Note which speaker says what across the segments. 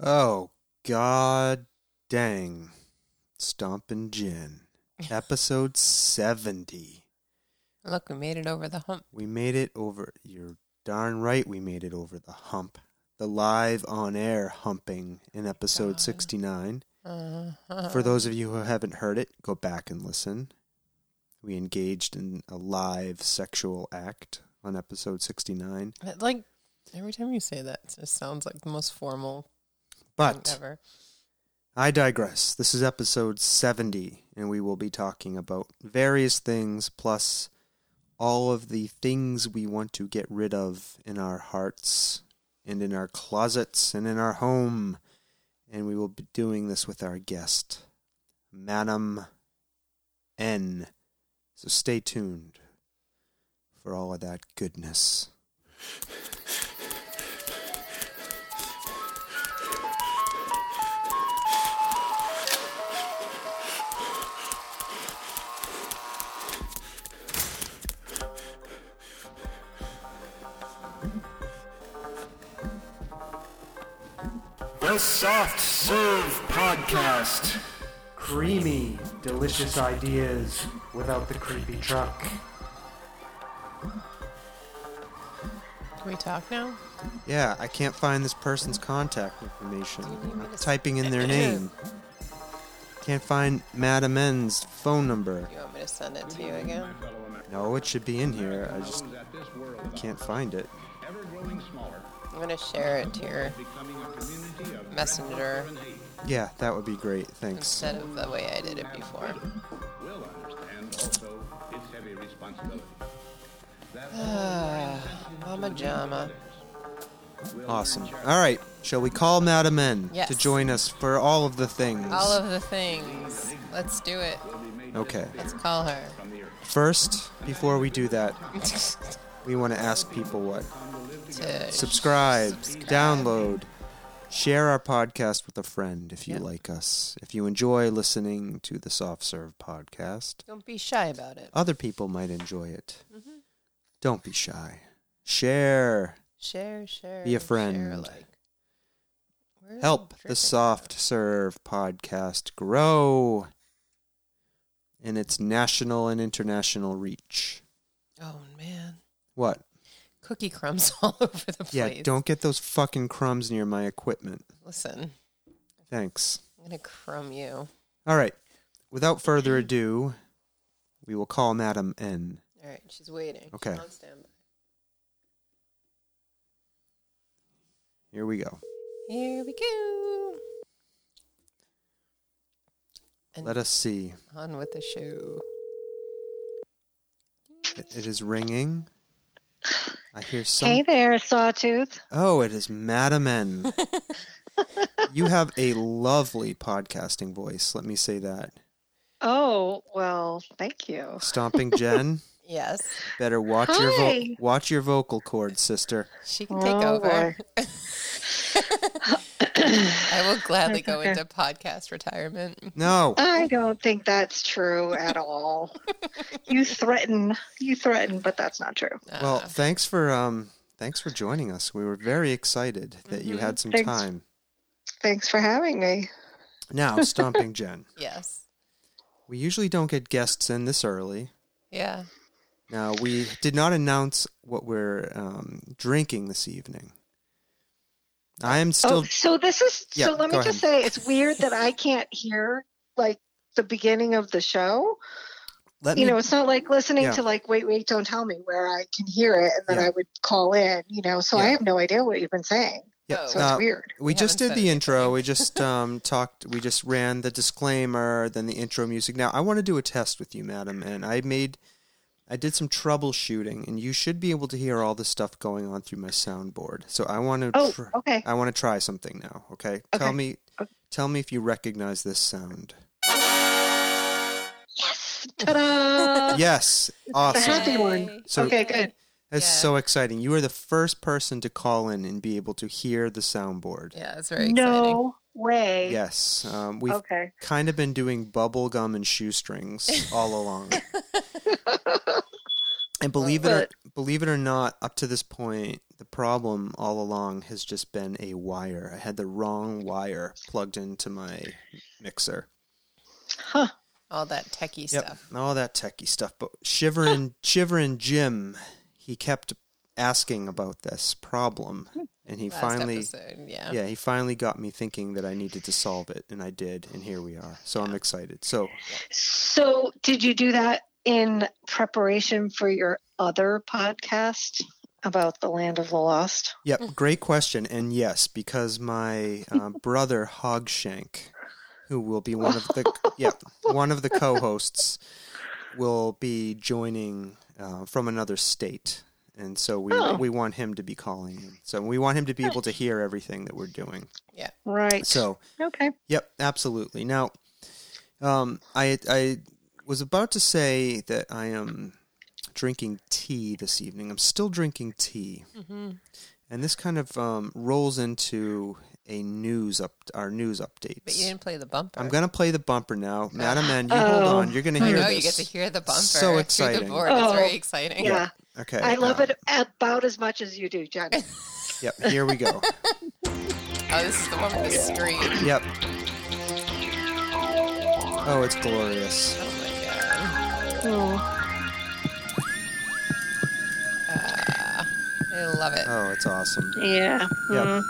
Speaker 1: Oh, god dang. Stompin' Gin, episode 70.
Speaker 2: Look, we made it over the hump.
Speaker 1: We made it over. You're darn right we made it over the hump. The live on air humping in episode
Speaker 2: God.
Speaker 1: 69.
Speaker 2: Uh-huh.
Speaker 1: For those of you who haven't heard it, go back and listen. We engaged in a live sexual act on episode 69.
Speaker 2: It, like every time you say that, it just sounds like the most formal thing
Speaker 1: But
Speaker 2: ever.
Speaker 1: I digress. This is episode 70, and we will be talking about various things plus all of the things we want to get rid of in our hearts and in our closets and in our home. And we will be doing this with our guest, Madam N. So stay tuned for all of that goodness.
Speaker 3: The Soft Serve Podcast.
Speaker 1: Creamy, delicious ideas without the creepy truck.
Speaker 2: Can we talk now?
Speaker 1: Yeah, I can't find this person's contact information.
Speaker 2: Do you need me
Speaker 1: I'm
Speaker 2: to-
Speaker 1: typing in their name. Can't find Madam N's phone number.
Speaker 2: You want me to send it to you again?
Speaker 1: No, it should be in here. I just
Speaker 3: That this world
Speaker 1: can't find it.
Speaker 3: ever growing smaller,
Speaker 2: I'm gonna share it to your
Speaker 3: becoming a community of
Speaker 2: messenger
Speaker 1: Yeah, that would be great. Thanks.
Speaker 2: instead of the way I did it before.
Speaker 3: will understand also its heavy responsibility. That
Speaker 2: Mama Jama.
Speaker 1: Awesome. All right, shall we call Madam N
Speaker 2: Yes.
Speaker 1: to join us for all of the things?
Speaker 2: All of the things. Let's do it.
Speaker 1: okay.
Speaker 2: Let's call her.
Speaker 1: First, before we do that, we want to ask people what
Speaker 2: To-
Speaker 1: subscribe,
Speaker 2: Subscribe.
Speaker 1: download, share our podcast with a friend if you
Speaker 2: Yep.
Speaker 1: like us. If you enjoy listening to the Soft Serve podcast,
Speaker 2: Don't be shy about it.
Speaker 1: other people might enjoy it.
Speaker 2: Mm-hmm.
Speaker 1: Don't be shy. Share.
Speaker 2: Share, share.
Speaker 1: Be a
Speaker 2: Share,
Speaker 1: friend.
Speaker 2: like. Where's
Speaker 1: Help the
Speaker 2: dripping?
Speaker 1: Soft Serve podcast grow in its national and international reach.
Speaker 2: Oh man.
Speaker 1: What?
Speaker 2: Cookie crumbs all over the place.
Speaker 1: Yeah, don't get those fucking crumbs near my equipment.
Speaker 2: listen.
Speaker 1: Thanks.
Speaker 2: I'm gonna crumb you.
Speaker 1: All right. Without further ado, we will call Madam N.
Speaker 2: All right, she's waiting. She's
Speaker 1: Okay.
Speaker 2: on standby.
Speaker 1: Here we go.
Speaker 2: Here we go. And
Speaker 1: Let us see.
Speaker 2: on with the show.
Speaker 1: It, it is ringing. I hear some.
Speaker 4: Hey there, Sawtooth.
Speaker 1: Oh, it is Madam N. you have a lovely podcasting voice. Let me say that.
Speaker 4: Oh, well, thank you.
Speaker 1: Stomping Jen,
Speaker 2: Yes,
Speaker 1: better watch your vo-
Speaker 4: Hi.
Speaker 1: watch your vocal cords, sister.
Speaker 2: she can take
Speaker 4: Oh,
Speaker 2: over. I will gladly go
Speaker 4: Okay.
Speaker 2: into podcast retirement.
Speaker 1: No,
Speaker 4: I don't think that's true at all. you threaten, you threaten, but that's not true.
Speaker 2: Uh,
Speaker 1: well, thanks for um, thanks for joining us. We were very excited that you had some
Speaker 4: Mm-hmm. Thanks.
Speaker 1: time.
Speaker 4: Thanks for having me.
Speaker 1: Now, Stomping Jen,
Speaker 2: yes,
Speaker 1: we usually don't get guests in this early.
Speaker 2: yeah.
Speaker 1: Now, we did not announce what we're um, drinking this evening. I am still.
Speaker 4: oh, so this is
Speaker 1: Yeah,
Speaker 4: so. Let me
Speaker 1: go
Speaker 4: just say, it's weird that I can't hear like the beginning of the show.
Speaker 1: let
Speaker 4: you
Speaker 1: me,
Speaker 4: know, it's not like listening
Speaker 1: Yeah.
Speaker 4: to like, wait, wait, don't tell me where I can hear it, and then
Speaker 1: Yeah.
Speaker 4: I would call in. You know, so I
Speaker 1: Yeah.
Speaker 4: have no idea what you've been saying.
Speaker 1: yeah,
Speaker 4: So
Speaker 1: uh,
Speaker 4: it's weird.
Speaker 1: we
Speaker 2: We
Speaker 1: just did
Speaker 2: haven't said
Speaker 1: the intro. We just um, talked. We just ran the disclaimer, then the intro music. Now, I want to do a test with you, madam. And I made I did some troubleshooting, and you should be able to hear all the stuff going on through my soundboard. So I want to.
Speaker 4: Oh, okay.
Speaker 1: I want to try something now. Okay? Tell
Speaker 4: Okay.
Speaker 1: me. Tell me if you recognize this sound.
Speaker 4: Yes. Ta-da!
Speaker 1: Yes.
Speaker 4: The
Speaker 1: Awesome.
Speaker 4: happy one.
Speaker 5: Yay.
Speaker 1: So
Speaker 4: okay, good.
Speaker 1: that's
Speaker 2: Yeah.
Speaker 1: so exciting. You are the first person to call in and be able to hear the soundboard.
Speaker 2: Yeah, it's very exciting.
Speaker 4: No way.
Speaker 1: Yes. Um, we've
Speaker 4: Okay.
Speaker 1: kind of been doing bubble gum and shoestrings all along. and believe it or believe it or not, up to this point, the problem all along has just been a wire. I had the wrong wire plugged into my mixer.
Speaker 4: Huh.
Speaker 2: All that techie stuff.
Speaker 1: and all that techie stuff. But Shiver and Shiver and Jim, he kept asking about this problem,
Speaker 2: Hmm.
Speaker 1: and he
Speaker 2: Last
Speaker 1: finally
Speaker 2: episode. Yeah.
Speaker 1: yeah, he finally got me thinking that I needed to solve it, and I did, and here we are. So I'm excited. So
Speaker 4: So, did you do that in preparation for your other podcast about the land of the lost?
Speaker 1: Yep, great question. And yes, because my uh, brother Hogshank, who will be one of the yeah one of the co-hosts, will be joining uh, from another state, and so we
Speaker 4: Oh.
Speaker 1: we want him to be calling. in. So we want him to be able to hear everything that we're doing.
Speaker 4: Right.
Speaker 1: So
Speaker 4: okay.
Speaker 1: Yep, absolutely. Now, um, I I was about to say that I am drinking tea this evening. I'm still drinking tea,
Speaker 2: Mm-hmm.
Speaker 1: and this kind of um, rolls into a news up our news updates.
Speaker 2: But you didn't play the bumper.
Speaker 1: I'm gonna play the bumper now, Madam N. You hold
Speaker 4: Oh.
Speaker 1: on. You're gonna
Speaker 2: I
Speaker 1: hear
Speaker 2: know
Speaker 1: this.
Speaker 2: you get to hear the bumper.
Speaker 1: So
Speaker 2: through
Speaker 1: exciting.
Speaker 2: The board.
Speaker 4: Oh,
Speaker 2: it's very exciting.
Speaker 4: Yeah.
Speaker 1: Okay,
Speaker 4: I love
Speaker 1: uh,
Speaker 4: it about as much as you do, Jen.
Speaker 1: Yep, here we go.
Speaker 2: Oh, this is the one with the screen.
Speaker 1: yep. Oh, it's glorious.
Speaker 2: Oh my god.
Speaker 4: Oh,
Speaker 2: I love it.
Speaker 1: Oh, it's awesome.
Speaker 4: yeah. Mm.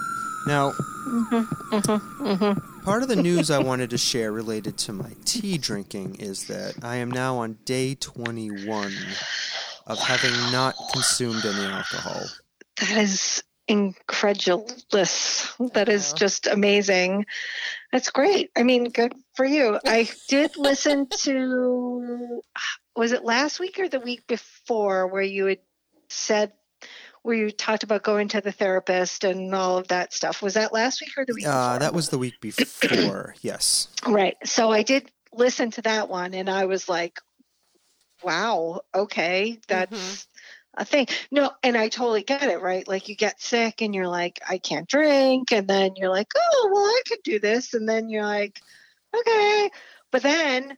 Speaker 1: Yep.
Speaker 4: Mm-hmm.
Speaker 1: Now, part of the news I wanted to share related to my tea drinking is that I am now on day 21 of having not consumed any alcohol.
Speaker 4: That is incredulous. That is
Speaker 2: know.
Speaker 4: just amazing. That's great. I mean, good for you. I did listen to was it last week or the week before where you had said where you talked about going to the therapist and all of that stuff. Was that last week or the week
Speaker 1: Uh,
Speaker 4: before?
Speaker 1: that was the week before, yes.
Speaker 4: Right. So I did listen to that one and I was like, wow, okay, that's a thing. No, and I totally get it, right? Like you get sick and you're like, I can't drink. And then you're like, oh, well, I could do this. And then you're like, okay. But then,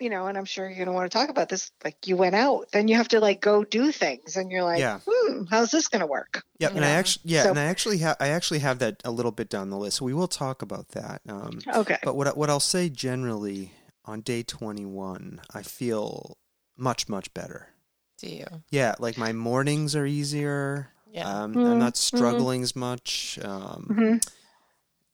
Speaker 4: you know, and I'm sure you're going to want to talk about this. Like you went out, then you have to like go do things and you're like,
Speaker 1: Yeah.
Speaker 4: hmm, how's this going to work?
Speaker 1: Yep, and I
Speaker 2: Yeah.
Speaker 1: actually yeah,
Speaker 4: So-
Speaker 1: and I actually have I actually have that a little bit down the list. So we will talk about that. Um,
Speaker 4: Okay.
Speaker 1: But what I- what I'll say generally on day 21, I feel much much better.
Speaker 2: Do you?
Speaker 1: Yeah, like my mornings are easier.
Speaker 2: Yeah.
Speaker 1: Um, I'm
Speaker 4: Mm,
Speaker 1: not struggling as much. Um,
Speaker 4: hmm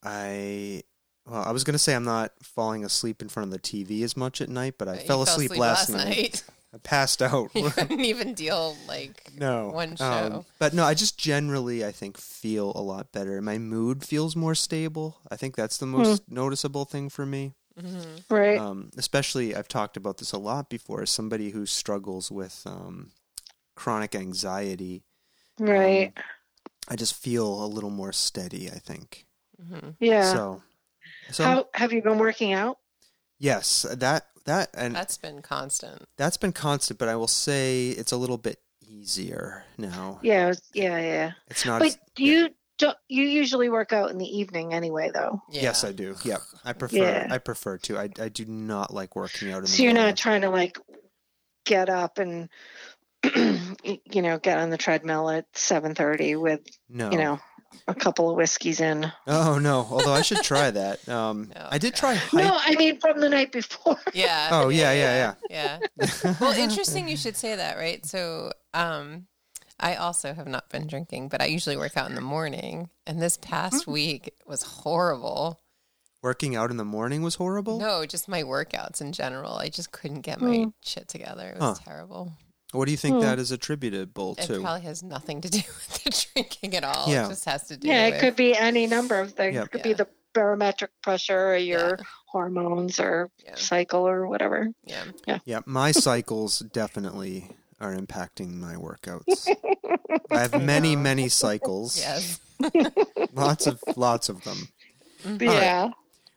Speaker 1: I well, I was gonna say I'm not falling asleep in front of the TV as much at night, but I
Speaker 2: But you
Speaker 1: fell, asleep, last, night. I passed out.
Speaker 2: you couldn't even deal like
Speaker 1: no,
Speaker 2: one
Speaker 1: um,
Speaker 2: show.
Speaker 1: but no, I just generally I think feel a lot better. My mood feels more stable. I think that's the most noticeable thing for me.
Speaker 4: Hmm.
Speaker 2: Mm-hmm,
Speaker 4: Right.
Speaker 1: Um, especially I've talked about this a lot before. As somebody who struggles with um, chronic anxiety, um,
Speaker 4: right.
Speaker 1: I just feel a little more steady. I think.
Speaker 2: mm-hmm.
Speaker 1: Mm.
Speaker 4: Yeah.
Speaker 1: So, so
Speaker 4: How have you been working out?
Speaker 1: yes, that that and
Speaker 2: That's been constant.
Speaker 1: that's been constant, but I will say it's a little bit easier now.
Speaker 4: Yeah, it was- yeah, yeah.
Speaker 1: It's not. as-
Speaker 4: But you don't. You usually work out in the evening anyway, though.
Speaker 2: Yeah.
Speaker 1: Yes, I do. Yep, I prefer.
Speaker 4: Yeah.
Speaker 1: I prefer to. I, I do not like working out. In
Speaker 4: So
Speaker 1: the
Speaker 4: you're
Speaker 1: morning.
Speaker 4: not trying to like get up and you know get on the treadmill at seven thirty with
Speaker 1: No.
Speaker 4: you know a couple of whiskeys in.
Speaker 1: Oh no. Although I should try that. Um,
Speaker 2: No,
Speaker 1: I did try.
Speaker 4: No,
Speaker 1: Hike-
Speaker 4: I mean from the night before.
Speaker 2: Yeah.
Speaker 1: Oh, yeah, yeah,
Speaker 2: yeah. Yeah. well, interesting you should say that, right? So, um, I also have not been drinking, but I usually work out in the morning. And this
Speaker 1: Mm.
Speaker 2: past week was horrible.
Speaker 1: Working out in the morning was horrible.
Speaker 2: No, just my workouts in general. I just couldn't get my
Speaker 1: Oh.
Speaker 2: shit together. It was terrible.
Speaker 1: What do you
Speaker 4: Hmm.
Speaker 1: think that is attributable
Speaker 2: It
Speaker 1: to?
Speaker 2: probably has nothing to do with the drinking at all.
Speaker 1: Yeah.
Speaker 2: It just has to do
Speaker 4: Yeah,
Speaker 2: with
Speaker 4: it could be any number of things.
Speaker 1: Yep.
Speaker 4: It could be the barometric pressure or your
Speaker 2: Yeah.
Speaker 4: hormones or
Speaker 2: Yeah.
Speaker 4: cycle or whatever.
Speaker 2: Yeah.
Speaker 1: Yeah, my cycles definitely are impacting my workouts. I have many, many cycles.
Speaker 2: Yes.
Speaker 1: Lots of lots of them.
Speaker 4: But yeah.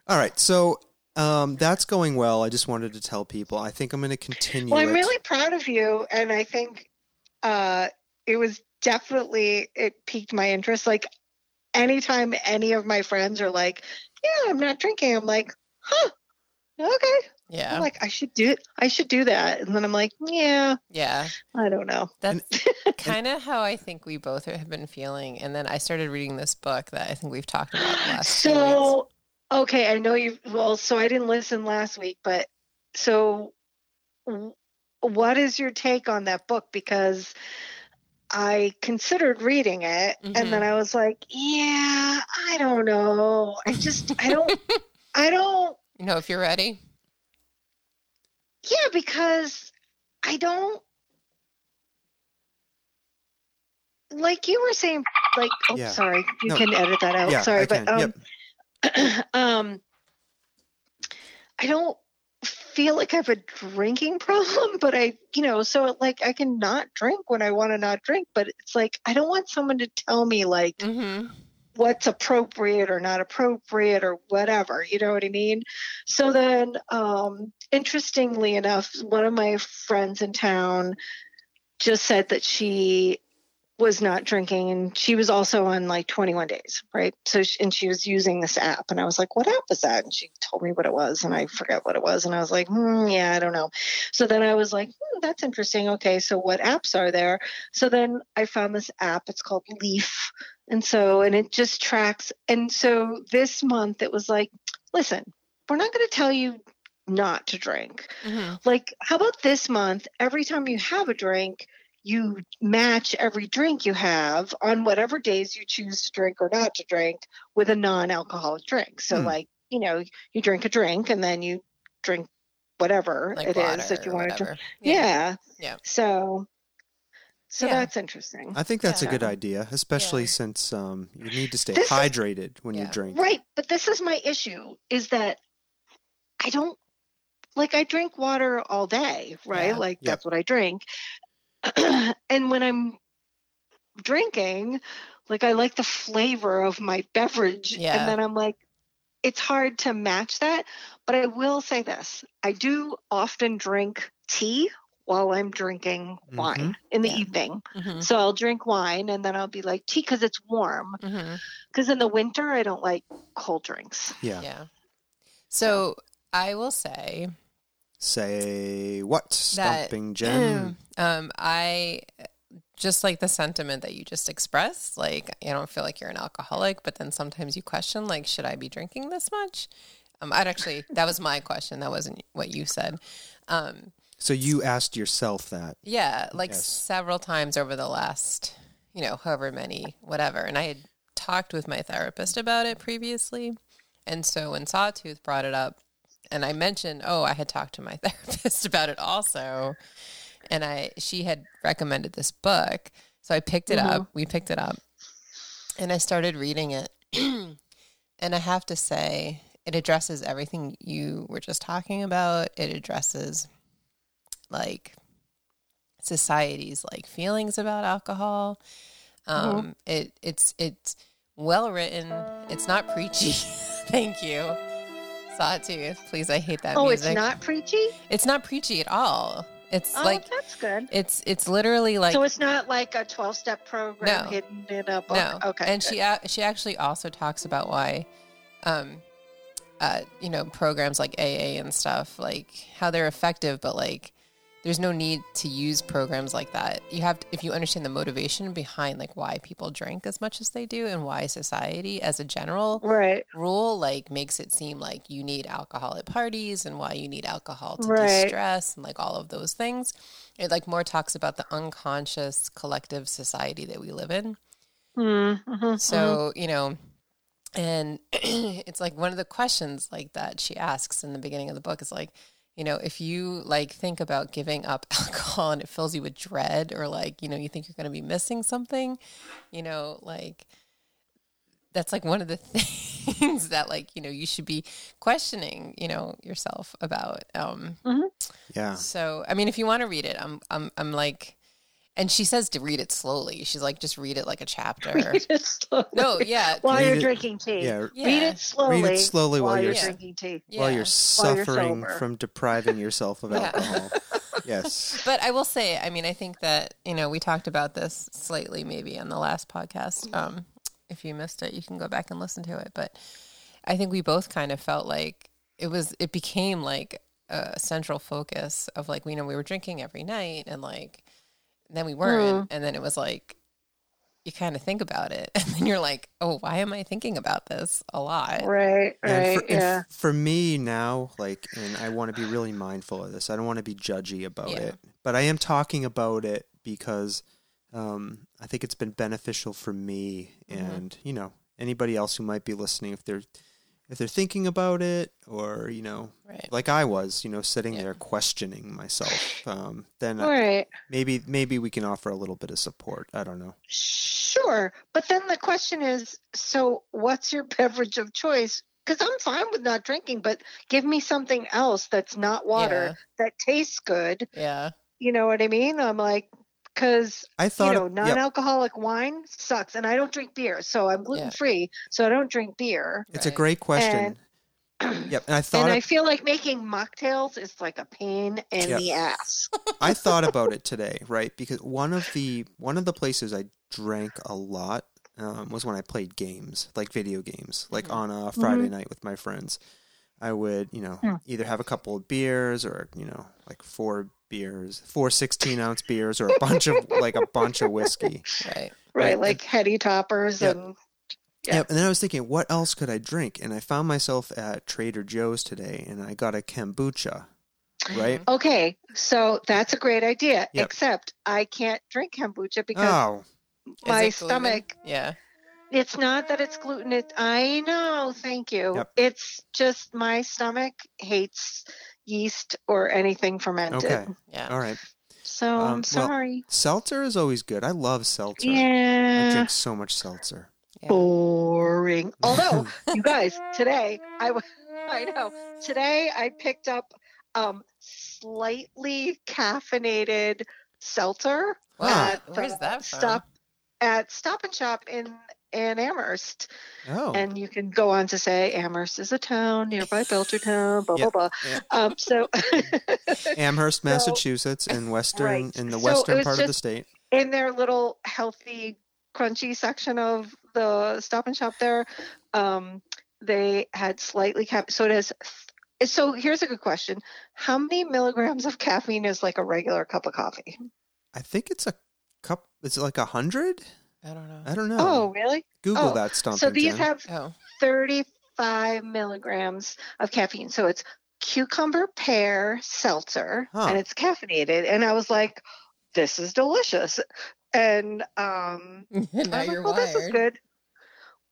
Speaker 1: All right. So um, that's going well. I just wanted to tell people. I think I'm going to continue.
Speaker 4: Well, I'm
Speaker 1: it.
Speaker 4: really proud of you, and I think uh, it was definitely it piqued my interest. Like anytime any of my friends are like, "Yeah, I'm not drinking," I'm like, "Huh." Okay.
Speaker 2: Yeah.
Speaker 4: I'm like, I should do I should do that. And then I'm like, yeah,
Speaker 2: yeah.
Speaker 4: I don't know.
Speaker 2: That's kind of how I think we both have been feeling. And then I started reading this book that I think we've talked about the last few weeks.
Speaker 4: So, okay, I know you. Well, so I didn't listen last week, but so w- what is your take on that book? Because I considered reading it, and
Speaker 1: Mm-hmm.
Speaker 4: then I was like, yeah, I don't know. I just, I don't, I don't,
Speaker 2: You know, if you're ready.
Speaker 4: yeah, because I don't. Like you were saying, like, oh,
Speaker 1: Yeah.
Speaker 4: sorry, you
Speaker 1: No.
Speaker 4: can edit that out.
Speaker 1: yeah,
Speaker 4: sorry,
Speaker 1: I
Speaker 4: but
Speaker 1: can.
Speaker 4: um,
Speaker 1: Yep.
Speaker 4: um, I don't feel like I have a drinking problem, but I, you know, so like I can not drink when I want to not drink, but it's like I don't want someone to tell me like
Speaker 2: Mm-hmm.
Speaker 4: what's appropriate or not appropriate or whatever. You know what I mean? So then, um, interestingly enough, one of my friends in town just said that she was not drinking and she was also on like 21 days, right? So, she, and she was using this app. And I was like, what app was that? And she told me what it was and I forgot what it was. And I was like, hmm, yeah, I don't know. So then I was like, hmm, that's interesting. Okay, so what apps are there? So then I found this app. It's called Leaf. And so, and it just tracks. And so this month it was like, listen, we're not going to tell you not to drink.
Speaker 2: Mm-hmm.
Speaker 4: Like, how about this month, every time you have a drink, you match every drink you have on whatever days you choose to drink or not to drink with a non alcoholic drink. So,
Speaker 1: Hmm.
Speaker 4: like, you know, you drink a drink and then you drink whatever
Speaker 2: Like
Speaker 4: it
Speaker 2: water
Speaker 4: is that you
Speaker 2: or
Speaker 4: want to drink.
Speaker 2: whatever.
Speaker 4: Yeah.
Speaker 2: Yeah.
Speaker 4: So, so
Speaker 2: Yeah.
Speaker 4: that's interesting.
Speaker 1: I think that's a
Speaker 2: Yeah.
Speaker 1: good idea, especially
Speaker 2: Yeah.
Speaker 1: since um, you need to stay
Speaker 4: This is-
Speaker 1: hydrated when you
Speaker 2: Yeah.
Speaker 1: drink.
Speaker 4: Right, but this is my issue is that I don't like I drink water all day, right?
Speaker 2: Yeah.
Speaker 4: Like
Speaker 1: Yeah.
Speaker 4: that's what I drink. and when I'm drinking, like I like the flavor of my beverage
Speaker 2: Yeah.
Speaker 4: and then I'm like it's hard to match that, but I will say this. I do often drink tea while I'm drinking wine in the
Speaker 2: Yeah.
Speaker 4: evening.
Speaker 2: Mm-hmm.
Speaker 4: So I'll drink wine and then I'll be like tea cuz it's warm
Speaker 2: Mm-hmm.
Speaker 4: because in the winter I don't like cold drinks.
Speaker 1: Yeah.
Speaker 2: Yeah. So I will say
Speaker 1: Say what,
Speaker 2: That-
Speaker 1: Stumping
Speaker 4: mm.
Speaker 1: Jen?
Speaker 2: um, I just like the sentiment that you just expressed. Like, I don't feel like you're an alcoholic, but then sometimes you question, like, should I be drinking this much? Um, I'd actually, that was my question. That wasn't what you said. Um,
Speaker 1: so you asked yourself that.
Speaker 2: yeah, like
Speaker 1: Yes.
Speaker 2: several times over the last, you know, however many, whatever. And I had talked with my therapist about it previously. And so when Sawtooth brought it up, and I mentioned, oh, I had talked to my therapist about it also. And I she had recommended this book. So I picked it
Speaker 4: Mm-hmm.
Speaker 2: up. We picked it up. And I started reading it. and I have to say, it addresses everything you were just talking about. It addresses like society's like feelings about alcohol.
Speaker 4: Mm-hmm.
Speaker 2: Um, It it's it's well written. It's not preachy. Thank you, Sawtooth. Please, I hate that
Speaker 4: oh,
Speaker 2: music.
Speaker 4: it's not preachy.
Speaker 2: It's not preachy at all. It's
Speaker 4: Oh,
Speaker 2: like
Speaker 4: that's good.
Speaker 2: it's it's literally like
Speaker 4: so it's not like a twelve-step program
Speaker 2: No.
Speaker 4: hidden in a book.
Speaker 2: no.
Speaker 4: Okay.
Speaker 2: and
Speaker 4: good.
Speaker 2: she a- she actually also talks about why, um, uh, you know, programs like AA and stuff like how they're effective, but like there's no need to use programs like that. You have to, if you understand the motivation behind like why people drink as much as they do and why society as a general
Speaker 4: right.
Speaker 2: rule like makes it seem like you need alcohol at parties and why you need alcohol to
Speaker 4: Right.
Speaker 2: de-stress and like all of those things it like more talks about the unconscious collective society that we live in
Speaker 4: Mm-hmm.
Speaker 2: so you know and it's like one of the questions like that she asks in the beginning of the book is like you know if you like think about giving up alcohol and it fills you with dread or like you know you think you're going to be missing something you know like that's like one of the things things that like you know you should be questioning you know yourself about um
Speaker 1: Yeah.
Speaker 2: so i mean if you want to read it i'm i'm i'm like and she says to read it slowly she's like just read it like a chapter
Speaker 4: mm-hmm. Read it slowly.
Speaker 2: no yeah
Speaker 4: While
Speaker 1: Read
Speaker 4: you're
Speaker 1: it-
Speaker 4: drinking tea.
Speaker 1: Yeah.
Speaker 2: yeah,
Speaker 4: Read it slowly.
Speaker 1: slowly while
Speaker 2: you're-
Speaker 4: drinking tea.
Speaker 1: While
Speaker 2: yeah.
Speaker 1: you're
Speaker 4: While you're
Speaker 1: suffering
Speaker 4: sober.
Speaker 1: from depriving yourself of
Speaker 2: Yeah.
Speaker 1: alcohol. yes.
Speaker 2: But I will say, I mean, I think that you know we talked about this slightly maybe on the last
Speaker 4: Mm-hmm.
Speaker 2: podcast. Um, if you missed it, you can go back and listen to it. But I think we both kind of felt like it was it became like a central focus of like we know we were drinking every night and like then we
Speaker 4: Hmm.
Speaker 2: weren't and then it was like you kind of think about it and then you're like oh why am i thinking about this a lot
Speaker 4: Right, right,
Speaker 1: And for, and
Speaker 4: yeah.
Speaker 1: f- for me now, like, and I want to be really mindful of this. I don't want to be judgy about
Speaker 2: Yeah.
Speaker 1: it, but I am talking about it because um, I think it's been beneficial for me, and you know, anybody else who might be listening, if they're if they're thinking about it, or you know,
Speaker 2: right
Speaker 1: like I was, you know, sitting
Speaker 2: Yeah.
Speaker 1: there questioning myself, um, then
Speaker 4: All right.
Speaker 1: maybe maybe we can offer a little bit of support. I don't know.
Speaker 4: Sure. But then the question is so what's your beverage of choice? Because I'm fine with not drinking, but give me something else that's not water that tastes good.
Speaker 2: yeah
Speaker 4: You know what I mean? I'm like, because,
Speaker 1: I
Speaker 4: you
Speaker 1: thought
Speaker 4: know,
Speaker 1: yeah,
Speaker 4: non alcoholic wine sucks. And I don't drink beer. So I'm gluten free. So I don't drink beer.
Speaker 1: it's a
Speaker 2: Right.
Speaker 1: great question. yep, and I thought
Speaker 4: and I
Speaker 1: ab-
Speaker 4: feel like making mocktails is like a pain in
Speaker 1: Yeah.
Speaker 4: the ass.
Speaker 1: I thought about it today, right? Because one of the one of the places I drank a lot um, was when I played games, like video games, like on a Friday night with my friends. I would, you know, either have a couple of beers or you know, like four beers, four 16 ounce beers, or a bunch of like a bunch of whiskey.
Speaker 2: right
Speaker 1: Right,
Speaker 4: Right,
Speaker 1: and-
Speaker 4: like heady toppers
Speaker 1: Yeah.
Speaker 4: and
Speaker 1: Yeah.
Speaker 4: Yeah.
Speaker 1: And then I was thinking, what else could I drink? And I found myself at Trader Joe's today, and I got a kombucha. Right?
Speaker 4: Okay, so that's a great idea.
Speaker 1: Yep.
Speaker 4: Except I can't drink kombucha because
Speaker 1: Oh,
Speaker 2: Is it
Speaker 4: my
Speaker 2: gluten?
Speaker 4: stomach.
Speaker 2: yeah
Speaker 4: It's not that it's gluten. It, I know. Thank you.
Speaker 1: Yep.
Speaker 4: It's just my stomach hates yeast or anything fermented.
Speaker 1: okay.
Speaker 2: yeah
Speaker 1: All right.
Speaker 4: So
Speaker 1: Um, well,
Speaker 4: I'm sorry.
Speaker 1: Seltzer is always good. I love seltzer. I
Speaker 4: yeah.
Speaker 1: drink so much seltzer.
Speaker 2: Yeah.
Speaker 4: Boring. Although you guys, today I w- I know today I picked up um slightly caffeinated seltzer.
Speaker 2: Wow,
Speaker 4: at the
Speaker 2: where's that from?
Speaker 4: uh, Stop at Stop and Shop in in Amherst,
Speaker 1: Oh,
Speaker 4: and you can go on to say Amherst is a town nearby Belchertown, blah
Speaker 1: Yeah,
Speaker 4: blah blah.
Speaker 1: yeah.
Speaker 4: Um, so
Speaker 1: Amherst,
Speaker 4: so-
Speaker 1: Massachusetts, in western
Speaker 4: Right.
Speaker 1: in the
Speaker 4: So it
Speaker 1: western
Speaker 4: was
Speaker 1: part of the
Speaker 4: just-
Speaker 1: state.
Speaker 4: in their little healthy, crunchy section of the Stop and Shop there, um, they had slightly cap. So it has. So here's a good question: How many milligrams of caffeine is like a regular cup of coffee?
Speaker 1: I think it's a cup. It's like a hundred.
Speaker 2: i don't know
Speaker 1: I don't know.
Speaker 4: Oh, really?
Speaker 1: Google
Speaker 4: oh,
Speaker 1: that stumping.
Speaker 4: so these
Speaker 1: Jen.
Speaker 4: have
Speaker 2: oh
Speaker 4: 35 milligrams of caffeine. So it's cucumber pear seltzer
Speaker 1: Huh.
Speaker 4: and it's caffeinated. And I was like, this is delicious. And um, I
Speaker 2: now
Speaker 4: was
Speaker 2: you're
Speaker 4: like, well,
Speaker 2: wired
Speaker 4: this is good.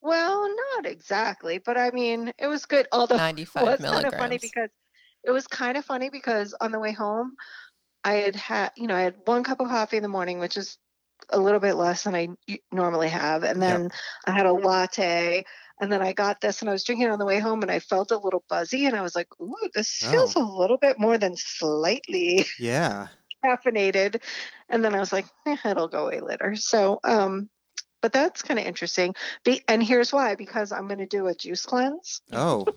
Speaker 4: Well, not exactly, but I mean, it was good. Although
Speaker 2: 95
Speaker 4: it was
Speaker 2: milligrams.
Speaker 4: kind of funny because it was kind of funny because on the way home, I had had, you know, I had one cup of coffee in the morning, which is a little bit less than I u- normally have. And
Speaker 1: Yeah.
Speaker 4: then I had a latte. And then I got this and I was drinking it on the way home and I felt a little buzzy and I was like, ooh, this feels
Speaker 2: Oh.
Speaker 4: a little bit more than slightly
Speaker 1: yeah.
Speaker 4: caffeinated. And then I was like, eh, it'll go away later. So, um, but that's kind of interesting. Be- and here's why because I'm going to do a juice cleanse.
Speaker 1: Oh,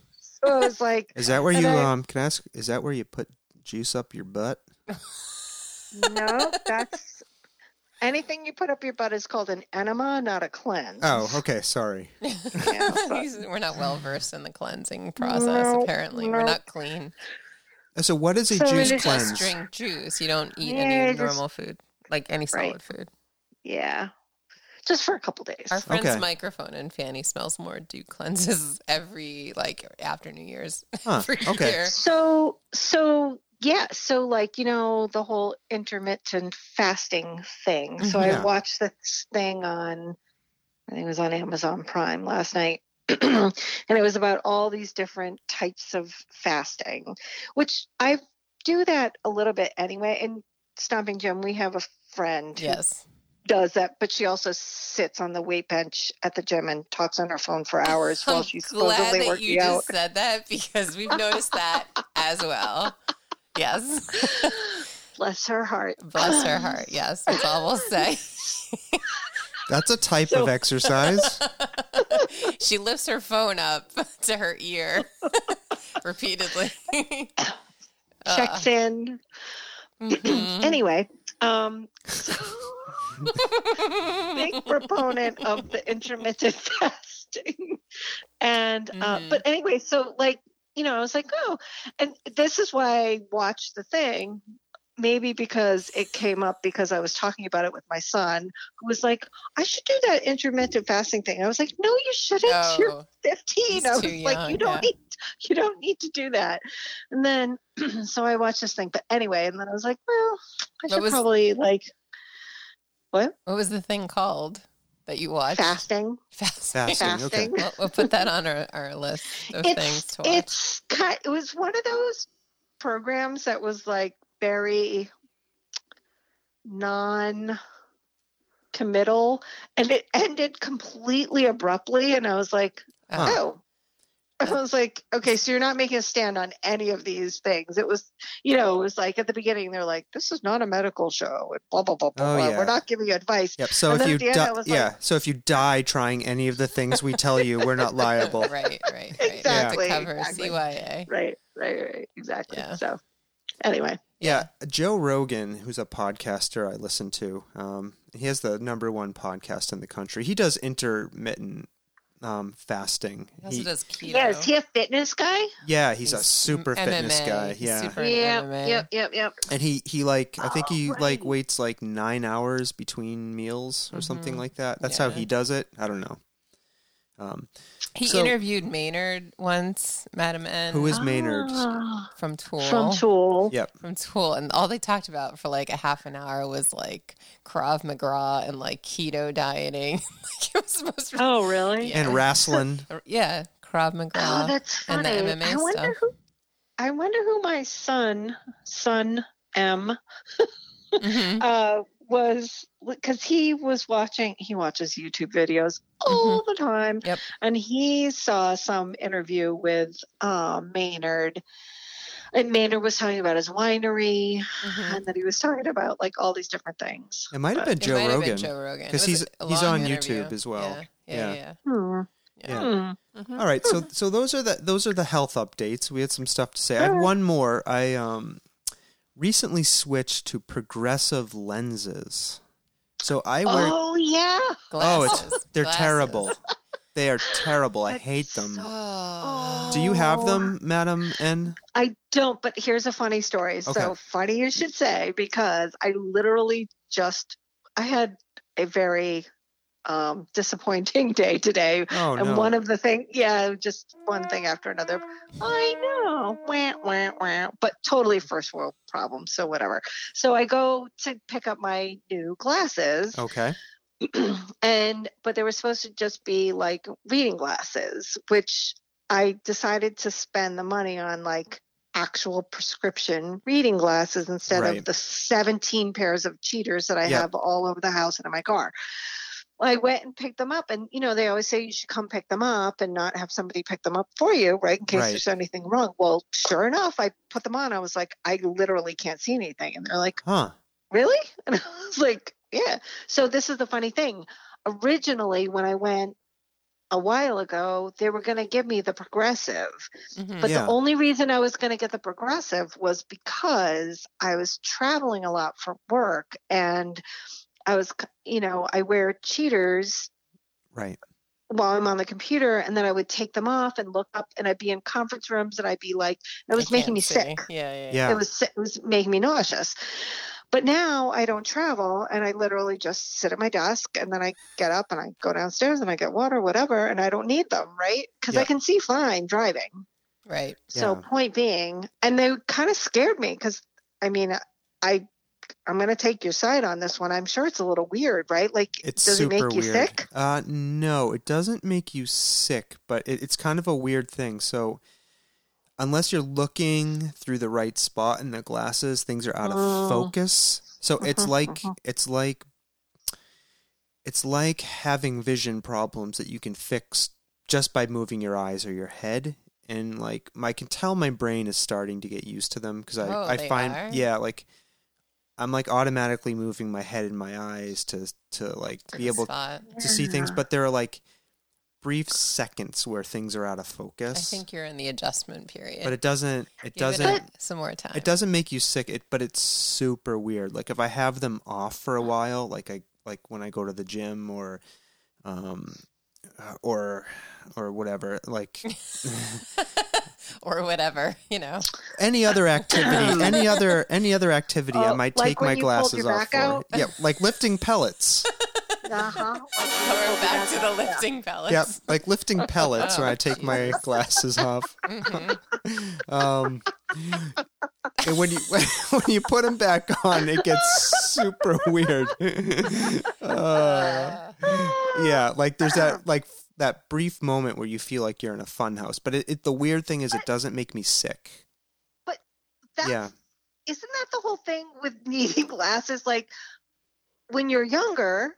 Speaker 4: So I was like,
Speaker 1: is that where
Speaker 4: And
Speaker 1: you
Speaker 4: I-
Speaker 1: um? Can I ask? Is that where you put juice up your butt?
Speaker 4: no, that's anything you put up your butt is called an enema, not a cleanse.
Speaker 1: Oh, okay. Sorry.
Speaker 4: Yeah, but-
Speaker 2: These- we're not well versed in the cleansing process.
Speaker 4: No,
Speaker 2: apparently, we're
Speaker 4: no.
Speaker 2: not clean.
Speaker 1: Uh, So what is a
Speaker 4: So
Speaker 1: juice
Speaker 4: it is
Speaker 2: Just
Speaker 1: cleanse?
Speaker 2: drink juice. You don't eat
Speaker 4: Yeah,
Speaker 2: any
Speaker 4: just-
Speaker 2: normal food, like any solid
Speaker 4: Right.
Speaker 2: food.
Speaker 4: Yeah. Just for a couple days.
Speaker 2: Our friend's
Speaker 1: Okay.
Speaker 2: microphone and Fanny smells more do cleanses every like after New Year's.
Speaker 1: Huh,
Speaker 2: every
Speaker 1: okay.
Speaker 2: year.
Speaker 4: So, so yeah, so like you know the whole intermittent fasting thing.
Speaker 2: Mm-hmm.
Speaker 4: So
Speaker 1: Yeah.
Speaker 4: I watched this thing on, I think it was on Amazon Prime last night, and it was about all these different types of fasting, which I do that a little bit anyway. And Stomping Jim, we have a friend who
Speaker 2: Yes,
Speaker 4: does that, but she also sits on the weight bench at the gym and talks on her phone for hours while
Speaker 2: I'm
Speaker 4: she's
Speaker 2: glad
Speaker 4: supposedly
Speaker 2: that you
Speaker 4: working
Speaker 2: just
Speaker 4: out.
Speaker 2: said that because we've noticed that as well. Yes.
Speaker 4: Bless her heart.
Speaker 2: Bless her heart. Yes. That's all we'll say.
Speaker 1: That's a type
Speaker 4: So-
Speaker 1: of exercise.
Speaker 2: she lifts her phone up to her ear repeatedly. Uh.
Speaker 4: Checks in.
Speaker 2: Mhm.
Speaker 4: Anyway, um, so big proponent of the intermittent fasting, and uh,
Speaker 2: Mhm.
Speaker 4: but anyway, so like you know, I was like, oh, and this is why I watched the thing. Maybe because it came up because I was talking about it with my son, who was like, "I should do that intermittent fasting thing." I was like, "No, you shouldn't. You're
Speaker 2: Oh,
Speaker 4: 15
Speaker 2: He's
Speaker 4: i was
Speaker 2: too
Speaker 4: like you
Speaker 2: young,
Speaker 4: don't
Speaker 2: yeah.
Speaker 4: need you don't need to do that and then so i watched this thing but anyway and then i was like well i
Speaker 2: What
Speaker 4: should
Speaker 2: was-
Speaker 4: probably like
Speaker 2: Oh, what was the thing called that you watched?
Speaker 4: fasting
Speaker 2: Fast.
Speaker 1: Fasting. Okay.
Speaker 4: fasting
Speaker 2: We'll, we'll put that on our, our list of things
Speaker 4: it's
Speaker 2: to watch.
Speaker 4: it's ki- it was one of those programs that was like very non committal and it ended completely abruptly and i was like
Speaker 2: Oh.
Speaker 4: Oh. I was like, okay, so you're not making a stand on any of these things. It was, you know, it was like at the beginning, they're like, this is not a medical show, and blah, blah, blah, blah,
Speaker 1: Oh,
Speaker 4: blah.
Speaker 1: yeah.
Speaker 4: We're not giving you advice.
Speaker 1: Yep. So
Speaker 4: And
Speaker 1: if
Speaker 4: then
Speaker 1: you
Speaker 4: at the end
Speaker 1: di-
Speaker 4: I was like-
Speaker 1: yeah, so if you die trying any of the things we tell you, we're not liable.
Speaker 2: Right, right, right. We have
Speaker 4: Exactly,
Speaker 2: To cover
Speaker 4: exactly.
Speaker 2: CYA.
Speaker 4: Right, right, right. Exactly.
Speaker 2: Yeah.
Speaker 4: So, anyway,
Speaker 1: Yeah, Joe Rogan, who's a podcaster I listen to, um, he has the number one podcast in the country. He does intermittent um, fasting.
Speaker 2: He also
Speaker 1: He-
Speaker 2: does keto.
Speaker 4: yeah, is he a fitness guy?
Speaker 1: yeah, he's, a
Speaker 2: He's
Speaker 1: super
Speaker 2: M-
Speaker 1: fitness
Speaker 2: MMA.
Speaker 1: guy.
Speaker 2: He's
Speaker 1: Yeah,
Speaker 2: super- For an
Speaker 4: Yeah,
Speaker 2: MMA.
Speaker 4: yep, yep, yep.
Speaker 1: and he he like I think he
Speaker 4: Oh, right.
Speaker 1: like waits like nine hours between meals or something like that. That's how
Speaker 2: Mm-hmm. Yeah.
Speaker 1: he does it. I don't know. Um,
Speaker 2: He
Speaker 1: So-
Speaker 2: interviewed Maynard once, Madam N.
Speaker 1: who is Maynard?
Speaker 4: Ah,
Speaker 2: from Tool?
Speaker 4: From Tool.
Speaker 1: Yep.
Speaker 2: From Tool, and all they talked about for like a half an hour was like Krav Maga and like keto dieting. like it was the most,
Speaker 4: Oh, really?
Speaker 2: Yeah.
Speaker 1: And wrestling.
Speaker 2: yeah, Krav Maga.
Speaker 4: Oh, that's
Speaker 2: and
Speaker 4: funny.
Speaker 2: the MMA
Speaker 4: I wonder
Speaker 2: stuff.
Speaker 4: who. I wonder who my son, son M,
Speaker 2: Mhm.
Speaker 4: uh, was because he was watching he watches youtube videos all the time
Speaker 2: Mm-hmm. Yep.
Speaker 4: and he saw some interview with uh, maynard and maynard was talking about his winery
Speaker 2: Mhm.
Speaker 4: and that he was talking about like all these different things
Speaker 1: It might have been
Speaker 2: It
Speaker 1: Joe
Speaker 2: might have been
Speaker 1: Rogan.
Speaker 2: Joe Rogan.
Speaker 1: 'Cause
Speaker 2: It was
Speaker 1: he's-
Speaker 2: a
Speaker 1: he's
Speaker 2: long
Speaker 1: on
Speaker 2: interview.
Speaker 1: YouTube as well.
Speaker 2: Yeah, yeah, yeah.
Speaker 4: Hmm.
Speaker 2: Yeah.
Speaker 4: Hmm.
Speaker 2: Mhm.
Speaker 1: All right, so so those are the those are the health updates. We had some stuff to say. I had
Speaker 4: Sure.
Speaker 1: one more. I um recently switched to progressive lenses. So I wear
Speaker 4: oh yeah
Speaker 1: Oh, it's-
Speaker 2: Glasses,
Speaker 1: they're
Speaker 2: glasses.
Speaker 1: terrible. They are terrible. I hate them.
Speaker 4: so-
Speaker 2: Oh.
Speaker 1: Do you have
Speaker 4: Oh.
Speaker 1: them, Madam N?
Speaker 4: I don't, but here's a funny story.
Speaker 1: Okay.
Speaker 4: So funny you should say because I literally just I had a very um disappointing day today.
Speaker 1: Oh
Speaker 4: and
Speaker 1: no.
Speaker 4: one of the thing yeah, just one thing after another. I know. Wah, wah, wah, but totally first world problem, so whatever. So I go to pick up my new glasses
Speaker 1: okay.
Speaker 4: and but they were supposed to just be like reading glasses, which I decided to spend the money on like actual prescription reading glasses instead
Speaker 1: Right.
Speaker 4: of the 17 pairs of cheaters that I
Speaker 1: Yep.
Speaker 4: have all over the house and in my car. Well, I went and picked them up, and you know they always say you should come pick them up and not have somebody pick them up for you, right? In case
Speaker 1: Right.
Speaker 4: there's anything wrong. Well, sure enough, I put them on. I was like, I literally can't see anything, and they're like,
Speaker 1: Huh.
Speaker 4: really? And I was like, yeah. So this is the funny thing. Originally, when I went a while ago, they were going to give me the progressive.
Speaker 2: Mhm.
Speaker 4: But
Speaker 1: Yeah.
Speaker 4: the only reason I was going to get the progressive was because I was traveling a lot for work and I was, c- you know, I wear cheaters
Speaker 1: Right.
Speaker 4: while I'm on the computer and then I would take them off and look up and I'd be in conference rooms and I'd be like, it was
Speaker 2: I can't
Speaker 4: making me
Speaker 2: see.
Speaker 4: sick
Speaker 2: Yeah, yeah.
Speaker 1: Yeah.
Speaker 4: it was it was making me nauseous but now i don't travel and i literally just sit at my desk and then i get up and i go downstairs and i get water whatever and i don't need them right because i
Speaker 1: Yeah.
Speaker 4: can see fine driving
Speaker 2: Right.
Speaker 4: so
Speaker 1: Yeah.
Speaker 4: point being and they kind of scared me because i mean i i'm going to take your side on this one i'm sure it's a little weird right like
Speaker 1: It's
Speaker 4: does
Speaker 1: super
Speaker 4: it make you
Speaker 1: weird.
Speaker 4: sick
Speaker 1: Uh, no, it doesn't make you sick, but it, it's kind of a weird thing. So, unless you're looking through the right spot in the glasses, things are out of
Speaker 4: Oh.
Speaker 1: focus. So it's
Speaker 4: Mhm,
Speaker 1: like
Speaker 4: mhm.
Speaker 1: it's like It's like having vision problems that you can fix just by moving your eyes or your head. And like, I can tell my brain is starting to get used to them because I,
Speaker 2: Oh,
Speaker 1: I
Speaker 2: they
Speaker 1: find,
Speaker 2: are?
Speaker 1: yeah, like I'm like automatically moving my head and my eyes to to like be able
Speaker 2: Spot.
Speaker 1: to see things, but there are like brief seconds where things are out of
Speaker 2: I
Speaker 1: focus.
Speaker 2: think you're in the adjustment period.
Speaker 1: but it doesn't. It
Speaker 2: Give
Speaker 1: doesn't.
Speaker 4: uh,
Speaker 2: it some more time.
Speaker 1: It doesn't make you sick, it but it's super weird. Like if I have them off for a while, like I like when I go to the gym or um uh, or or whatever, like
Speaker 2: or whatever, you know.
Speaker 1: any other activity, any other any other activity, I
Speaker 4: Oh,
Speaker 1: might
Speaker 4: like
Speaker 1: take
Speaker 4: when
Speaker 1: my
Speaker 4: you pulled
Speaker 1: glasses
Speaker 4: your
Speaker 1: off
Speaker 4: back
Speaker 1: for.
Speaker 4: out?
Speaker 1: Yeah, like lifting pellets.
Speaker 4: Uh-huh.
Speaker 2: So we're back to the lifting pellets.
Speaker 1: yeah, like lifting pellets when I
Speaker 2: Oh,
Speaker 1: take my glasses off.
Speaker 2: Mhm.
Speaker 1: Um, and when you when you put them back on, it gets super weird. Uh,
Speaker 2: Uh,
Speaker 1: yeah, like there's that like f- that brief moment where you feel like you're in a fun house, but it, it the weird thing is it doesn't make me sick.
Speaker 4: That's,
Speaker 1: Yeah,
Speaker 4: Isn't that the whole thing with needing glasses? Like when you're younger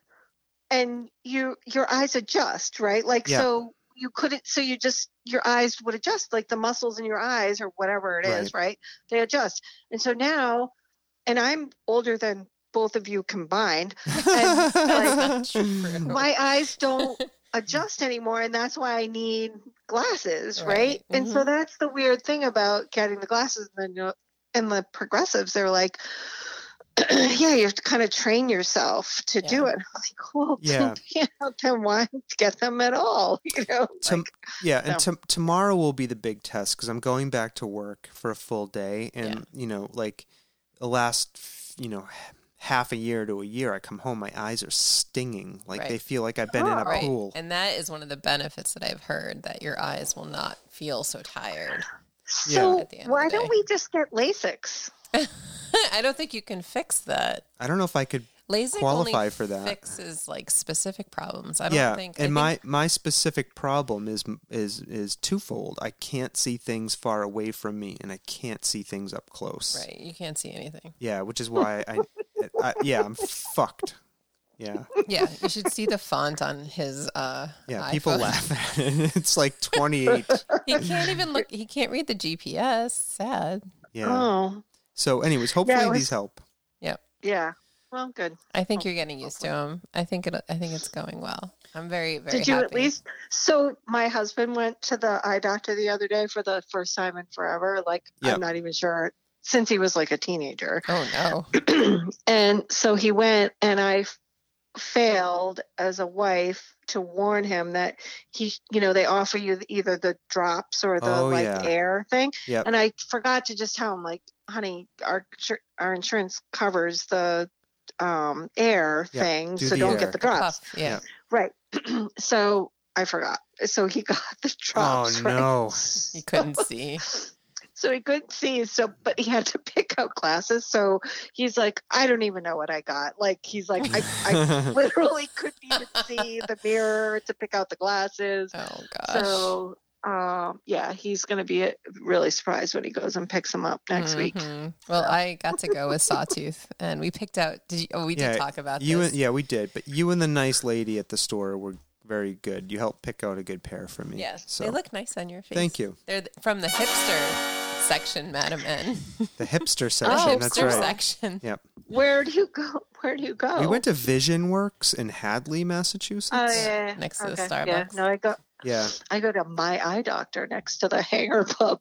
Speaker 4: and you your eyes adjust, right? Like
Speaker 1: Yeah.
Speaker 4: so you couldn't so you just your eyes would adjust, like the muscles in your eyes or whatever it is, right? They adjust. And so now and I'm older than both of you combined, and
Speaker 2: that's not true.
Speaker 4: my eyes don't adjust anymore and that's why I need glasses, right?
Speaker 2: Right. Mm-hmm.
Speaker 4: And so that's the weird thing about getting the glasses and the and the progressives they're like yeah, you have to kind of train yourself to do it. I'm like, well,
Speaker 1: Yeah.
Speaker 4: yeah, then why get them at all? You know,
Speaker 1: Tom-
Speaker 4: like,
Speaker 1: yeah, and
Speaker 4: No.
Speaker 1: to- tomorrow will be the big test because I'm going back to work for a full day, and you know, like the last, you know, h- half a year to a year, I come home, my eyes are stinging, like
Speaker 2: Right.
Speaker 1: they feel like I've been in a
Speaker 2: Right.
Speaker 1: pool.
Speaker 2: And that is one of the benefits that I've heard that your eyes will not feel so tired.
Speaker 4: so
Speaker 2: At the end of the
Speaker 4: why
Speaker 2: day.
Speaker 4: don't we just get LASIKs?
Speaker 2: I don't think you can fix that.
Speaker 1: I don't know if I could.
Speaker 2: LASIK
Speaker 1: Qualify
Speaker 2: only
Speaker 1: for that.
Speaker 2: fixes like specific problems. I don't
Speaker 1: Yeah,
Speaker 2: think. I
Speaker 1: and
Speaker 2: think-
Speaker 1: my my specific problem is is is twofold. I can't see things far away from me, and I can't see things up close.
Speaker 2: right, you can't see anything.
Speaker 1: Yeah, which is why I, I yeah, I'm fucked. Yeah,
Speaker 2: Yeah, you should see the font on his. uh
Speaker 1: yeah. People
Speaker 2: iPhone.
Speaker 1: laugh at it. It's like 28.
Speaker 2: He can't even look. He can't read the GPS. Sad.
Speaker 1: Yeah.
Speaker 4: Oh,
Speaker 1: So, anyways, hopefully
Speaker 4: was-
Speaker 1: these help.
Speaker 2: Yep.
Speaker 4: yeah. Well, good.
Speaker 2: I
Speaker 1: Oh,
Speaker 2: think you're getting used to him. I think it. I think it's going well. I'm very very.
Speaker 4: Did you at
Speaker 2: happy.
Speaker 4: least? So my husband went to the eye doctor the other day for the first time in forever. Like
Speaker 1: Yeah.
Speaker 4: I'm not even sure since he was like a teenager.
Speaker 2: Oh no.
Speaker 4: and so he went, and I f- failed as a wife to warn him that he, you know, they offer you the- either the drops or the
Speaker 1: Oh,
Speaker 4: like
Speaker 1: yeah.
Speaker 4: air thing.
Speaker 1: Yep.
Speaker 4: And I forgot to just tell him, like, honey, our insur- our insurance covers the um air
Speaker 1: Yeah,
Speaker 4: thing,
Speaker 1: do
Speaker 4: so
Speaker 1: the
Speaker 4: don't
Speaker 1: air.
Speaker 4: get the drops.
Speaker 2: Puff, yeah.
Speaker 4: Right. so I forgot. So he got the drops.
Speaker 1: oh
Speaker 4: right?
Speaker 1: no.
Speaker 2: You couldn't see.
Speaker 4: So he couldn't see. So, but he had to pick out glasses. So he's like, I don't even know what I got. Like, he's like, I, I literally couldn't even see the mirror to pick out the glasses.
Speaker 2: Oh gosh.
Speaker 4: So, um, yeah, he's going to be uh, really surprised when he goes and picks them up next week.
Speaker 2: Mhm. Well, I got to go with Sawtooth, and we picked out. Did you, oh, we did
Speaker 1: Yeah,
Speaker 2: talk about
Speaker 1: you
Speaker 2: this.
Speaker 1: and, yeah, we did, but you and the nice lady at the store were very good. You helped pick out a good pair for me.
Speaker 2: Yes,
Speaker 1: So
Speaker 2: they look nice on your face.
Speaker 1: Thank you.
Speaker 2: They're th- from the hipster section, Madam N.
Speaker 1: the hipster
Speaker 2: The
Speaker 1: section. Oh, that's
Speaker 2: Oh, hipster
Speaker 1: right.
Speaker 2: section.
Speaker 1: Yep.
Speaker 4: Where'd you go? Where'd you go?
Speaker 1: We went to Vision Works in Hadley, Massachusetts.
Speaker 4: Oh yeah,
Speaker 2: next to the
Speaker 4: Yeah,
Speaker 2: Starbucks.
Speaker 4: no, I go.
Speaker 1: Yeah.
Speaker 4: I go to my eye doctor next to the Hanger Pub.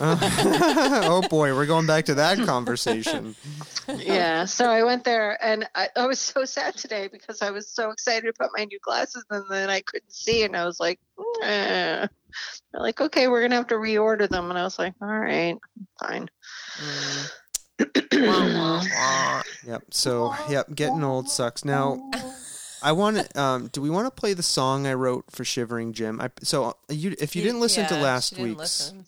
Speaker 1: oh boy, we're going back to that conversation.
Speaker 4: yeah so i went there and I, I was so sad today because i was so excited about my new glasses and then i couldn't see and i was like eh. they're like okay we're gonna have to reorder them and i was like all right fine
Speaker 2: Mm.
Speaker 1: Yep. So, yep, getting old sucks. Now, I want to. Um, do we want to play the song I wrote for Shivering Jim? I, so, you, if you didn't listen
Speaker 2: Yeah,
Speaker 1: to
Speaker 2: she
Speaker 1: last
Speaker 2: didn't
Speaker 1: week's,
Speaker 2: listen.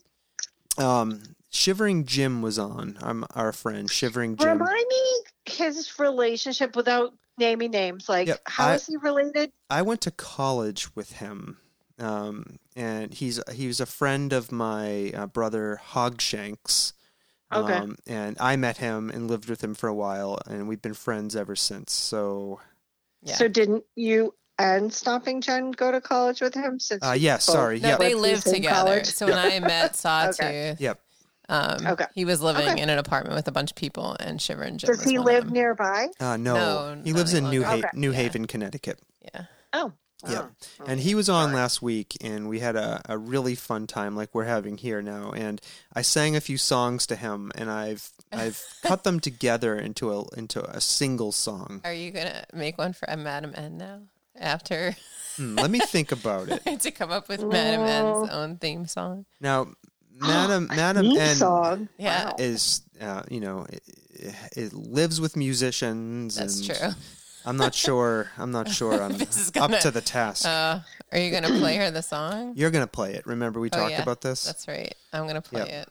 Speaker 1: um, Shivering Jim was on. I'm our friend Shivering Jim.
Speaker 4: remind me his relationship without naming names like how
Speaker 1: Yep,
Speaker 4: is
Speaker 1: I-
Speaker 4: he related
Speaker 1: I went to college with him, um, and he's he was a friend of my uh, brother Hogshanks.
Speaker 4: Okay.
Speaker 1: Um, and I met him and lived with him for a while, and we've been friends ever since. So
Speaker 2: Yeah.
Speaker 4: So didn't you and Stomping Jen go to college with him? Since
Speaker 1: Uh, yeah, sorry.
Speaker 2: no,
Speaker 1: Yep.
Speaker 2: they
Speaker 4: Went to the
Speaker 2: lived
Speaker 4: same
Speaker 2: together.
Speaker 4: college?
Speaker 2: So when I met Sawtooth,
Speaker 1: Yep.
Speaker 2: um,
Speaker 4: Okay.
Speaker 2: he was living
Speaker 4: Okay.
Speaker 2: in an apartment with a bunch of people, and Shiver and Jim.
Speaker 4: does
Speaker 2: was
Speaker 4: he
Speaker 2: one of
Speaker 4: live
Speaker 2: them.
Speaker 4: nearby?
Speaker 1: Uh, no,
Speaker 2: No,
Speaker 1: he
Speaker 2: not
Speaker 1: lives in
Speaker 2: any
Speaker 1: New, ha-
Speaker 4: longer. Okay.
Speaker 1: New
Speaker 2: Yeah.
Speaker 1: Haven, Connecticut.
Speaker 2: Yeah.
Speaker 4: Oh,
Speaker 1: Yeah.
Speaker 4: oh.
Speaker 1: And he was on last week, and we had a, a really fun time, like we're having here now. And I sang a few songs to him, and I've I've cut them together into a into a single song.
Speaker 2: Are you gonna make one for Madam N now? After
Speaker 1: Hmm, let me think about it.
Speaker 2: to come up with Madam N's own theme song.
Speaker 1: Now, Madam Madam
Speaker 4: Theme
Speaker 1: N
Speaker 4: song.
Speaker 2: Yeah.
Speaker 4: Wow.
Speaker 1: is uh, you know it, it lives with musicians.
Speaker 2: That's
Speaker 1: and
Speaker 2: true.
Speaker 1: I'm not sure. I'm not sure. I'm
Speaker 2: is
Speaker 1: up
Speaker 2: gonna-
Speaker 1: to the task.
Speaker 2: Uh, are you gonna play her the song?
Speaker 1: You're gonna play it. Remember we
Speaker 2: Oh,
Speaker 1: talked
Speaker 2: yeah.
Speaker 1: about this.
Speaker 2: That's right. I'm gonna play
Speaker 1: Yep.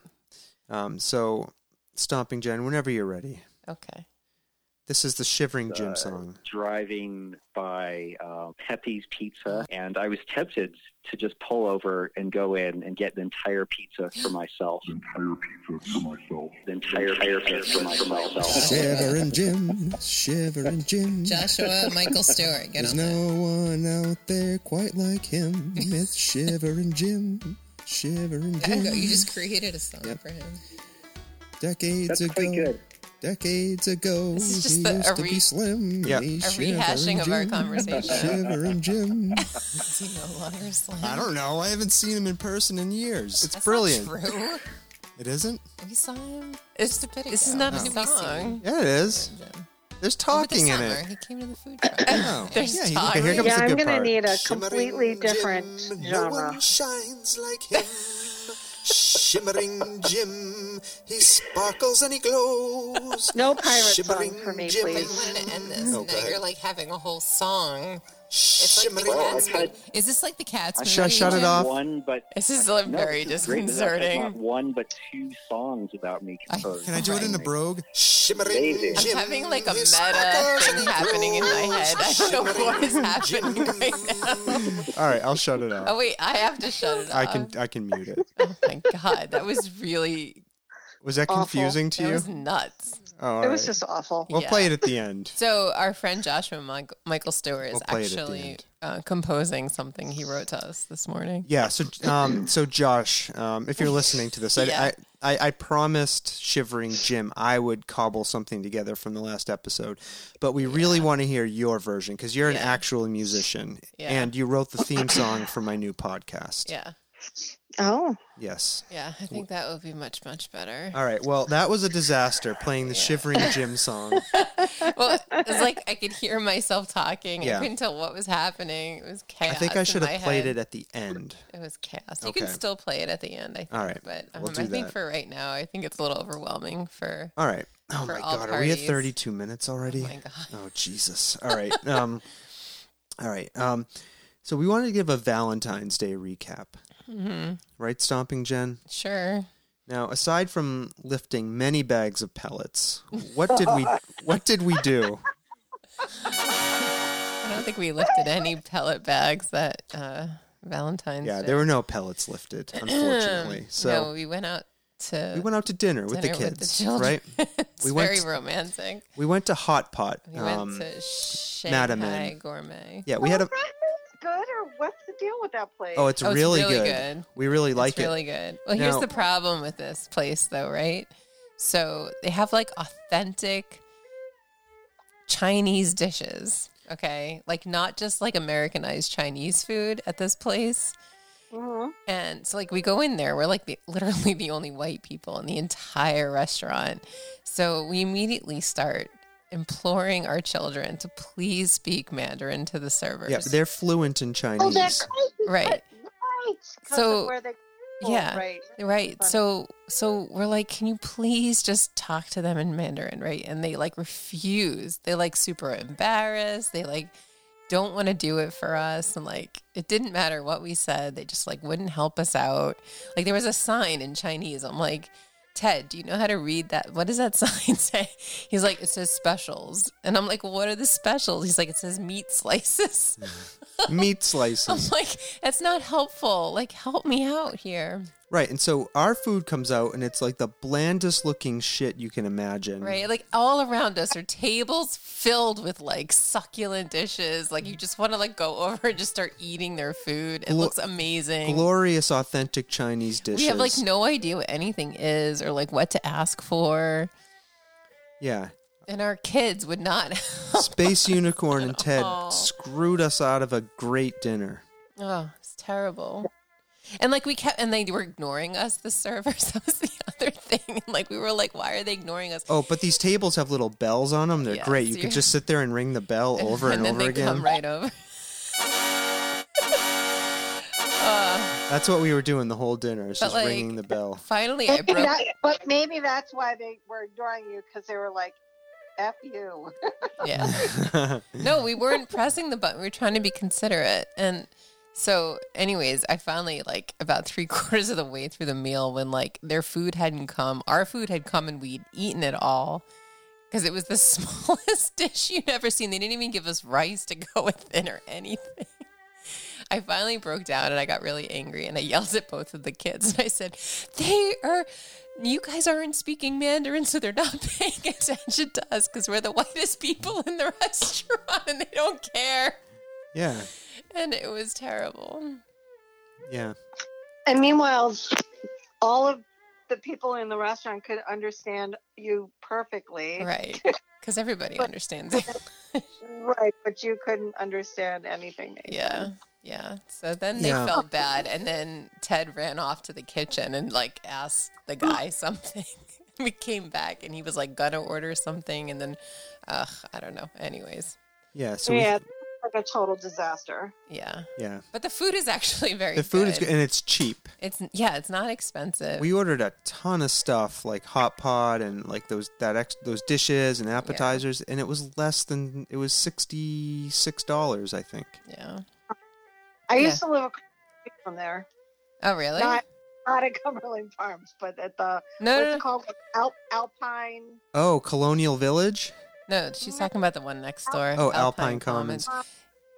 Speaker 2: it.
Speaker 1: Um, so, Stomping Jen, whenever you're ready.
Speaker 2: Okay.
Speaker 1: This is the Shivering Jim
Speaker 5: Uh,
Speaker 1: song.
Speaker 5: driving by uh, Pepe's Pizza, and I was tempted to just pull over and go in and get an entire pizza for myself.
Speaker 6: entire pizza for myself.
Speaker 5: The entire, pizza for myself.
Speaker 7: Shivering Jim, shivering Jim.
Speaker 2: Joshua Michael Stewart. Get
Speaker 7: There's
Speaker 2: on that.
Speaker 7: no one out there quite like him. It's shivering Jim, shivering Jim.
Speaker 2: You just created a song
Speaker 7: Yep.
Speaker 2: for him.
Speaker 7: decades
Speaker 5: That's
Speaker 7: ago,
Speaker 5: pretty good.
Speaker 7: decades ago,
Speaker 2: This is just
Speaker 7: he
Speaker 2: the-
Speaker 7: used
Speaker 2: a
Speaker 7: to
Speaker 2: re-
Speaker 7: be slim.
Speaker 1: Yep.
Speaker 7: A
Speaker 2: A rehashing of our conversation.
Speaker 7: Shivering Jim.
Speaker 2: Is he no longer slim?
Speaker 7: I don't know. I haven't seen him in person in years.
Speaker 1: It's
Speaker 2: That's
Speaker 1: brilliant.
Speaker 2: Not true.
Speaker 7: It isn't?
Speaker 2: We saw him. It's a video. This is not a new song.
Speaker 1: Yeah, it is. There's talking in it.
Speaker 2: He came to the food truck.
Speaker 1: No.
Speaker 2: There's
Speaker 1: yeah,
Speaker 2: talk.
Speaker 1: here comes
Speaker 4: Yeah,
Speaker 1: the
Speaker 4: I'm
Speaker 1: good
Speaker 4: gonna
Speaker 1: part.
Speaker 4: need a completely different
Speaker 7: No
Speaker 4: genre.
Speaker 7: one shines like him. Shimmering Jim, he sparkles and he glows.
Speaker 4: No pirate song
Speaker 7: Shimmering
Speaker 4: for me,
Speaker 7: Jim.
Speaker 4: please.
Speaker 2: wanted to end this, and now
Speaker 7: Okay.
Speaker 2: you're like having a whole song. It's like
Speaker 7: Shimmering
Speaker 2: the cats.
Speaker 5: I tried-
Speaker 2: movie. Is this like the cats?
Speaker 5: I
Speaker 2: movie?
Speaker 1: Shut- shut it
Speaker 2: Jim?
Speaker 1: off.
Speaker 5: One, but
Speaker 2: This is
Speaker 5: no,
Speaker 2: very
Speaker 5: this is great. There's actually Not
Speaker 2: disconcerting.
Speaker 5: one, but two songs about me
Speaker 2: I-
Speaker 5: composed.
Speaker 7: Can I do it in a brogue? Shimmering
Speaker 5: Amazing.
Speaker 2: I'm
Speaker 7: Jim,
Speaker 2: having like a
Speaker 7: he
Speaker 2: meta
Speaker 7: sparkles and
Speaker 2: thing
Speaker 7: he
Speaker 2: happening in my
Speaker 7: glows.
Speaker 2: head. I don't know what is happening right now.
Speaker 1: All right, I'll shut it off.
Speaker 2: Oh um, wait, I have to shut it off.
Speaker 1: I can I can mute it.
Speaker 2: Oh my god, that was really
Speaker 1: Was that
Speaker 4: Awful.
Speaker 1: confusing to
Speaker 2: that
Speaker 1: you?
Speaker 2: was nuts.
Speaker 1: Oh, all
Speaker 4: It was
Speaker 1: right.
Speaker 4: just awful.
Speaker 1: We'll
Speaker 2: Yeah.
Speaker 1: play it at the end.
Speaker 2: So our friend Joshua Mi- Michael Stewart is
Speaker 1: We'll play it at the
Speaker 2: actually
Speaker 1: end.
Speaker 2: uh, composing something he wrote to us this morning.
Speaker 1: Yeah. So, um, so Josh, um, if you're listening to this, I,
Speaker 2: Yeah.
Speaker 1: I, I, I promised Shivering Jim I would cobble something together from the last episode, but we really want to hear your version because you're an
Speaker 2: Yeah.
Speaker 1: actual musician
Speaker 2: Yeah.
Speaker 1: and you wrote the theme song for my new podcast.
Speaker 2: Yeah,
Speaker 4: Oh,
Speaker 1: Yes.
Speaker 2: yeah, I think that would be much much better.
Speaker 1: All right. Well, that was a disaster playing the Shivering Jim song.
Speaker 2: Well, it's like I could hear myself talking.
Speaker 1: Yeah.
Speaker 2: I couldn't tell what was happening. It was
Speaker 1: I
Speaker 2: chaos.
Speaker 1: think I should
Speaker 2: in my
Speaker 1: have played
Speaker 2: head.
Speaker 1: it at the end.
Speaker 2: It was chaos. You can
Speaker 1: Okay.
Speaker 2: still play it at the end. I think.
Speaker 1: All right,
Speaker 2: but um,
Speaker 1: we'll do
Speaker 2: I think
Speaker 1: that.
Speaker 2: for right now, I think it's a little overwhelming. For
Speaker 1: All right. Oh
Speaker 2: For
Speaker 1: my
Speaker 2: all
Speaker 1: God. Are we at
Speaker 2: parties.
Speaker 1: 32 minutes already?
Speaker 2: oh my god,
Speaker 1: Oh Jesus! All right, um, all right. Um, so we wanted to give a Valentine's Day recap,
Speaker 2: Mhm.
Speaker 1: right? Stomping Jen.
Speaker 2: sure.
Speaker 1: Now, aside from lifting many bags of pellets, what did we what did we do?
Speaker 2: I don't think we lifted any pellet bags that uh, Valentine's.
Speaker 1: Yeah,
Speaker 2: Day.
Speaker 1: there were no pellets lifted, unfortunately.
Speaker 2: no,
Speaker 1: So
Speaker 2: we went out to
Speaker 1: we went out to dinner with the
Speaker 2: dinner with the
Speaker 1: kids,
Speaker 2: children.
Speaker 1: right?
Speaker 2: it's
Speaker 1: we went
Speaker 2: very
Speaker 1: to-
Speaker 2: romantic.
Speaker 1: We went to Hot Pot.
Speaker 2: We
Speaker 1: Um,
Speaker 2: went to
Speaker 1: Madam
Speaker 2: Shanghai
Speaker 1: N.
Speaker 2: Gourmet.
Speaker 1: yeah, we had a.
Speaker 4: good or what's the deal with that place?
Speaker 1: Oh, it's,
Speaker 2: Oh, it's
Speaker 1: really,
Speaker 2: really
Speaker 1: good.
Speaker 2: good.
Speaker 1: We really like
Speaker 2: it's
Speaker 1: it.
Speaker 2: really good. Well, here's
Speaker 1: Now-
Speaker 2: the problem with this place, though, right? So they have like authentic Chinese dishes. Okay, like not just like Americanized Chinese food at this place.
Speaker 4: Mhm.
Speaker 2: And so, like, we go in there, we're like the, literally the only white people in the entire restaurant. So we immediately start imploring our children to please speak Mandarin to the servers.
Speaker 1: Yeah, they're fluent in Chinese.
Speaker 4: Oh, that's crazy.
Speaker 2: Right.
Speaker 4: Right. 'Cause
Speaker 2: So-
Speaker 4: of where they,
Speaker 2: Yeah.
Speaker 4: Right.
Speaker 2: Right.
Speaker 4: Fun.
Speaker 2: So so we're like, can you please just talk to them in Mandarin, right? And they like refuse. They like super embarrassed. They like don't want to do it for us and like it didn't matter what we said. They just like wouldn't help us out. Like there was a sign in Chinese. I'm like, "Ted, do you know how to read that? What does that sign say?" He's like, "It says specials." And I'm like, "What are the specials?" He's like, "It says meat slices."
Speaker 1: Meat
Speaker 2: I'm
Speaker 1: slices.
Speaker 2: like, "That's not helpful. Like help me out here."
Speaker 1: Right, and so our food comes out and it's like the blandest looking shit you can imagine.
Speaker 2: Right? Like all around us are tables filled with like succulent dishes. Like you just want to like go over and just start eating their food. It
Speaker 1: Glo-
Speaker 2: looks amazing.
Speaker 1: Glorious authentic Chinese dishes.
Speaker 2: we have like no idea what anything is or like what to ask for.
Speaker 1: Yeah.
Speaker 2: And our kids would not.
Speaker 1: Space Unicorn and Ted
Speaker 2: all.
Speaker 1: screwed us out of a great dinner.
Speaker 2: oh, it's terrible. And like we kept, and they were ignoring us, the servers. That was the other thing. Like we were like, why are they ignoring us?
Speaker 1: Oh, but these tables have little bells on them. They're
Speaker 2: Yes,
Speaker 1: great. You
Speaker 2: you-
Speaker 1: could just sit there and ring the bell over and,
Speaker 2: then
Speaker 1: over
Speaker 2: they
Speaker 1: again.
Speaker 2: come right over.
Speaker 1: That's what we were doing the whole dinner. Is
Speaker 2: But,
Speaker 1: just
Speaker 2: like-
Speaker 1: ringing the bell.
Speaker 2: Finally, I
Speaker 4: Maybe
Speaker 2: broke
Speaker 4: that- but maybe that's why they were ignoring you because they were like, "F you."
Speaker 2: Yeah. No, we weren't pressing the button. We were trying to be considerate. And so, anyways, I finally, like, about three quarters of the way through the meal, when, like, their food hadn't come, our food had come and we'd eaten it all because it was the smallest dish you'd ever seen. They didn't even give us rice to go with it or anything. I finally broke down and I got really angry and I yelled at both of the kids and I said, They are, you guys aren't speaking Mandarin, so they're not paying attention to us because we're the whitest people in the restaurant and they don't care.
Speaker 1: yeah,
Speaker 2: And it was terrible.
Speaker 1: yeah.
Speaker 4: And meanwhile, all of the people in the restaurant could understand you perfectly,
Speaker 2: Right. Because everybody understands it.
Speaker 4: Right, But you couldn't understand anything. they
Speaker 2: Yeah. Yeah. So then they
Speaker 1: Yeah.
Speaker 2: felt bad. And then Ted ran off to the kitchen and like asked the guy something. we came back and he was like gonna order something. And then, ugh, I don't know. Anyways.
Speaker 1: Yeah, so
Speaker 4: said. yeah,
Speaker 1: we,
Speaker 4: it's like a total disaster.
Speaker 2: Yeah.
Speaker 1: yeah.
Speaker 2: But the food is actually very
Speaker 1: The food is good and it's cheap.
Speaker 2: It's yeah, it's not expensive.
Speaker 1: We ordered a ton of stuff like hot pot and like those that ex, those dishes and appetizers, and it was less than it was sixty six dollars, I think.
Speaker 2: yeah.
Speaker 4: I
Speaker 2: Yeah.
Speaker 4: used to live across the street from there,
Speaker 2: Oh really?
Speaker 4: not not at Cumberland Farms, but at the
Speaker 2: no,
Speaker 4: what's
Speaker 2: no,
Speaker 4: it
Speaker 2: no,
Speaker 4: called? Al- Alpine.
Speaker 1: Oh, Colonial Village.
Speaker 2: no. She's talking about the one next door.
Speaker 1: Oh, Alpine Commons.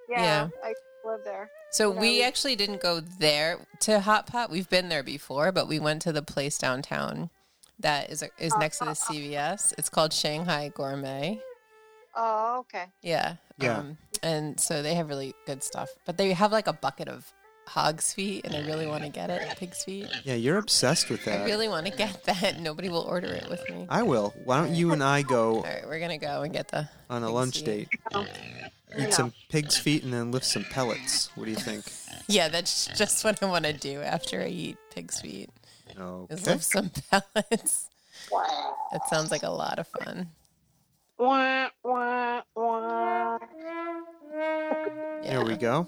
Speaker 4: Yeah,
Speaker 2: Yeah.
Speaker 4: I live there.
Speaker 2: So
Speaker 4: When I
Speaker 2: we
Speaker 4: was-
Speaker 2: actually didn't go there to Hot Pot. We've been there before, but we went to the place downtown that is is next to the CVS. It's called Shanghai Gourmet.
Speaker 4: Oh, okay.
Speaker 2: Yeah.
Speaker 1: Yeah.
Speaker 2: Um, and so they have really good stuff, but they have like a bucket of hog's feet, and I really want to get it. Pig's feet.
Speaker 1: Yeah, you're obsessed with that.
Speaker 2: I really want to get that. Nobody will order it with me.
Speaker 1: I will. Why don't you and I go
Speaker 2: All right, we're gonna go and get the
Speaker 1: on a
Speaker 2: pig's
Speaker 1: lunch
Speaker 2: feet.
Speaker 1: date? Eat some pig's feet and then lift some pellets. What do you think?
Speaker 2: Yeah, that's just what I want to do after I eat pig's feet. Is
Speaker 1: Okay.
Speaker 2: lift some pellets. That sounds like a lot of fun.
Speaker 4: Wah, wah, wah.
Speaker 2: Yeah.
Speaker 1: There we go.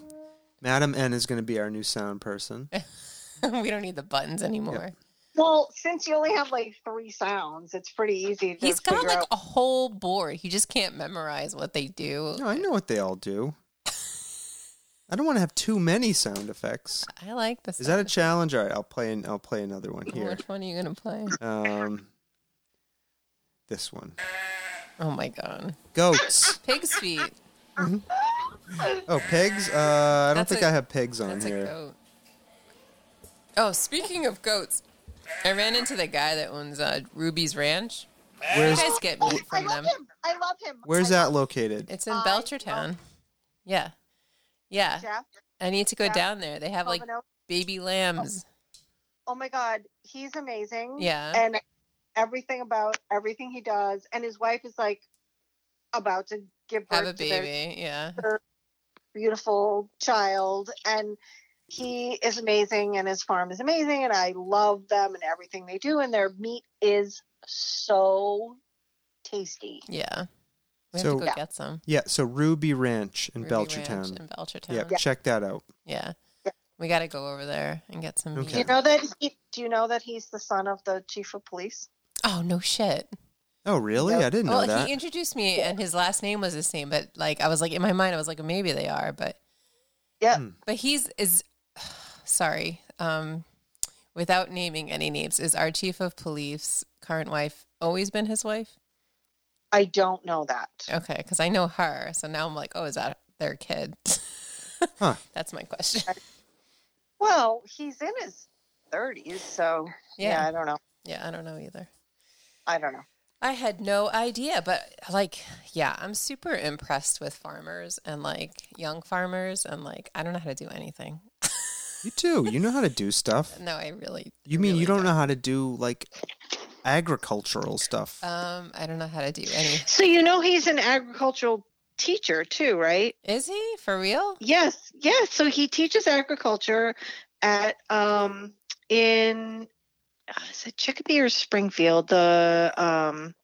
Speaker 1: Madam N is going to be our new sound person.
Speaker 2: we don't need the buttons anymore.
Speaker 4: Well, since you only have like three sounds, it's pretty easy to
Speaker 2: He's got
Speaker 4: figure
Speaker 2: like
Speaker 4: out.
Speaker 2: a whole board. He just can't memorize what they do.
Speaker 1: No, I know what they all do. I don't want to have too many sound effects.
Speaker 2: I like this.
Speaker 1: Is that a challenge? All right, I'll play. An, I'll play another one here.
Speaker 2: Which one are you gonna play?
Speaker 1: Um, this one.
Speaker 2: Oh my god,
Speaker 1: Goats.
Speaker 2: pig's feet.
Speaker 1: Oh, pigs. Uh, I don't
Speaker 2: That's
Speaker 1: think
Speaker 2: a-
Speaker 1: I have pigs on
Speaker 2: That's a
Speaker 1: here.
Speaker 2: goat. Oh, speaking of goats, I ran into the guy that owns uh, Ruby's Ranch. You
Speaker 1: Where's
Speaker 2: guys get meat
Speaker 4: I
Speaker 2: from them.
Speaker 4: love him. I love him.
Speaker 1: Where's
Speaker 4: I
Speaker 1: that located?
Speaker 2: It's in
Speaker 4: I
Speaker 2: Belchertown. Yeah, yeah.
Speaker 4: love Jeff.
Speaker 2: I need to go
Speaker 4: Yeah.
Speaker 2: down there. They have like
Speaker 4: Romano.
Speaker 2: baby lambs.
Speaker 4: oh my god, he's
Speaker 1: Oh.
Speaker 4: amazing.
Speaker 2: Yeah.
Speaker 4: and everything about everything he does, and his wife is like about to give birth
Speaker 2: Have a
Speaker 4: to their
Speaker 2: baby. Yeah.
Speaker 4: beautiful child, and he is amazing, and his farm is amazing, and I love them and everything they do, and their meat is so tasty.
Speaker 2: Yeah. We have
Speaker 1: So-
Speaker 2: to go
Speaker 4: Yeah.
Speaker 2: get some.
Speaker 1: Yeah. So Ruby Ranch in
Speaker 2: Ruby Ranch
Speaker 1: Belchertown.
Speaker 2: In Belchertown.
Speaker 1: Yeah, check that out.
Speaker 2: Yeah.
Speaker 4: Yeah.
Speaker 2: We got to go over there and get some
Speaker 1: Okay.
Speaker 4: Do you
Speaker 2: meat.
Speaker 4: know that? He, do you know that he's the son of the chief of police?
Speaker 2: Oh, no shit.
Speaker 1: Oh, really? I didn't know
Speaker 2: Well,
Speaker 1: that.
Speaker 2: he introduced me and his last name was the same, but like I was like in my mind I was like maybe they are, but
Speaker 4: Yeah.
Speaker 1: Hmm.
Speaker 2: but he's is sorry. Um without naming any names, is our chief of police current wife always been his wife?
Speaker 4: I don't know that.
Speaker 2: Okay, cuz I know her. So now I'm like, oh, is that their kid?
Speaker 1: Huh.
Speaker 2: That's my question.
Speaker 4: Well, he's in his
Speaker 8: 30s. So
Speaker 2: Yeah.
Speaker 8: yeah. I don't know.
Speaker 2: Yeah, I don't know either.
Speaker 8: I don't know.
Speaker 2: I had no idea, but like, yeah, I'm super impressed with farmers and like young farmers and like I don't know how to do anything.
Speaker 1: You do. You know how to do stuff.
Speaker 2: No, I really.
Speaker 1: You mean
Speaker 2: really
Speaker 1: you don't know how to do like agricultural stuff?
Speaker 2: Um, I don't know how to do any.
Speaker 8: So you know he's an agricultural teacher too, right?
Speaker 2: Is he for real?
Speaker 8: Yes, yes. So he teaches agriculture at um in uh, is it Chicopee or Springfield? The um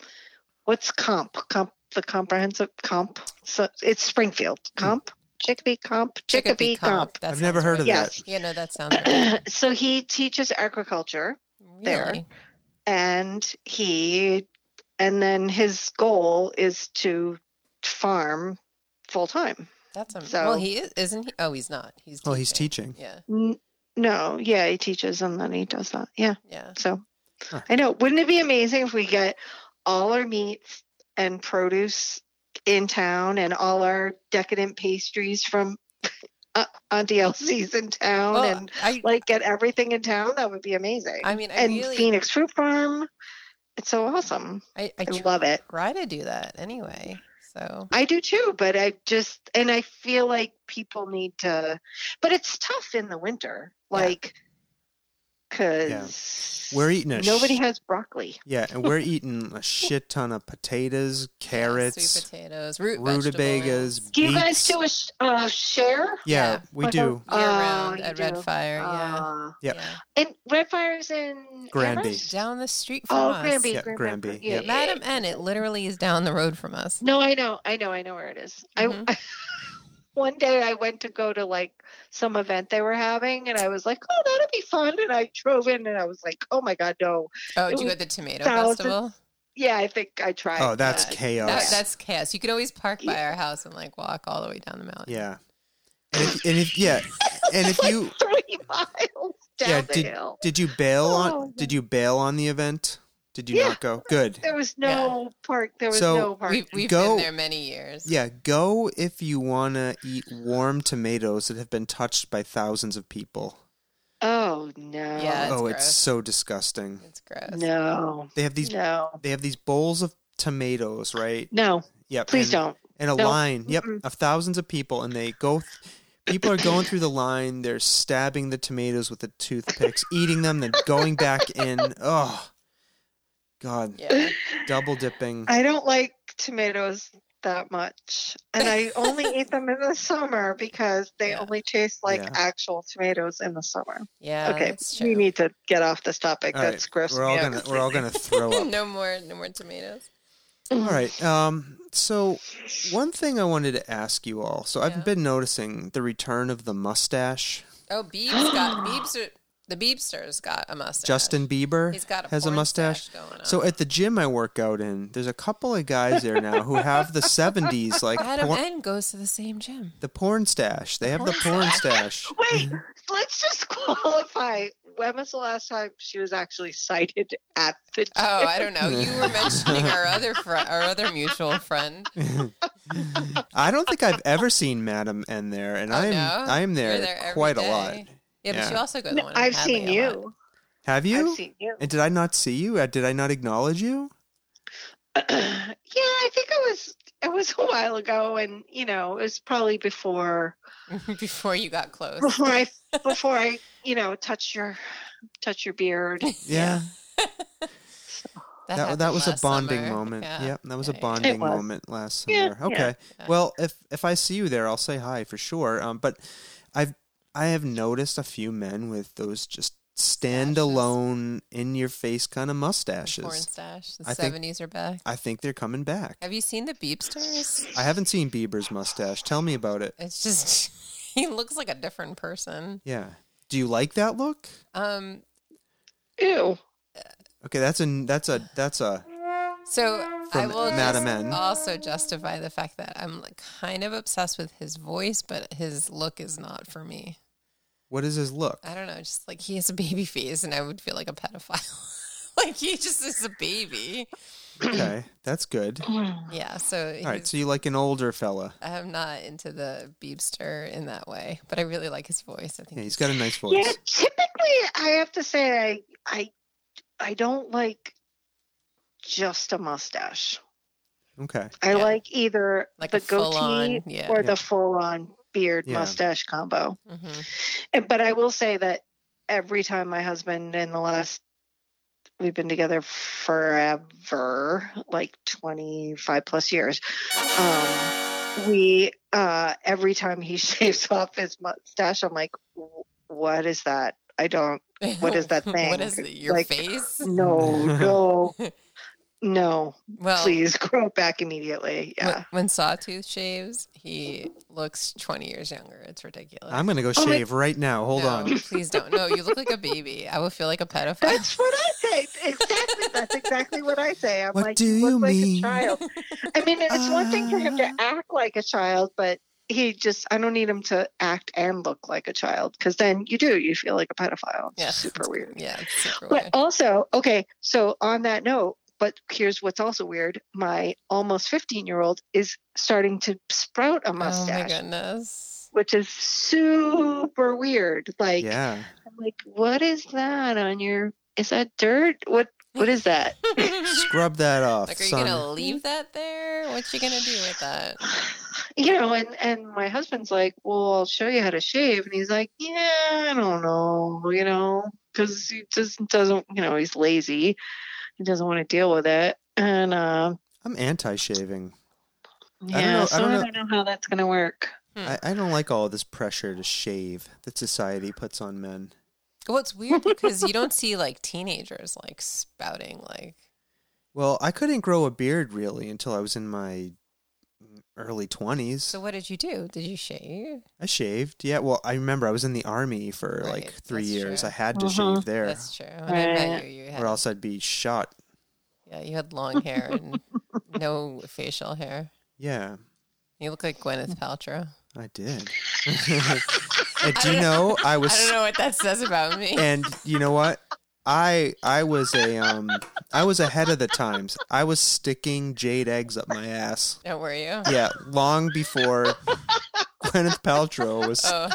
Speaker 8: what's comp comp the comprehensive comp. So it's Springfield comp Chicopee comp Hmm. Chicopee, comp.
Speaker 2: That
Speaker 1: I've never
Speaker 2: sounds
Speaker 1: heard of
Speaker 2: right.
Speaker 8: Yes.
Speaker 2: Yeah, no, that sounds right.
Speaker 8: so he teaches agriculture There.
Speaker 2: Really?
Speaker 8: and he and then his goal is to farm full time.
Speaker 2: That's a,
Speaker 8: So-
Speaker 2: well, he is, isn't he? Oh, he's not. He's
Speaker 1: Oh, he's teaching.
Speaker 2: Yeah,
Speaker 8: N- No, yeah, he teaches and then he does that. Yeah.
Speaker 2: yeah.
Speaker 8: So
Speaker 1: Huh.
Speaker 8: I know. Wouldn't it be amazing if we get all our meats and produce in town and all our decadent pastries from uh, Auntie Elsie's in town
Speaker 2: Well,
Speaker 8: and
Speaker 2: I,
Speaker 8: like get everything in town? That would be amazing.
Speaker 2: I mean, I
Speaker 8: and
Speaker 2: really,
Speaker 8: Phoenix Fruit Farm. It's so awesome.
Speaker 2: I, I,
Speaker 8: I
Speaker 2: tr-
Speaker 8: love it.
Speaker 2: try to do that anyway. So
Speaker 8: I do too, but I just and I feel like people need to but it's tough in the winter.
Speaker 2: Yeah.
Speaker 8: Like cuz
Speaker 1: We're eating a
Speaker 8: nobody
Speaker 1: sh-
Speaker 8: has broccoli.
Speaker 1: Yeah, and we're eating a shit ton of potatoes,
Speaker 2: sweet
Speaker 1: carrots,
Speaker 2: potatoes, root
Speaker 1: rutabagas,
Speaker 2: vegetables.
Speaker 8: Do you guys
Speaker 1: beets.
Speaker 8: do a sh- uh, share?
Speaker 1: Yeah,
Speaker 2: Yeah.
Speaker 1: we
Speaker 8: Like a-
Speaker 1: do.
Speaker 2: year
Speaker 8: Oh,
Speaker 2: round
Speaker 8: you
Speaker 2: at
Speaker 8: do.
Speaker 2: Red Fire. yeah.
Speaker 8: Uh,
Speaker 1: Yep.
Speaker 2: yeah.
Speaker 8: and Red Fire's in
Speaker 1: Granby.
Speaker 8: Amherst?
Speaker 2: Down the street from
Speaker 8: Oh,
Speaker 2: us.
Speaker 8: Granby.
Speaker 1: Yeah, Granby, yeah.
Speaker 2: Madam N, it literally is down the road from us.
Speaker 8: No, I know, I know, I know where it is.
Speaker 2: Mhm.
Speaker 8: I one day I went to go to like some event they were having, and I was like, "Oh, that'd be fun!" And I drove in, and I was like, "Oh my god, no!"
Speaker 2: Oh,
Speaker 8: It
Speaker 2: did you go
Speaker 8: was
Speaker 2: to the Tomato
Speaker 8: thousands-
Speaker 2: Festival?
Speaker 8: Yeah, I think I tried.
Speaker 1: Oh, that's
Speaker 2: Yeah.
Speaker 1: chaos.
Speaker 2: That, that's chaos. You could always park by
Speaker 8: Yeah.
Speaker 2: our house and like walk all the way down the mountain.
Speaker 1: yeah. And if, and if yeah, and if you
Speaker 8: three miles down
Speaker 1: Yeah,
Speaker 8: the
Speaker 1: did-
Speaker 8: hill.
Speaker 1: did you bail
Speaker 8: Oh,
Speaker 1: on
Speaker 8: yeah.
Speaker 1: did you bail on the event? Did you
Speaker 8: Yeah.
Speaker 1: not go? Good.
Speaker 8: There was no park. There was
Speaker 1: So,
Speaker 8: no park.
Speaker 2: We've, we've
Speaker 1: Go-
Speaker 2: been there many years.
Speaker 1: Yeah, go if you want to eat warm tomatoes that have been touched by thousands of people.
Speaker 8: oh no,
Speaker 2: Yeah, That's
Speaker 1: oh, it's
Speaker 2: gross.
Speaker 1: so disgusting.
Speaker 2: It's gross.
Speaker 8: no,
Speaker 1: They have these
Speaker 8: no,
Speaker 1: they have these bowls of tomatoes, right?
Speaker 8: no.
Speaker 1: Yep. and-
Speaker 8: Please don't.
Speaker 1: and a
Speaker 8: No.
Speaker 1: line yep
Speaker 8: Mm-mm.
Speaker 1: of thousands of people and they go people are going through the line they're stabbing the tomatoes with the toothpicks eating them then going back in oh god
Speaker 2: Yeah.
Speaker 1: double dipping
Speaker 8: I don't like tomatoes that much. And I only eat them in the summer because they
Speaker 2: Yeah.
Speaker 8: only taste like
Speaker 1: Yeah.
Speaker 8: actual tomatoes in the summer.
Speaker 2: Yeah.
Speaker 8: okay,
Speaker 2: That's
Speaker 8: we
Speaker 2: true.
Speaker 8: need to get off this topic.
Speaker 1: All right,
Speaker 8: That's gross.
Speaker 1: we're all
Speaker 8: Yeah.
Speaker 1: gonna we're all gonna throw up
Speaker 2: no more no more tomatoes.
Speaker 1: all right um so one thing i wanted to ask you all so
Speaker 2: Yeah.
Speaker 1: i've been noticing the return of the mustache
Speaker 2: Oh, Beebs got Beebs are, the Beebster's got a mustache.
Speaker 1: justin bieber
Speaker 2: He's got a
Speaker 1: has a
Speaker 2: porn
Speaker 1: mustache
Speaker 2: stash going on.
Speaker 1: so at the gym i work out in there's a couple of guys there now who have the 70s like
Speaker 2: Adam
Speaker 1: porn-
Speaker 2: N goes to the same gym.
Speaker 1: The porn stash. They have the
Speaker 2: porn
Speaker 1: porn stash.
Speaker 8: Wait, let's just qualify. When was the last time she was actually cited at the gym?
Speaker 2: Oh, I don't know. You were mentioning our other fri our other mutual friend.
Speaker 1: I don't think I've ever seen Madam N there, and
Speaker 2: Oh,
Speaker 1: I'm
Speaker 2: no?
Speaker 1: I'm there,
Speaker 2: You're there every
Speaker 1: quite a lot.
Speaker 2: day. Yeah, but you
Speaker 1: Yeah.
Speaker 2: also go to the one. in
Speaker 8: I've
Speaker 2: Hadley
Speaker 8: seen
Speaker 2: a lot.
Speaker 8: you.
Speaker 1: Have you?
Speaker 8: I've seen you.
Speaker 1: and did I not see you? Uh, Did I not acknowledge you?
Speaker 8: yeah, I think it was it was a while ago, and you know, it was probably before
Speaker 2: before you got close.
Speaker 8: before I before I you know touch your touch your beard.
Speaker 1: Yeah, that that
Speaker 2: happened
Speaker 1: was a
Speaker 2: last
Speaker 1: bonding
Speaker 2: summer.
Speaker 1: moment.
Speaker 2: Yeah.
Speaker 1: Yep, that was
Speaker 2: Yeah,
Speaker 1: a
Speaker 2: yeah.
Speaker 1: bonding
Speaker 8: It was.
Speaker 1: moment last
Speaker 8: Yeah,
Speaker 1: summer.
Speaker 8: yeah.
Speaker 1: Okay,
Speaker 2: Yeah.
Speaker 1: well if if I see you there, I'll say hi for sure. Um, but I've I have noticed a few men with those just standalone, in your face kind of mustaches.
Speaker 2: Porn stash. The
Speaker 1: I think-
Speaker 2: seventies are back.
Speaker 1: I think they're coming back.
Speaker 2: Have you seen the Beepsters?
Speaker 1: I haven't seen Bieber's mustache. Tell me about it.
Speaker 2: It's just he looks like a different person.
Speaker 1: Yeah. Do you like that look?
Speaker 2: Um,
Speaker 8: Ew.
Speaker 1: Okay, that's a that's a that's a
Speaker 2: so I
Speaker 1: From
Speaker 2: will
Speaker 1: Madam
Speaker 2: just
Speaker 1: N.
Speaker 2: also justify the fact that I'm like kind of obsessed with his voice, but his look is not for me.
Speaker 1: what is his look?
Speaker 2: I don't know, just like he has a baby face, and I would feel like a pedophile. like he just is a baby.
Speaker 1: Okay, that's good.
Speaker 2: Yeah, so
Speaker 1: All right,
Speaker 2: he's-
Speaker 1: so you like an older fella?
Speaker 2: I'm not into the Beebster in that way, but I really like his voice. I think
Speaker 1: Yeah, he's
Speaker 2: he's
Speaker 1: got a nice voice.
Speaker 8: Yeah, typically Normally, I have to say, I, I, I don't like just a mustache.
Speaker 1: Okay.
Speaker 8: I
Speaker 2: Yeah.
Speaker 8: like either
Speaker 2: Like
Speaker 8: the
Speaker 2: a full
Speaker 8: goatee
Speaker 2: on, yeah.
Speaker 8: or
Speaker 1: Yeah.
Speaker 8: the full-on beard
Speaker 1: Yeah.
Speaker 8: mustache combo.
Speaker 2: hmm
Speaker 8: And- But I will say that every time my husband in the last we've been together forever, like 25 plus years. Um, we uh, every time he shaves off his mustache, I'm like, "Wh- what is that? I don't. What is that
Speaker 2: mm-hmm. what
Speaker 8: thing?
Speaker 2: is it? Your
Speaker 8: Like- mm,
Speaker 2: face?
Speaker 8: No, no, no.
Speaker 2: Well,
Speaker 8: Please grow it back immediately.
Speaker 2: when-
Speaker 8: Yeah.
Speaker 2: When Sawtooth shaves, he looks 20 years younger. It's ridiculous.
Speaker 1: I'm going to go
Speaker 8: Oh my-
Speaker 1: shave right now. Hold
Speaker 2: No,
Speaker 1: on.
Speaker 2: Please don't. No, you look like a baby. I will feel like a pedophile.
Speaker 8: That's what I say. Exactly. That's exactly what I say. I'm
Speaker 1: What
Speaker 8: like,
Speaker 1: do
Speaker 8: you
Speaker 1: you
Speaker 8: look like
Speaker 1: mean?" Ah.
Speaker 8: a child. I mean, it's one thing for him to act like a child, but he just, I don't need him to act and look like a child because then you do, you feel like a pedophile. It's
Speaker 2: Yeah.
Speaker 8: super weird.
Speaker 2: yeah, it's super
Speaker 8: But
Speaker 2: weird.
Speaker 8: also, okay, so on that note, but here's what's also weird my almost 15 year old is starting to sprout a
Speaker 2: Oh my
Speaker 8: mustache.
Speaker 2: goodness.
Speaker 8: which is super weird. Like,
Speaker 1: Yeah.
Speaker 8: I'm like, what is that on your? Is that dirt? What What is that?
Speaker 1: Scrub that off,
Speaker 2: like, are you
Speaker 1: son.
Speaker 2: gonna leave that there? What you gonna do with that?
Speaker 8: You know, and and my husband's like, well, I'll show you how to shave, and he's like, yeah, I don't know, you know, because he just doesn't, you know, he's lazy, he doesn't want to deal with it, and uh,
Speaker 1: I'm anti shaving.
Speaker 8: yeah,
Speaker 1: know- I
Speaker 8: so I
Speaker 1: don't
Speaker 8: don't,
Speaker 1: know-
Speaker 8: know how that's gonna work.
Speaker 2: Hmm.
Speaker 1: I, I don't like all this pressure to shave that society puts on men.
Speaker 2: Well, it's weird because you don't see like teenagers like spouting like
Speaker 1: Well, I couldn't grow a beard really until I was in my early 20s.
Speaker 2: So what did you do? Did you shave?
Speaker 1: I shaved. Yeah, well, I remember I was in the army for
Speaker 2: Right,
Speaker 1: like 3
Speaker 2: that's
Speaker 1: years.
Speaker 2: true. Uh-huh.
Speaker 1: I had to
Speaker 8: Mhm.
Speaker 1: shave there
Speaker 2: That's true. When I met
Speaker 8: Right.
Speaker 2: you, you
Speaker 1: or
Speaker 2: had
Speaker 1: else I'd be shot.
Speaker 2: yeah, you had long hair and no facial hair.
Speaker 1: Yeah,
Speaker 2: You look like Gwyneth
Speaker 1: Mm-hmm.
Speaker 2: Paltrow.
Speaker 1: I did. and do you know I was
Speaker 2: I don't know what that says about me.
Speaker 1: and you know what? I I was a um I was ahead of the times. I was sticking jade eggs up my ass.
Speaker 2: Don't worry you.
Speaker 1: Yeah, long before Gwyneth Paltrow was
Speaker 2: Oh,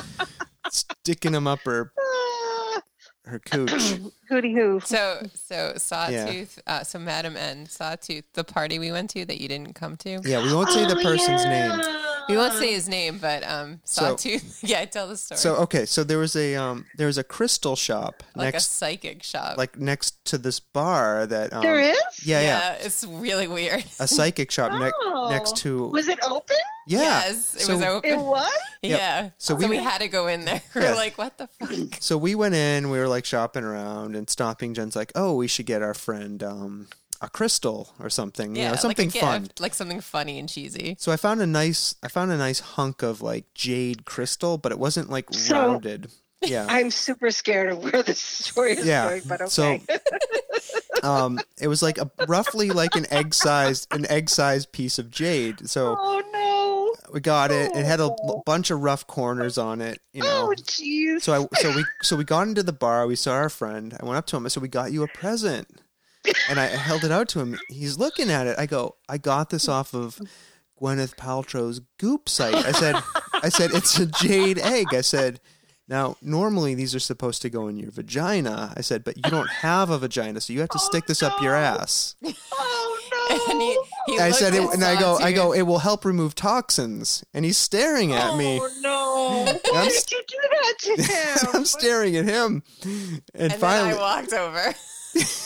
Speaker 1: sticking them up her
Speaker 8: Ah,
Speaker 1: her cooch.
Speaker 8: Hooty hoo.
Speaker 2: so so Sawtooth, uh, so Madam N, Sawtooth, the party we went to that you didn't come to.
Speaker 1: Yeah, we won't say the
Speaker 8: Oh,
Speaker 1: person's name.
Speaker 8: yeah.
Speaker 2: We won't say his name, but um,
Speaker 1: So-
Speaker 2: Sawtooth. yeah, tell the story.
Speaker 1: So okay, so there was a um there was a crystal shop
Speaker 2: like a
Speaker 1: next
Speaker 2: psychic shop.
Speaker 1: like next to this bar that um
Speaker 8: there is.
Speaker 1: Yeah, yeah.
Speaker 2: it's really weird.
Speaker 1: A psychic shop ne-
Speaker 8: Oh.
Speaker 1: next to
Speaker 8: Was it open?
Speaker 1: Yeah.
Speaker 2: Yes, it
Speaker 1: so,
Speaker 2: was open.
Speaker 8: It was.
Speaker 1: Yep.
Speaker 2: Yeah.
Speaker 1: So
Speaker 2: So
Speaker 1: we
Speaker 2: we,
Speaker 1: went-
Speaker 2: had to go in there. We're
Speaker 1: Yeah.
Speaker 2: like, what the fuck?
Speaker 1: so we went in, we were like shopping around and stopping Jen's like, "Oh, we should get our friend um a crystal or something, you know, something
Speaker 2: like a
Speaker 1: fun."
Speaker 2: gift, like something funny and cheesy.
Speaker 1: So I found a nice I found a nice hunk of like jade crystal, but it wasn't like
Speaker 8: So-
Speaker 1: rounded. Yeah.
Speaker 8: I'm super scared of where this story is
Speaker 1: Yeah,
Speaker 8: going, but okay.
Speaker 1: so- um it was like a roughly like an egg sized an egg sized piece of jade. So
Speaker 8: oh no!
Speaker 1: we got it. It had a
Speaker 8: Oh.
Speaker 1: l- bunch of rough corners on it, you know.
Speaker 8: Oh jeez!
Speaker 1: So I so we so we got into the bar. We saw our friend. I went up to him. I said, "We got you a present," and I held it out to him. He's looking at it. I go, "I got this off of Gwyneth Paltrow's Goop site." I said, "I said it's a jade egg." I said. Now, normally these are supposed to go in your vagina. I said, but you don't have a vagina, so you have to stick this up your
Speaker 8: Oh, no.
Speaker 1: ass.
Speaker 8: oh
Speaker 2: And
Speaker 8: no!
Speaker 2: he, he
Speaker 1: I
Speaker 2: looked
Speaker 1: said,
Speaker 2: at
Speaker 1: it, and I go, I go,
Speaker 2: Sawtooth.
Speaker 1: it will help remove toxins. And he's staring at me.
Speaker 8: Oh no!
Speaker 1: I'm
Speaker 8: Why
Speaker 1: s-
Speaker 8: did you do that to him?
Speaker 1: I'm staring at him. And,
Speaker 2: and
Speaker 1: finally,
Speaker 2: then I walked over.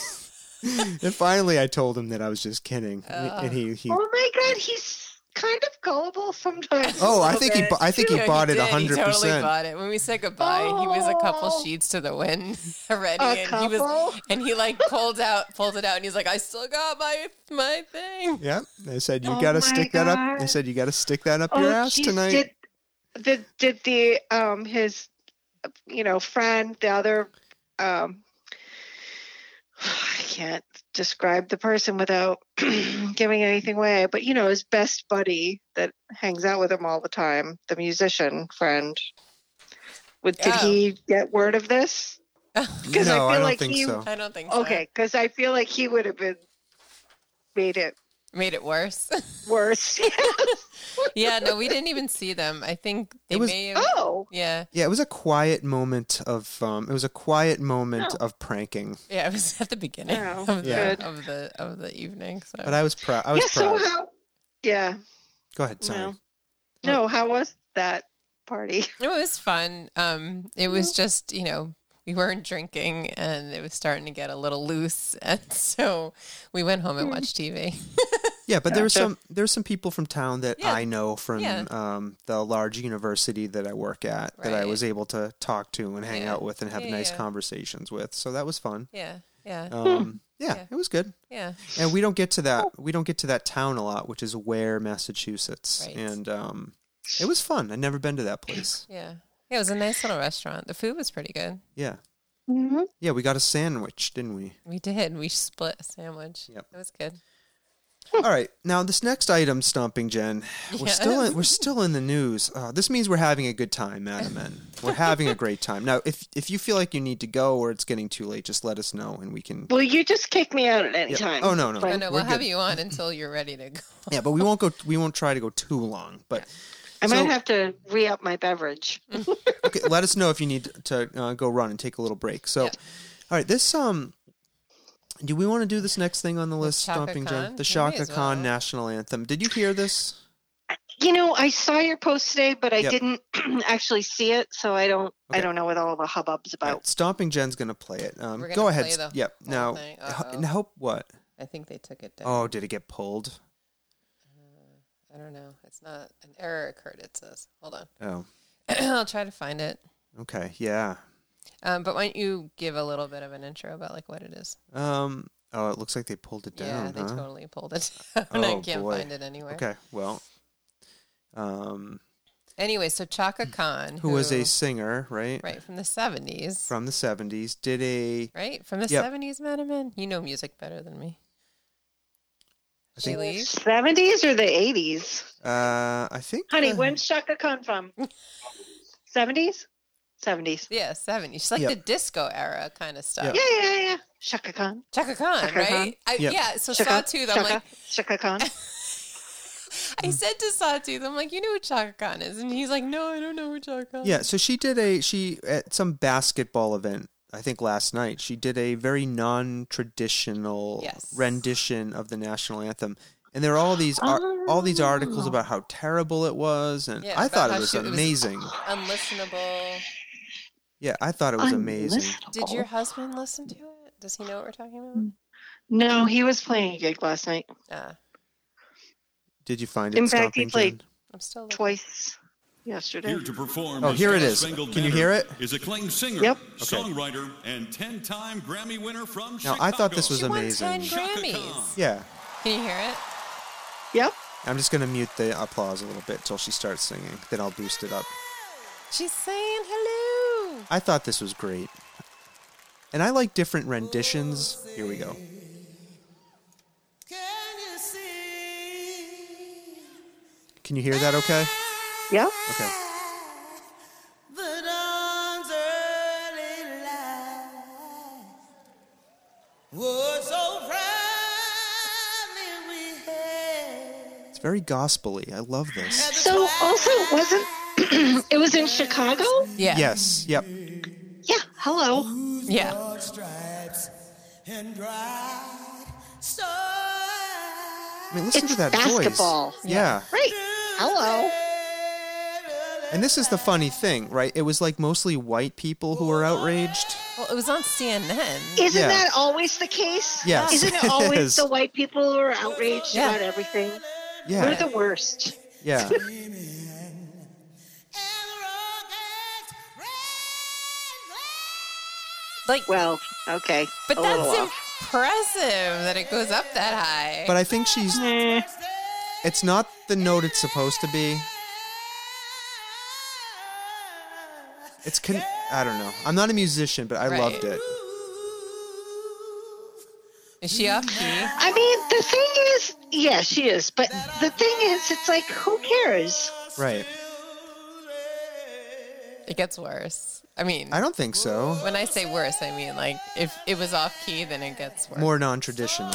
Speaker 1: and finally, I told him that I was just kidding, And-
Speaker 2: Ugh.
Speaker 1: and he, he
Speaker 8: Oh my god! He's kind of gullible sometimes.
Speaker 1: oh,
Speaker 8: a
Speaker 1: I
Speaker 8: little
Speaker 1: think he,
Speaker 8: bit.
Speaker 1: bu- I think he
Speaker 2: Yeah,
Speaker 1: bought it
Speaker 2: did. He
Speaker 1: hundred
Speaker 2: totally
Speaker 1: percent.
Speaker 2: bought it. When we said goodbye, he was a couple
Speaker 8: Oh.
Speaker 2: sheets to the wind
Speaker 1: Oh,
Speaker 2: already,
Speaker 8: A
Speaker 2: and he was,
Speaker 8: couple?
Speaker 2: and he like pulled out, pulled it out, and he's like, I still got my my thing.
Speaker 1: Yeah, I said you
Speaker 8: Oh
Speaker 1: gotta
Speaker 8: my
Speaker 1: stick that up. I
Speaker 8: God.
Speaker 1: said you gotta stick that up
Speaker 8: Oh,
Speaker 1: your ass
Speaker 8: jeez,
Speaker 1: tonight.
Speaker 8: Did, did did the um his you know friend the other um I can't describe the person without giving anything away, but you know his best buddy that hangs out with him all the time, the musician friend. Would, did
Speaker 2: Oh.
Speaker 8: he get word of this?
Speaker 1: no,
Speaker 8: because I feel
Speaker 1: don't
Speaker 8: like
Speaker 1: think
Speaker 8: he-
Speaker 1: so.
Speaker 2: I don't think so.
Speaker 8: Okay, because I feel like he would have been made it
Speaker 2: Made it worse.
Speaker 4: Worse.
Speaker 2: yeah, no, we didn't even see them. I think they
Speaker 1: It was-
Speaker 2: may have.
Speaker 4: oh,
Speaker 2: Yeah,
Speaker 1: Yeah, it was a quiet moment of um, it was a quiet moment of pranking.
Speaker 2: yeah, it was at the beginning
Speaker 4: Oh,
Speaker 2: of, the,
Speaker 1: Yeah.
Speaker 2: of the of the evening. Oh. So
Speaker 1: But I was proud. I was
Speaker 4: yeah. So
Speaker 1: proud.
Speaker 4: how? Yeah.
Speaker 1: Go ahead. Sorry.
Speaker 4: No. No. How was that party?
Speaker 2: it was fun. Um, it was just you know we weren't drinking and it was starting to get a little loose, and so we went home and watched TV.
Speaker 1: Yeah, but there were some there's some people from town that
Speaker 2: Yeah.
Speaker 1: I know from
Speaker 2: Yeah.
Speaker 1: um, the large university that I work at that I
Speaker 2: Right.
Speaker 1: was able to talk to and hang
Speaker 2: Yeah.
Speaker 1: out with and have
Speaker 2: Yeah,
Speaker 1: nice
Speaker 2: yeah.
Speaker 1: conversations with. So that was fun.
Speaker 2: Yeah, yeah,
Speaker 1: Um, yeah,
Speaker 2: Yeah.
Speaker 1: it was good.
Speaker 2: yeah.
Speaker 1: And we don't get to that we don't get to that town a lot, which is Ware, Massachusetts,
Speaker 2: Right.
Speaker 1: and um, it was fun. I'd never been to that place.
Speaker 2: Yeah. Yeah, it was a nice little restaurant. The food was pretty good.
Speaker 1: Yeah,
Speaker 4: Mm-hmm.
Speaker 1: yeah, we got a sandwich, didn't we?
Speaker 2: We did. We split a sandwich.
Speaker 1: Yep.
Speaker 2: It was good.
Speaker 1: All right, now this next item, stumping Jen, we're still in, we're still in the news. Uh, this means we're having a good time, Madam Men. We're having a great time. Now, if if you feel like you need to go or it's getting too late, just let us know and we can.
Speaker 4: Well, you just kick me out at any
Speaker 1: Yeah.
Speaker 4: time.
Speaker 1: Oh, no, no.
Speaker 2: Oh,
Speaker 4: But,
Speaker 2: no,
Speaker 1: We're
Speaker 2: we'll have
Speaker 1: good.
Speaker 2: you on until you're ready to go.
Speaker 1: Yeah, but we won't go. We won't try to go too long. But
Speaker 4: I
Speaker 1: So-
Speaker 4: might have to re up my beverage.
Speaker 1: okay, let us know if you need to uh, go run and take a little break. So,
Speaker 2: Yeah.
Speaker 1: all right, this um, do we want to do this next thing on the list,
Speaker 2: Chaka
Speaker 1: stumping
Speaker 2: Khan?
Speaker 1: Jen? The
Speaker 2: We
Speaker 1: Shaka
Speaker 2: as
Speaker 1: Khan
Speaker 2: well.
Speaker 1: national anthem. Did you hear this?
Speaker 4: You know, I saw your post today, but I
Speaker 1: Yep.
Speaker 4: didn't actually see it, so I don't. I
Speaker 1: Okay.
Speaker 4: don't know what all the hubbub's
Speaker 1: All
Speaker 4: about.
Speaker 1: right, Stomping Jen's gonna play it. Um,
Speaker 2: We're gonna
Speaker 1: go ahead.
Speaker 2: play the
Speaker 1: yep.
Speaker 2: whole
Speaker 1: Now,
Speaker 2: thing.
Speaker 1: h-
Speaker 2: Uh-oh.
Speaker 1: now, hope what?
Speaker 2: I think they took it down. Uh,
Speaker 1: Oh, did it get pulled?
Speaker 2: I don't know. It's not an error occurred, it says. Hold on.
Speaker 1: Oh,
Speaker 2: I'll try to find it.
Speaker 1: okay, yeah.
Speaker 2: Um, but why don't you give a little bit of an intro about like what it is?
Speaker 1: Um, oh, it looks like they pulled it down.
Speaker 2: yeah, they
Speaker 1: huh?
Speaker 2: totally pulled it down. and I
Speaker 1: Oh,
Speaker 2: can't
Speaker 1: boy.
Speaker 2: find it anywhere.
Speaker 1: Okay, well, um,
Speaker 2: Anyway, so Chaka Khan,
Speaker 1: Hmm. who was a singer, right?
Speaker 2: right from the 70s,
Speaker 1: From the seventies, did a
Speaker 2: right? From the
Speaker 1: Yep.
Speaker 2: 70s, Madam Men. You know music better than me.
Speaker 1: I
Speaker 2: She
Speaker 1: think-
Speaker 2: leaves.
Speaker 4: 70s or the 80s?
Speaker 1: uh, I think
Speaker 4: Honey,
Speaker 1: uh,
Speaker 4: when's Shaka Khan from? 70s? 70s.
Speaker 2: Yeah, 70s. She's like
Speaker 1: Yep.
Speaker 2: the disco era kind of stuff.
Speaker 1: Yep.
Speaker 4: Yeah, yeah, yeah. Shaka Khan.
Speaker 2: Chaka Khan,
Speaker 4: Chaka
Speaker 2: right?
Speaker 4: Khan.
Speaker 2: I,
Speaker 1: Yep.
Speaker 2: Yeah, so
Speaker 4: Shaka,
Speaker 2: Sawtooth, I'm
Speaker 4: Shaka,
Speaker 2: like,
Speaker 4: Shaka Khan.
Speaker 2: I
Speaker 1: Hmm.
Speaker 2: said to Sawtooth, I'm like, you know who Chaka Khan is? And he's like, no, I don't know who Chaka Khan
Speaker 1: Yeah, so she did a she at some basketball event. I think last night she did a very non-traditional
Speaker 2: Yes.
Speaker 1: rendition of the national anthem, and there are all these ar- all these articles about how terrible it was, and
Speaker 2: Oh. Yeah,
Speaker 1: I
Speaker 2: about
Speaker 1: thought
Speaker 2: how
Speaker 1: it was
Speaker 2: she- it was-
Speaker 1: amazing.
Speaker 2: Unlistenable.
Speaker 1: Yeah, I thought it was amazing.
Speaker 4: Unlistenable.
Speaker 2: Did your husband listen to it? Does he know what we're talking
Speaker 4: No, he was playing a gig last night.
Speaker 2: about? Uh,
Speaker 1: Did you find it?
Speaker 4: In fact, he
Speaker 1: Stomping
Speaker 4: played
Speaker 1: Jen?
Speaker 2: I'm still looking.
Speaker 4: twice yesterday.
Speaker 8: Here to perform
Speaker 1: Oh,
Speaker 8: as
Speaker 1: here it
Speaker 8: Star
Speaker 1: is.
Speaker 8: Spangled
Speaker 1: Can you
Speaker 8: Banner
Speaker 1: hear it?
Speaker 8: Is acclaimed singer,
Speaker 4: Yep.
Speaker 8: songwriter, and 10-time Grammy winner from
Speaker 1: Now,
Speaker 8: Chicago.
Speaker 1: I thought this was
Speaker 2: She won
Speaker 1: amazing.
Speaker 2: 10
Speaker 8: Chaka
Speaker 2: Grammys.
Speaker 1: Yeah,
Speaker 2: Can you hear it?
Speaker 4: Yep.
Speaker 1: I'm just gonna mute the applause a little bit till she starts singing. Then I'll boost it up.
Speaker 2: She's saying hello.
Speaker 1: I thought this was great, and I like different renditions. Here we go. Can you hear that? Okay.
Speaker 4: Yep.
Speaker 1: Okay. It's very gospely. I love this.
Speaker 4: So also wasn't it was in Chicago?
Speaker 2: Yeah.
Speaker 1: Yes. Yep.
Speaker 4: Yeah. Hello.
Speaker 2: Yeah.
Speaker 1: I mean, listen
Speaker 4: It's
Speaker 1: to that
Speaker 4: basketball.
Speaker 1: voice. Yeah.
Speaker 4: Right. Hello.
Speaker 1: And this is the funny thing, right? It was like mostly white people who were outraged.
Speaker 2: Well, it was on CNN.
Speaker 4: Isn't
Speaker 1: Yeah.
Speaker 4: that always the case?
Speaker 1: Yes,
Speaker 4: Isn't it
Speaker 1: it
Speaker 4: always
Speaker 1: is.
Speaker 4: the white people who are outraged
Speaker 2: Yeah.
Speaker 4: about everything? We're
Speaker 1: Yeah.
Speaker 4: the worst.
Speaker 1: yeah.
Speaker 2: Like,
Speaker 4: Well, okay.
Speaker 2: but
Speaker 4: a
Speaker 2: that's
Speaker 4: little off.
Speaker 2: impressive that it goes up that high.
Speaker 1: But I think she's. It's not the note it's supposed to be. It's con- I don't know. I'm not a musician, but I
Speaker 2: Right.
Speaker 1: loved it.
Speaker 2: Is she off key?
Speaker 4: I mean, the thing is, yeah, she is. But the thing is, it's like, who cares?
Speaker 1: Right.
Speaker 2: It gets worse. I mean,
Speaker 1: I don't think so.
Speaker 2: when I say worse, I mean like if it was off key, then it gets worse.
Speaker 1: More non-traditional.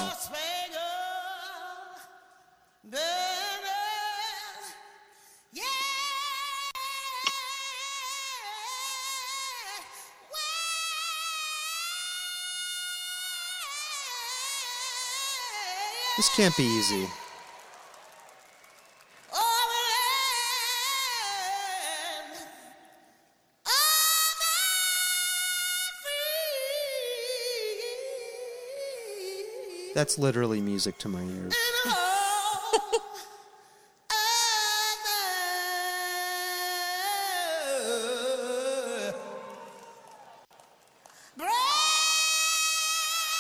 Speaker 1: This can't be easy. That's literally music to my ears.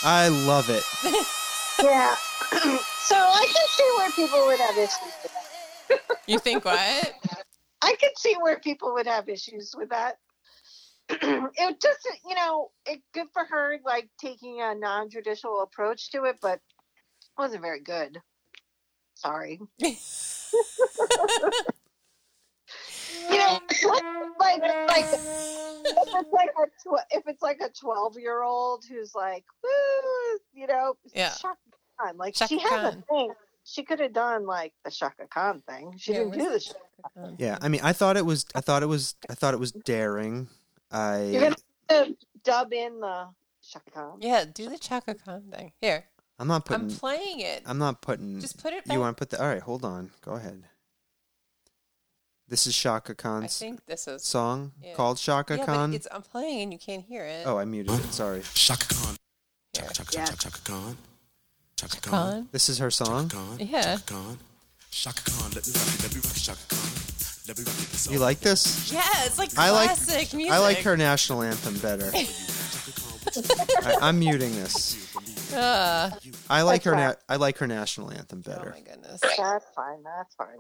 Speaker 1: I love it.
Speaker 4: Yeah. so I can see where people would have issues with that.
Speaker 2: You think what?
Speaker 4: I can see where people would have issues with that. it just, you know, it good for her, like taking a non-traditional approach to it, but it wasn't very good. Sorry. You know, like, like, like if it's like a tw- if it's like a twelve-year-old who's like, woo, you know,
Speaker 2: Yeah.
Speaker 4: Shaka Khan. Like
Speaker 2: Shaka
Speaker 4: she has
Speaker 2: Khan.
Speaker 4: a thing. She could have done like the Shaka Khan thing. She
Speaker 2: Yeah,
Speaker 4: didn't do
Speaker 2: where's
Speaker 4: the. Shaka
Speaker 1: Yeah, I mean, I thought it was, I thought it was, I thought it was daring.
Speaker 4: You're
Speaker 1: I,
Speaker 4: gonna have to dub in the Shaka Khan.
Speaker 2: Yeah, do the Chaka Khan thing. Here,
Speaker 1: I'm not putting,
Speaker 2: I'm playing it.
Speaker 1: I'm not putting.
Speaker 2: Just put it
Speaker 1: You
Speaker 2: back.
Speaker 1: want to put the? All right, hold on. Go ahead. This is Shaka
Speaker 2: I
Speaker 1: Khan's
Speaker 2: think this is.
Speaker 1: song
Speaker 2: yeah.
Speaker 1: called Shaka
Speaker 2: yeah,
Speaker 1: Khan.
Speaker 2: But it's, I'm playing and you can't hear it.
Speaker 1: Oh, I muted it. Sorry.
Speaker 9: Shaka Khan. Chaka Chaka
Speaker 4: Yeah.
Speaker 9: Chaka Chaka Khan. Chaka Khan.
Speaker 2: Khan.
Speaker 1: This is her song.
Speaker 9: Khan.
Speaker 2: Yeah.
Speaker 9: Chaka Khan. Shaka Khan. Let me rock it. Let me rock it. Shaka Khan. Let me rock it. This
Speaker 1: You
Speaker 9: all-
Speaker 1: like this?
Speaker 2: Yeah, it's like
Speaker 1: I like-
Speaker 2: classic music.
Speaker 1: I like her national anthem better. I, am muting this.
Speaker 2: Uh,
Speaker 1: I like her.
Speaker 4: Okay.
Speaker 1: Na- I like her national anthem
Speaker 2: oh
Speaker 1: better.
Speaker 2: my goodness.
Speaker 4: That's fine. That's fine.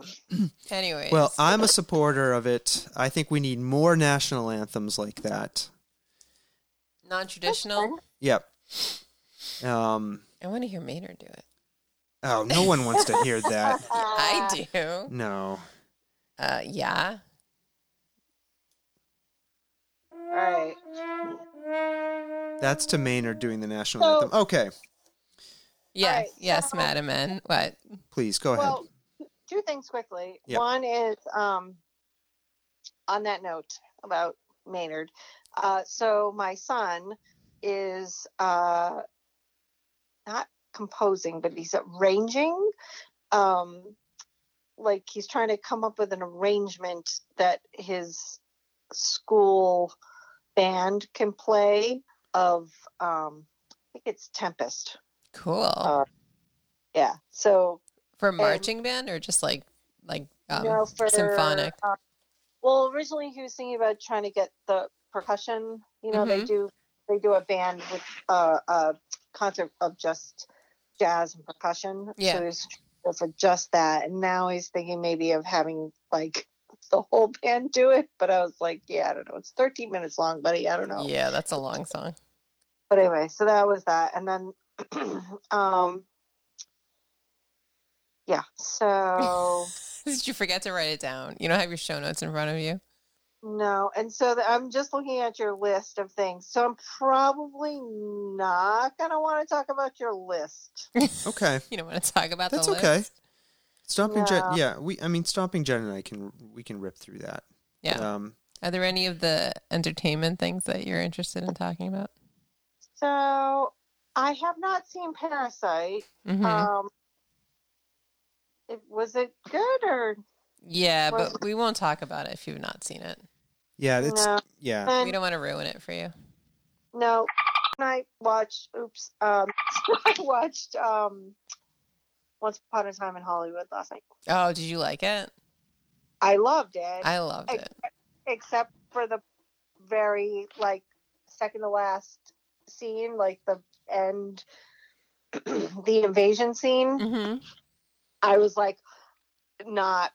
Speaker 2: Anyways.
Speaker 1: Well, I'm a supporter of it. I think we need more national anthems like that.
Speaker 2: non-traditional.
Speaker 1: Yep. Um.
Speaker 2: I want to hear Maynard do it.
Speaker 1: Oh, no one wants to hear that.
Speaker 2: I do.
Speaker 1: No.
Speaker 2: Uh, yeah.
Speaker 4: All right.
Speaker 1: That's to Maynard doing the national
Speaker 4: So-
Speaker 1: anthem. Okay,
Speaker 2: Yeah.
Speaker 4: right,
Speaker 2: yes,
Speaker 4: so-
Speaker 2: Madam N. What?
Speaker 1: please go ahead.
Speaker 4: Well, two things quickly.
Speaker 1: Yep.
Speaker 4: One is um, on that note about Maynard. Uh, so my son is uh, not composing, but he's arranging. Um, like he's trying to come up with an arrangement that his school band can play of um, I think it's Tempest.
Speaker 2: Cool.
Speaker 4: Uh, Yeah. So
Speaker 2: for marching band or just like like um,
Speaker 4: No, for,
Speaker 2: symphonic?
Speaker 4: uh, well, originally he was thinking about trying to get the percussion. You know, they
Speaker 2: Mhm.
Speaker 4: do they do a band with uh, a concert of just jazz and percussion.
Speaker 2: Yeah.
Speaker 4: So he's trying to go for just that, and now he's thinking maybe of having like the whole band do it. But I was like, yeah, I don't know. It's 13 minutes long, buddy. I don't know.
Speaker 2: Yeah, that's a long song.
Speaker 4: But anyway, so that was that, and then, um, yeah. So.
Speaker 2: Did you forget to write it down? You don't have your show notes in front of you.
Speaker 4: No, and so the, I'm just looking at your list of things. So I'm probably not going to want to talk about your list.
Speaker 1: okay,
Speaker 2: You don't want to talk about
Speaker 1: that's
Speaker 2: the list.
Speaker 1: okay. Stomping
Speaker 4: No.
Speaker 1: Jen, yeah. We, I mean, Stomping Jen and I can we can rip through that.
Speaker 2: Yeah.
Speaker 1: Um,
Speaker 2: Are there any of the entertainment things that you're interested in talking about?
Speaker 4: So I have not seen Parasite.
Speaker 2: hmm
Speaker 4: Um, it, was it good or
Speaker 2: yeah,
Speaker 4: was-
Speaker 2: but we won't talk about it if you've not seen it.
Speaker 1: yeah, it's
Speaker 4: no?
Speaker 1: yeah.
Speaker 2: We
Speaker 4: And
Speaker 2: don't want to ruin it for you.
Speaker 4: no, and I watched. Oops, um, I watched um, Once Upon a Time in Hollywood last night.
Speaker 2: Oh, did you like it?
Speaker 4: I loved it.
Speaker 2: I loved
Speaker 4: I-
Speaker 2: it.
Speaker 4: except for the very like second to last scene, like the end, the invasion scene.
Speaker 2: hmm
Speaker 4: I was like not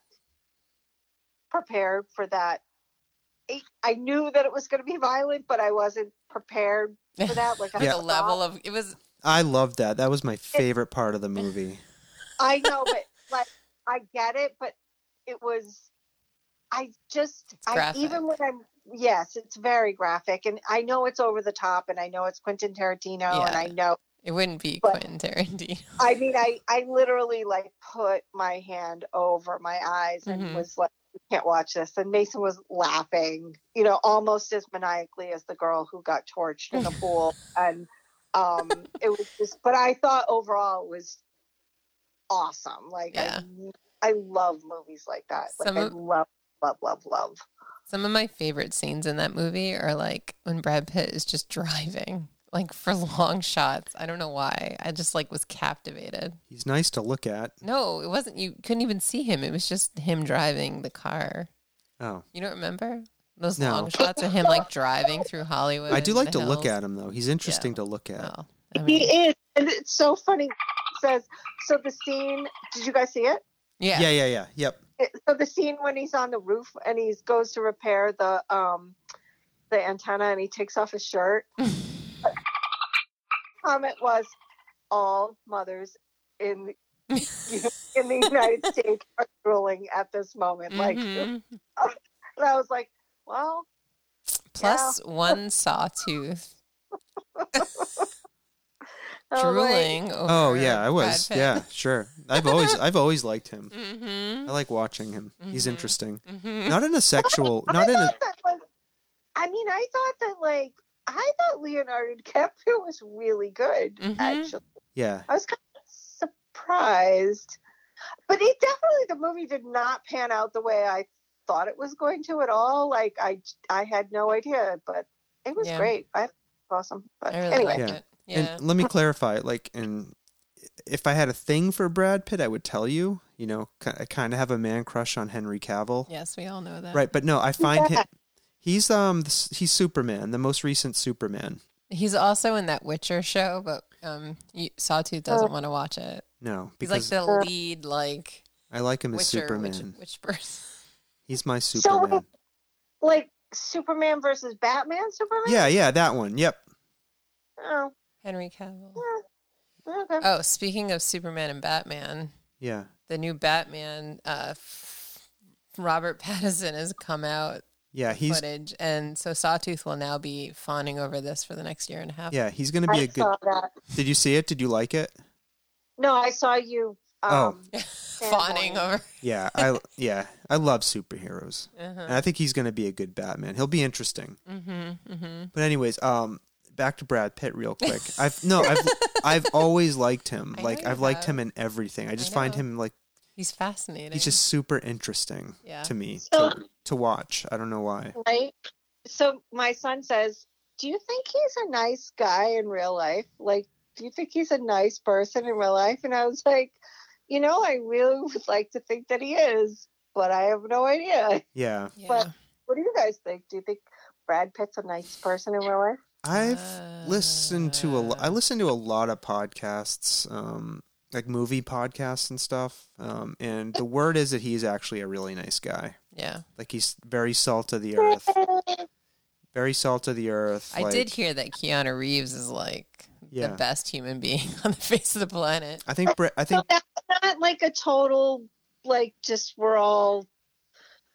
Speaker 4: prepared for that. I- I knew that it was going to be violent, but I wasn't prepared for that. Like I
Speaker 2: Like
Speaker 4: thought-
Speaker 2: the level of it was
Speaker 1: I loved that. That was my favorite part of the movie.
Speaker 4: I know, but like I get it, but it was I just I,
Speaker 2: graphic.
Speaker 4: even when I'm yes, it's very graphic and I know it's over the top and I know it's Quentin Tarantino and
Speaker 2: Yeah.
Speaker 4: I know
Speaker 2: it wouldn't be
Speaker 4: But-
Speaker 2: Quentin Tarantino.
Speaker 4: I mean I I literally like put my hand over my eyes and
Speaker 2: Mhm.
Speaker 4: was like "You can't watch this and Mason was laughing, you know, almost as maniacally as the girl who got torched in the pool and um it was just but I thought overall it was awesome. Like
Speaker 2: Yeah.
Speaker 4: I, I love movies like that. Like
Speaker 2: Some
Speaker 4: I
Speaker 2: of-
Speaker 4: love, love, love, love.
Speaker 2: Some of my favorite scenes in that movie are like when Brad Pitt is just driving, like for long shots. I don't know why. I just like was captivated.
Speaker 1: He's nice to look at.
Speaker 2: No, it wasn't. You couldn't even see him. It was just him driving the car.
Speaker 1: Oh,
Speaker 2: You don't remember those
Speaker 1: No.
Speaker 2: long shots of him like driving through Hollywood?
Speaker 1: I do
Speaker 2: and
Speaker 1: like to
Speaker 2: the
Speaker 1: look
Speaker 2: hills?
Speaker 1: at him though. He's interesting to look at.
Speaker 2: Oh, I mean,
Speaker 4: He is, and it's so funny. He Says so. The scene. Did you guys see it?
Speaker 2: yeah.
Speaker 1: Yeah, yeah, yeah. Yep.
Speaker 4: It- So the scene when he's on the roof and he goes to repair the um the antenna and he takes off his shirt. Comment was, all mothers in in the United States are drooling at this moment. Like, and
Speaker 2: Mhm.
Speaker 4: I was like, well,
Speaker 2: Plus one sawtooth
Speaker 4: I was like,
Speaker 2: drooling. over
Speaker 1: Oh yeah, I was. Yeah, sure. I've always I've always liked him.
Speaker 2: Mm-hmm.
Speaker 1: I like watching him. He's interesting.
Speaker 2: Mm-hmm.
Speaker 1: Not in a sexual,
Speaker 4: I
Speaker 1: not in a
Speaker 4: thought that was. I mean, I thought that like I thought Leonardo DiCaprio was really good.
Speaker 2: Mhm.
Speaker 4: Actually,
Speaker 1: yeah.
Speaker 4: I was kind of surprised, but it definitely the movie did not pan out the way I thought it was going to at all. Like I, I had no idea, but it was
Speaker 2: Yeah.
Speaker 4: great. I awesome. But
Speaker 2: I really
Speaker 4: anyway,
Speaker 2: liked
Speaker 1: Yeah.
Speaker 2: it. Yeah.
Speaker 1: And let me clarify, like, and if I had a thing for Brad Pitt, I would tell you. You know, ki- I kind of have a man crush on Henry Cavill,
Speaker 2: yes, we all know that.
Speaker 1: right? But no, I find
Speaker 4: Yeah.
Speaker 1: him. He's um the s- he's Superman, the most recent Superman.
Speaker 2: He's also in that Witcher show, but um, you, Sawtooth
Speaker 4: Oh.
Speaker 2: doesn't want to watch it.
Speaker 1: No,
Speaker 2: He's
Speaker 1: because
Speaker 2: like the lead, like
Speaker 1: I like him as
Speaker 2: Witcher,
Speaker 1: Superman.
Speaker 2: witch, witch person.
Speaker 1: He's my
Speaker 4: So-
Speaker 1: Superman.
Speaker 4: like Superman versus Batman. Superman.
Speaker 1: yeah, yeah, that one. Yep.
Speaker 4: Oh,
Speaker 2: Henry Cavill.
Speaker 4: okay.
Speaker 2: Oh, speaking of Superman and Batman,
Speaker 1: Yeah.
Speaker 2: the new Batman, uh, f- Robert Pattinson has come out
Speaker 1: Yeah, he's
Speaker 2: footage, and so Sawtooth will now be fawning over this for the next year and a half.
Speaker 1: yeah, he's going to be
Speaker 4: I
Speaker 1: a good
Speaker 4: saw that.
Speaker 1: Did you see it? Did you like it?
Speaker 4: No, I saw you.
Speaker 1: Oh.
Speaker 4: Um,
Speaker 2: fawning over.
Speaker 1: Yeah, I yeah, I love superheroes.
Speaker 2: Uh-huh.
Speaker 1: And I think he's going to be a good Batman. He'll be interesting.
Speaker 2: Mm-hmm, mm-hmm.
Speaker 1: But anyways, um, back to Brad Pitt real quick. I've no, I've I've always liked him.
Speaker 2: I know
Speaker 1: Like
Speaker 2: you
Speaker 1: I've liked
Speaker 2: have.
Speaker 1: him in everything. I just find
Speaker 2: know.
Speaker 1: him like
Speaker 2: He's fascinating.
Speaker 1: he's just super interesting
Speaker 2: Yeah.
Speaker 1: to me
Speaker 4: So-
Speaker 1: to, to watch. I don't know why.
Speaker 4: right? So my son says, "Do you think he's a nice guy in real life? Like, do you think he's a nice person in real life?" And I was like, "You know, I really would like to think that he is, but I have no idea.
Speaker 1: Yeah,
Speaker 2: yeah.
Speaker 4: but- What do you guys think? Do you think Brad Pitt's a nice person in real life?"
Speaker 1: I've listened to a lo-
Speaker 2: Uh.
Speaker 1: I listen to a lot of podcasts, um, like movie podcasts and stuff. Um, and the word is that he's actually a really nice guy.
Speaker 2: yeah.
Speaker 1: Like he's very salt of the earth, very salt of the earth.
Speaker 2: I
Speaker 1: like-
Speaker 2: did hear that Keanu Reeves is like
Speaker 1: Yeah.
Speaker 2: the best human being on the face of the planet.
Speaker 1: I think Bra- I
Speaker 4: So
Speaker 1: think
Speaker 4: that's not like a total, like, just we're all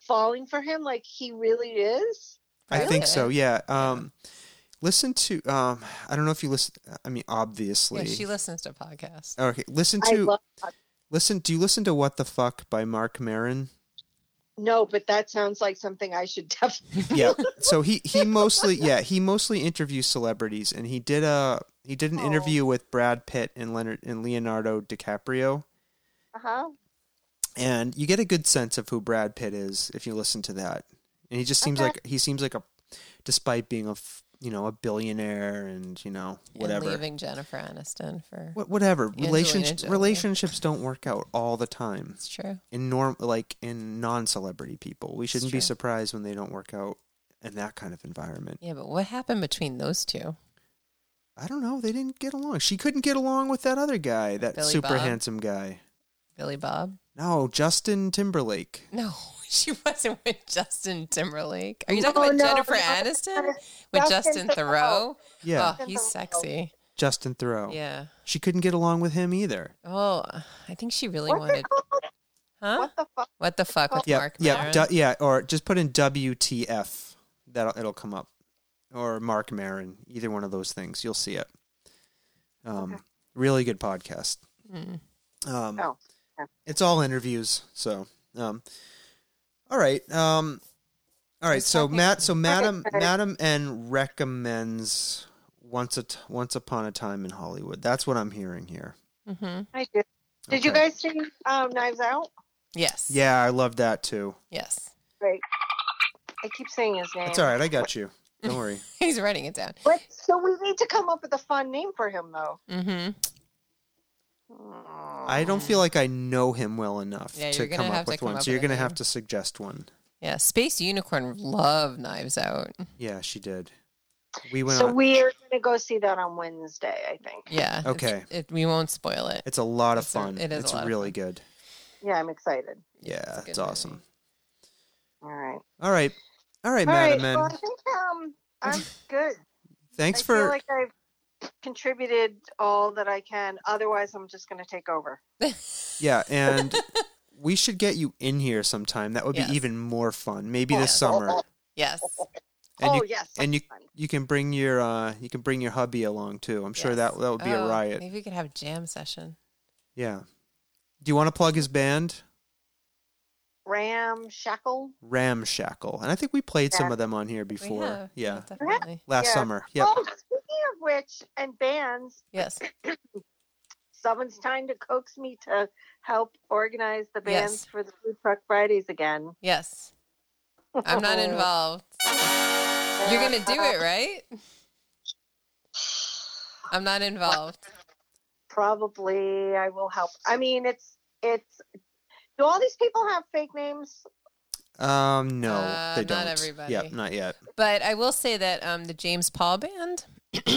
Speaker 4: falling for him. Like he really is.
Speaker 1: I think
Speaker 2: Really?
Speaker 1: so. Yeah. Um, listen to. Um, I don't know if you listen. I mean, obviously.
Speaker 2: Yeah, she listens to podcasts.
Speaker 1: okay. Listen
Speaker 4: I
Speaker 1: to.
Speaker 4: love.
Speaker 1: listen. Do you listen to "What the Fuck" by Mark Maron?
Speaker 4: No, but that sounds like something I should definitely.
Speaker 1: Yeah. so he he mostly yeah he mostly interviews celebrities, and he did a he did an
Speaker 4: Oh.
Speaker 1: interview with Brad Pitt and Leonard and Leonardo DiCaprio,
Speaker 4: Uh huh.
Speaker 1: and you get a good sense of who Brad Pitt is if you listen to that. And he just seems
Speaker 4: Okay.
Speaker 1: like he seems like a, despite being a f- you know a billionaire and you know whatever.
Speaker 2: And leaving Jennifer Aniston for
Speaker 1: What, whatever
Speaker 2: Angelina
Speaker 1: relationships
Speaker 2: Jolie.
Speaker 1: relationships don't work out all the time
Speaker 2: it's true.
Speaker 1: in norm like in non-celebrity people we shouldn't be
Speaker 2: true.
Speaker 1: surprised when they don't work out in that kind of environment
Speaker 2: Yeah, but what happened between those two?
Speaker 1: i don't know they didn't get along she couldn't get along with that other guy that
Speaker 2: Billy
Speaker 1: super
Speaker 2: Bob?
Speaker 1: handsome guy
Speaker 2: Billy Bob?
Speaker 1: no justin timberlake
Speaker 2: No, she wasn't with Justin Timberlake. Are you talking
Speaker 4: Oh,
Speaker 2: about
Speaker 4: no,
Speaker 2: Jennifer
Speaker 4: no.
Speaker 2: Aniston with Justin,
Speaker 4: Justin
Speaker 2: Thoreau?
Speaker 1: yeah Oh.
Speaker 2: Oh, he's
Speaker 4: Justin
Speaker 2: sexy.
Speaker 1: justin thoreau
Speaker 2: Yeah.
Speaker 1: she couldn't get along with him either
Speaker 2: Oh, I think she really
Speaker 4: What's
Speaker 2: wanted.
Speaker 4: it called?
Speaker 2: Huh?
Speaker 4: What the fuck?
Speaker 2: What the fuck with
Speaker 1: yeah
Speaker 2: Mark
Speaker 1: yeah
Speaker 2: Maron?
Speaker 1: du- yeah or just put in wtf that'll it'll come up or mark marin either one of those things you'll see it um really good podcast
Speaker 2: Mm.
Speaker 1: um
Speaker 4: Oh, yeah.
Speaker 1: it's all interviews so um all right um all right
Speaker 2: Who's
Speaker 1: so
Speaker 2: talking?
Speaker 1: matt so madam
Speaker 4: sorry.
Speaker 1: madam n recommends once a t- once upon a time in hollywood that's what i'm hearing here
Speaker 2: Mhm.
Speaker 4: I do. Did you
Speaker 1: Okay.
Speaker 4: guys see um, Knives Out?
Speaker 2: Yes.
Speaker 1: Yeah, I love that too.
Speaker 2: Yes.
Speaker 4: Great. I keep saying his name.
Speaker 1: It's all right. I got you. Don't worry.
Speaker 2: He's writing it down.
Speaker 4: But, so we need to come up with a fun name for him, though.
Speaker 2: Mm-hmm.
Speaker 1: I don't feel like I know him well enough
Speaker 2: Yeah,
Speaker 1: to
Speaker 2: you're gonna
Speaker 1: come
Speaker 2: have
Speaker 1: up
Speaker 2: to
Speaker 1: with
Speaker 2: come
Speaker 1: one.
Speaker 2: up
Speaker 1: So you're
Speaker 2: with a
Speaker 1: going to have
Speaker 2: name.
Speaker 1: to suggest one.
Speaker 2: Yeah. Space Unicorn love Knives Out.
Speaker 1: Yeah, she did. We went
Speaker 4: so
Speaker 1: on.
Speaker 4: we are going to go see that on Wednesday, I think.
Speaker 2: Yeah. it's-
Speaker 1: Okay.
Speaker 2: It, we won't spoil it.
Speaker 1: It's a lot of
Speaker 2: It's a-
Speaker 1: fun.
Speaker 2: it is a
Speaker 1: it's
Speaker 2: lot of
Speaker 1: really good.
Speaker 4: Yeah, I'm excited.
Speaker 1: Yeah,
Speaker 2: it's a
Speaker 1: it's,
Speaker 2: good
Speaker 1: awesome.
Speaker 2: movie.
Speaker 4: All right.
Speaker 1: All right. All right,
Speaker 4: All right.
Speaker 1: Madam Men.
Speaker 4: Well, I think um, I'm good.
Speaker 1: Thanks
Speaker 4: I
Speaker 1: for.
Speaker 4: feel like I've contributed all that I can. Otherwise, I'm just going to take over.
Speaker 1: Yeah, and we should get you in here sometime. That would
Speaker 2: Yes.
Speaker 1: be even more fun. Maybe
Speaker 4: Oh,
Speaker 1: this summer.
Speaker 4: oh,
Speaker 2: Yes.
Speaker 1: And
Speaker 4: oh,
Speaker 1: you-
Speaker 4: yes.
Speaker 1: and you
Speaker 4: sometime.
Speaker 1: you can bring your uh you can bring your hubby along too. I'm sure
Speaker 2: Yes.
Speaker 1: that that would be a
Speaker 2: Oh,
Speaker 1: riot.
Speaker 2: Maybe we could have a jam session.
Speaker 1: Yeah. Do you want to plug his band?
Speaker 4: Ramshackle.
Speaker 1: Ramshackle. And I think we played some of them on here
Speaker 2: We
Speaker 1: before.
Speaker 2: have,
Speaker 1: Yeah.
Speaker 2: Definitely.
Speaker 1: Last
Speaker 4: Yeah.
Speaker 1: summer. Yep.
Speaker 4: Oh, speaking of which, and bands,
Speaker 2: Yes.
Speaker 4: someone's trying to coax me to help organize the bands
Speaker 2: Yes.
Speaker 4: for the Food Truck Fridays again.
Speaker 2: Yes. I'm not involved. You're gonna do it, right? I'm not involved.
Speaker 4: Probably, I will help. I mean, it's it's. Do all these people have fake names?
Speaker 1: Um no,
Speaker 2: Oh. Uh,
Speaker 1: they
Speaker 2: not
Speaker 1: don't.
Speaker 2: everybody.
Speaker 1: Yep, not yet.
Speaker 2: But I will say that um, the James Paul band,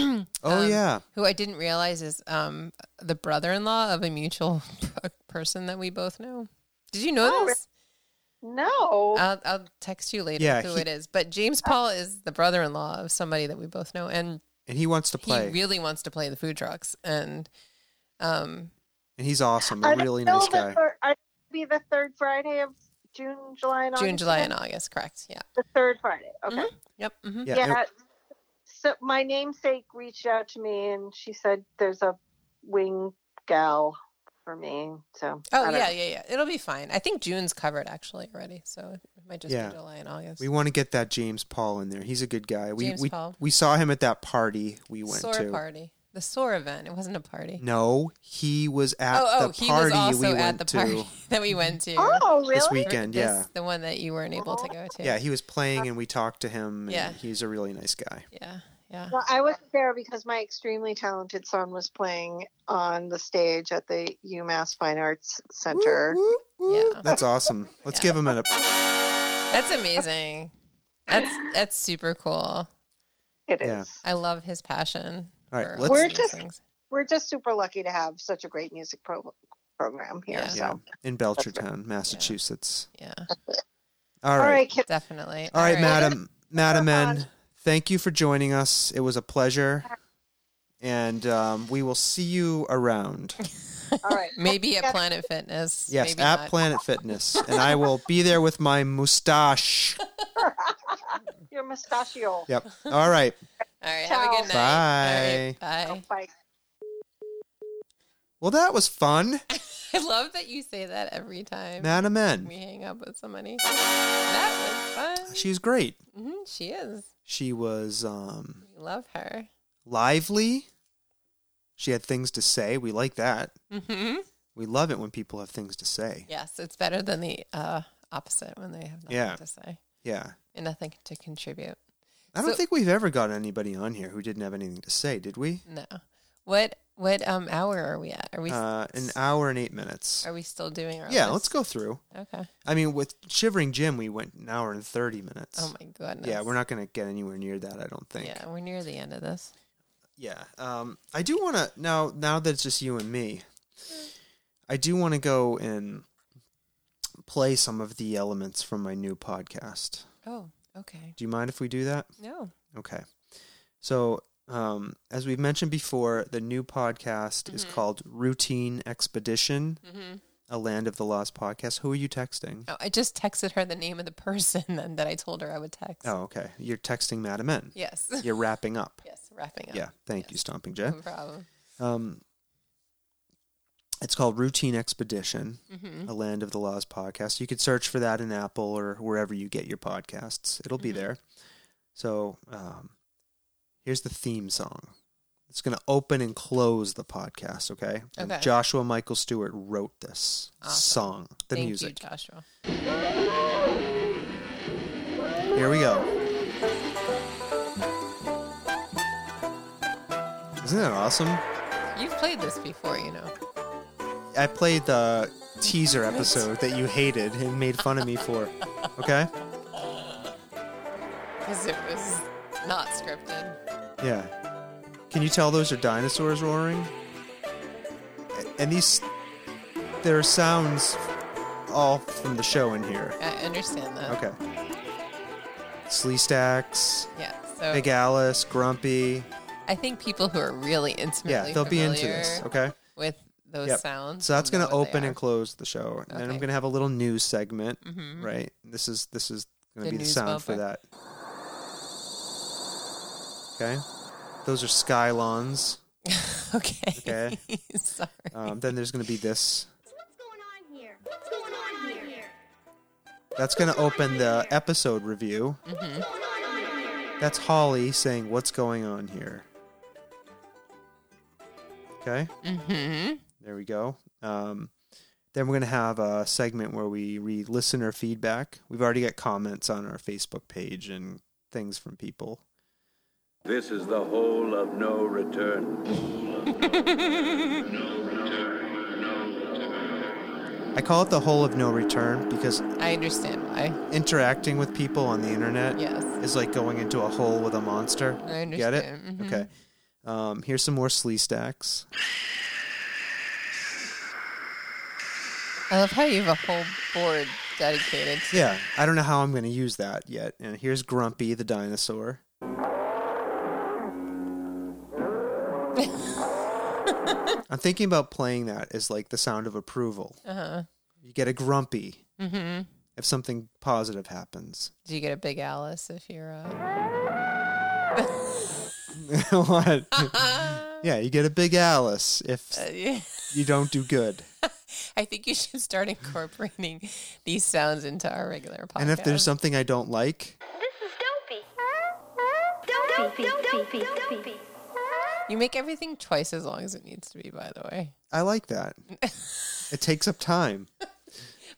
Speaker 1: Oh
Speaker 2: Um,
Speaker 1: yeah.
Speaker 2: who I didn't realize is um, the brother-in-law of a mutual person that we both know. Did you know
Speaker 4: Oh,
Speaker 2: this?
Speaker 4: No.
Speaker 2: I'll, I'll text you later
Speaker 1: Yeah,
Speaker 2: who
Speaker 1: he-
Speaker 2: it is. But James Paul is the brother-in-law of somebody that we both know, and
Speaker 1: And he wants to play.
Speaker 2: he really wants to play the food trucks. And um,
Speaker 1: and he's awesome.
Speaker 4: Are
Speaker 1: A
Speaker 4: they
Speaker 1: really
Speaker 4: still
Speaker 1: nice
Speaker 4: the
Speaker 1: guy.
Speaker 4: thir- are they be the third Friday of June, July, and August.
Speaker 2: June, July,
Speaker 4: again?
Speaker 2: and August, correct? Yeah.
Speaker 4: The third Friday. Okay.
Speaker 2: Yep. hmm
Speaker 1: Yeah.
Speaker 4: yeah.
Speaker 1: and-
Speaker 4: So my namesake reached out to me and she said there's a wing gal for me. So I
Speaker 2: Oh
Speaker 4: don't
Speaker 2: yeah,
Speaker 4: know.
Speaker 2: yeah, yeah. It'll be fine. I think June's covered actually already, so it might just
Speaker 1: Yeah.
Speaker 2: be July and August.
Speaker 1: We want to get that James Paul in there. He's a good guy. We
Speaker 2: James
Speaker 1: we,
Speaker 2: Paul.
Speaker 1: we saw him at that party we went
Speaker 2: Sore
Speaker 1: to.
Speaker 2: party, the Sore event. It wasn't a party.
Speaker 1: No, he was at
Speaker 2: oh, oh,
Speaker 1: the
Speaker 2: he
Speaker 1: party
Speaker 2: was also
Speaker 1: we
Speaker 2: at
Speaker 1: went
Speaker 2: the
Speaker 1: to
Speaker 2: party that we went to
Speaker 4: Oh
Speaker 1: this
Speaker 4: really?
Speaker 1: weekend.
Speaker 2: This-
Speaker 1: Yeah,
Speaker 2: the one that you weren't able to go to.
Speaker 1: yeah, he was playing, and we talked to him. And
Speaker 2: Uh, Yeah.
Speaker 1: he's a really nice guy.
Speaker 2: yeah, yeah.
Speaker 4: Well, I wasn't there because my extremely talented son was playing on the stage at the UMass Fine Arts Center.
Speaker 2: Yeah.
Speaker 1: That's awesome. Let's
Speaker 2: Uh-huh. Yeah.
Speaker 1: give him a
Speaker 2: That's amazing. That's that's super cool.
Speaker 4: It is.
Speaker 1: Yeah.
Speaker 2: I love his passion.
Speaker 1: All right,
Speaker 2: for
Speaker 1: let's-
Speaker 2: all
Speaker 4: We're
Speaker 2: these
Speaker 4: just-
Speaker 2: things.
Speaker 4: We're just super lucky to have such a great music pro- program here.
Speaker 2: Yeah.
Speaker 4: So
Speaker 1: yeah in Belchertown, Massachusetts.
Speaker 2: yeah,
Speaker 1: All
Speaker 4: all
Speaker 1: right,
Speaker 4: right, kids.
Speaker 2: definitely.
Speaker 1: all right, madam, madam,
Speaker 4: Have
Speaker 1: N. Thank you for joining us. It was a pleasure, and um, we will see you around.
Speaker 4: All right.
Speaker 2: Maybe at Planet Fitness.
Speaker 1: Yes,
Speaker 2: maybe
Speaker 1: at
Speaker 2: not.
Speaker 1: Planet Fitness, and I will be there with my mustache.
Speaker 4: Your mustachio.
Speaker 1: Yep. All right.
Speaker 2: All right, have a good night. All right, bye.
Speaker 4: Bye.
Speaker 1: Well, that was fun.
Speaker 2: I love that you say that every time
Speaker 1: Madam
Speaker 2: we
Speaker 1: N.
Speaker 2: hang up with somebody. That was fun.
Speaker 1: She was great.
Speaker 2: hmm she is.
Speaker 1: She was um,
Speaker 2: We love her.
Speaker 1: lively. She had things to say. We like that.
Speaker 2: hmm
Speaker 1: We love it when people have things to say.
Speaker 2: Yes, it's better than the uh, opposite when they have nothing
Speaker 1: Yeah.
Speaker 2: to say
Speaker 1: Yeah.
Speaker 2: and nothing to contribute.
Speaker 1: I don't
Speaker 2: So-
Speaker 1: think we've ever got anybody on here who didn't have anything to say, did we?
Speaker 2: No. What what um hour are we at? Are we Oh,
Speaker 1: Uh, an hour and eight minutes.
Speaker 2: are we still doing our
Speaker 1: Yeah,
Speaker 2: list?
Speaker 1: let's go through.
Speaker 2: Okay.
Speaker 1: I mean, with Shivering Jim, we went an hour and 30 minutes.
Speaker 2: Oh my goodness.
Speaker 1: yeah, we're not going to get anywhere near that, I don't think.
Speaker 2: Yeah, we're near the end of this.
Speaker 1: Yeah. Um, I do want to now. Now that it's just you and me, I do want to go and play some of the elements from my new podcast.
Speaker 2: Oh, okay.
Speaker 1: Do you mind if we do that?
Speaker 2: No.
Speaker 1: Okay. So, um, as we've mentioned before, the new podcast is called Routine Expedition, a Land of the Lost podcast. Who are you texting?
Speaker 2: Oh, I just texted her the name of the person then that I told her I would text.
Speaker 1: Oh, okay. You're texting Madam N.
Speaker 2: Yes.
Speaker 1: You're wrapping up.
Speaker 2: yes, wrapping up.
Speaker 1: Yeah. Thank you, Stomping Jay.
Speaker 2: No problem.
Speaker 1: Um, it's called Routine Expedition,
Speaker 2: Mm-hmm.
Speaker 1: a Land of the Laws podcast. You could search for that in Apple or wherever you get your
Speaker 2: Mm-hmm.
Speaker 1: podcasts. It'll be there. So um, here's the theme song. It's going to open and close the podcast, okay? And
Speaker 2: Okay.
Speaker 1: Joshua Michael Stewart wrote this song, the
Speaker 2: Thank
Speaker 1: music.
Speaker 2: you, Joshua.
Speaker 1: Here we go. Isn't that awesome?
Speaker 2: You've played this before, you know.
Speaker 1: I played the teaser episode that you hated and made fun of me for. Okay?
Speaker 2: Because it was not scripted.
Speaker 1: Yeah. Can you tell those are dinosaurs roaring? A- And these. There are sounds all from the show in here.
Speaker 2: I understand that.
Speaker 1: Okay. Slee Stacks,
Speaker 2: Yeah. So
Speaker 1: Big Alice, Grumpy.
Speaker 2: I think people who are really intimately
Speaker 1: Yeah, they'll be into
Speaker 2: familiar
Speaker 1: this. Okay.
Speaker 2: with those
Speaker 1: Yep.
Speaker 2: sounds.
Speaker 1: So that's
Speaker 2: will
Speaker 1: going
Speaker 2: know
Speaker 1: to
Speaker 2: what they
Speaker 1: open
Speaker 2: are.
Speaker 1: and close the show, and then I'm
Speaker 2: Okay.
Speaker 1: going to have a little news segment, right? This is this is going to
Speaker 2: The
Speaker 1: be the
Speaker 2: Mm-hmm. news
Speaker 1: sound for that. Okay, those are Skylons.
Speaker 2: Okay.
Speaker 1: Okay.
Speaker 2: Sorry.
Speaker 1: Um, then there's going to be this.
Speaker 10: What's going on here? What's going on here?
Speaker 1: That's going to open the episode review.
Speaker 10: What's going on here?
Speaker 1: That's Holly saying, "What's going on here?" Okay,
Speaker 2: mm-hmm.
Speaker 1: there we go. Um, then we're going to have a segment where we read listener feedback. We've already got comments on our Facebook page and things from people.
Speaker 11: This is the hole of no return.
Speaker 1: I call it the hole of no return because
Speaker 2: I understand why.
Speaker 1: interacting with people on the internet
Speaker 2: Yes.
Speaker 1: is like going into a hole with a monster.
Speaker 2: I understand.
Speaker 1: Get it?
Speaker 2: Mhm.
Speaker 1: Okay. Um, here's some more slee stacks.
Speaker 2: I love how you have a whole board dedicated to
Speaker 1: Yeah, I don't know how I'm going to use that yet. And here's Grumpy the dinosaur. I'm thinking about playing that as like the sound of approval.
Speaker 2: Uh-huh.
Speaker 1: You get a grumpy
Speaker 2: Mm-hmm.
Speaker 1: if something positive happens.
Speaker 2: Do you get a big Alice if you're uh
Speaker 1: what? yeah, you get a big Alice if
Speaker 2: uh, yeah.
Speaker 1: you don't do good.
Speaker 2: I think you should start incorporating these sounds into our regular podcast.
Speaker 1: And if there's something I don't like,
Speaker 10: This is dopey. Dopey, dopey, dopey, dopey.
Speaker 2: you make everything twice as long as it needs to be, by the way.
Speaker 1: I like that. it takes up time.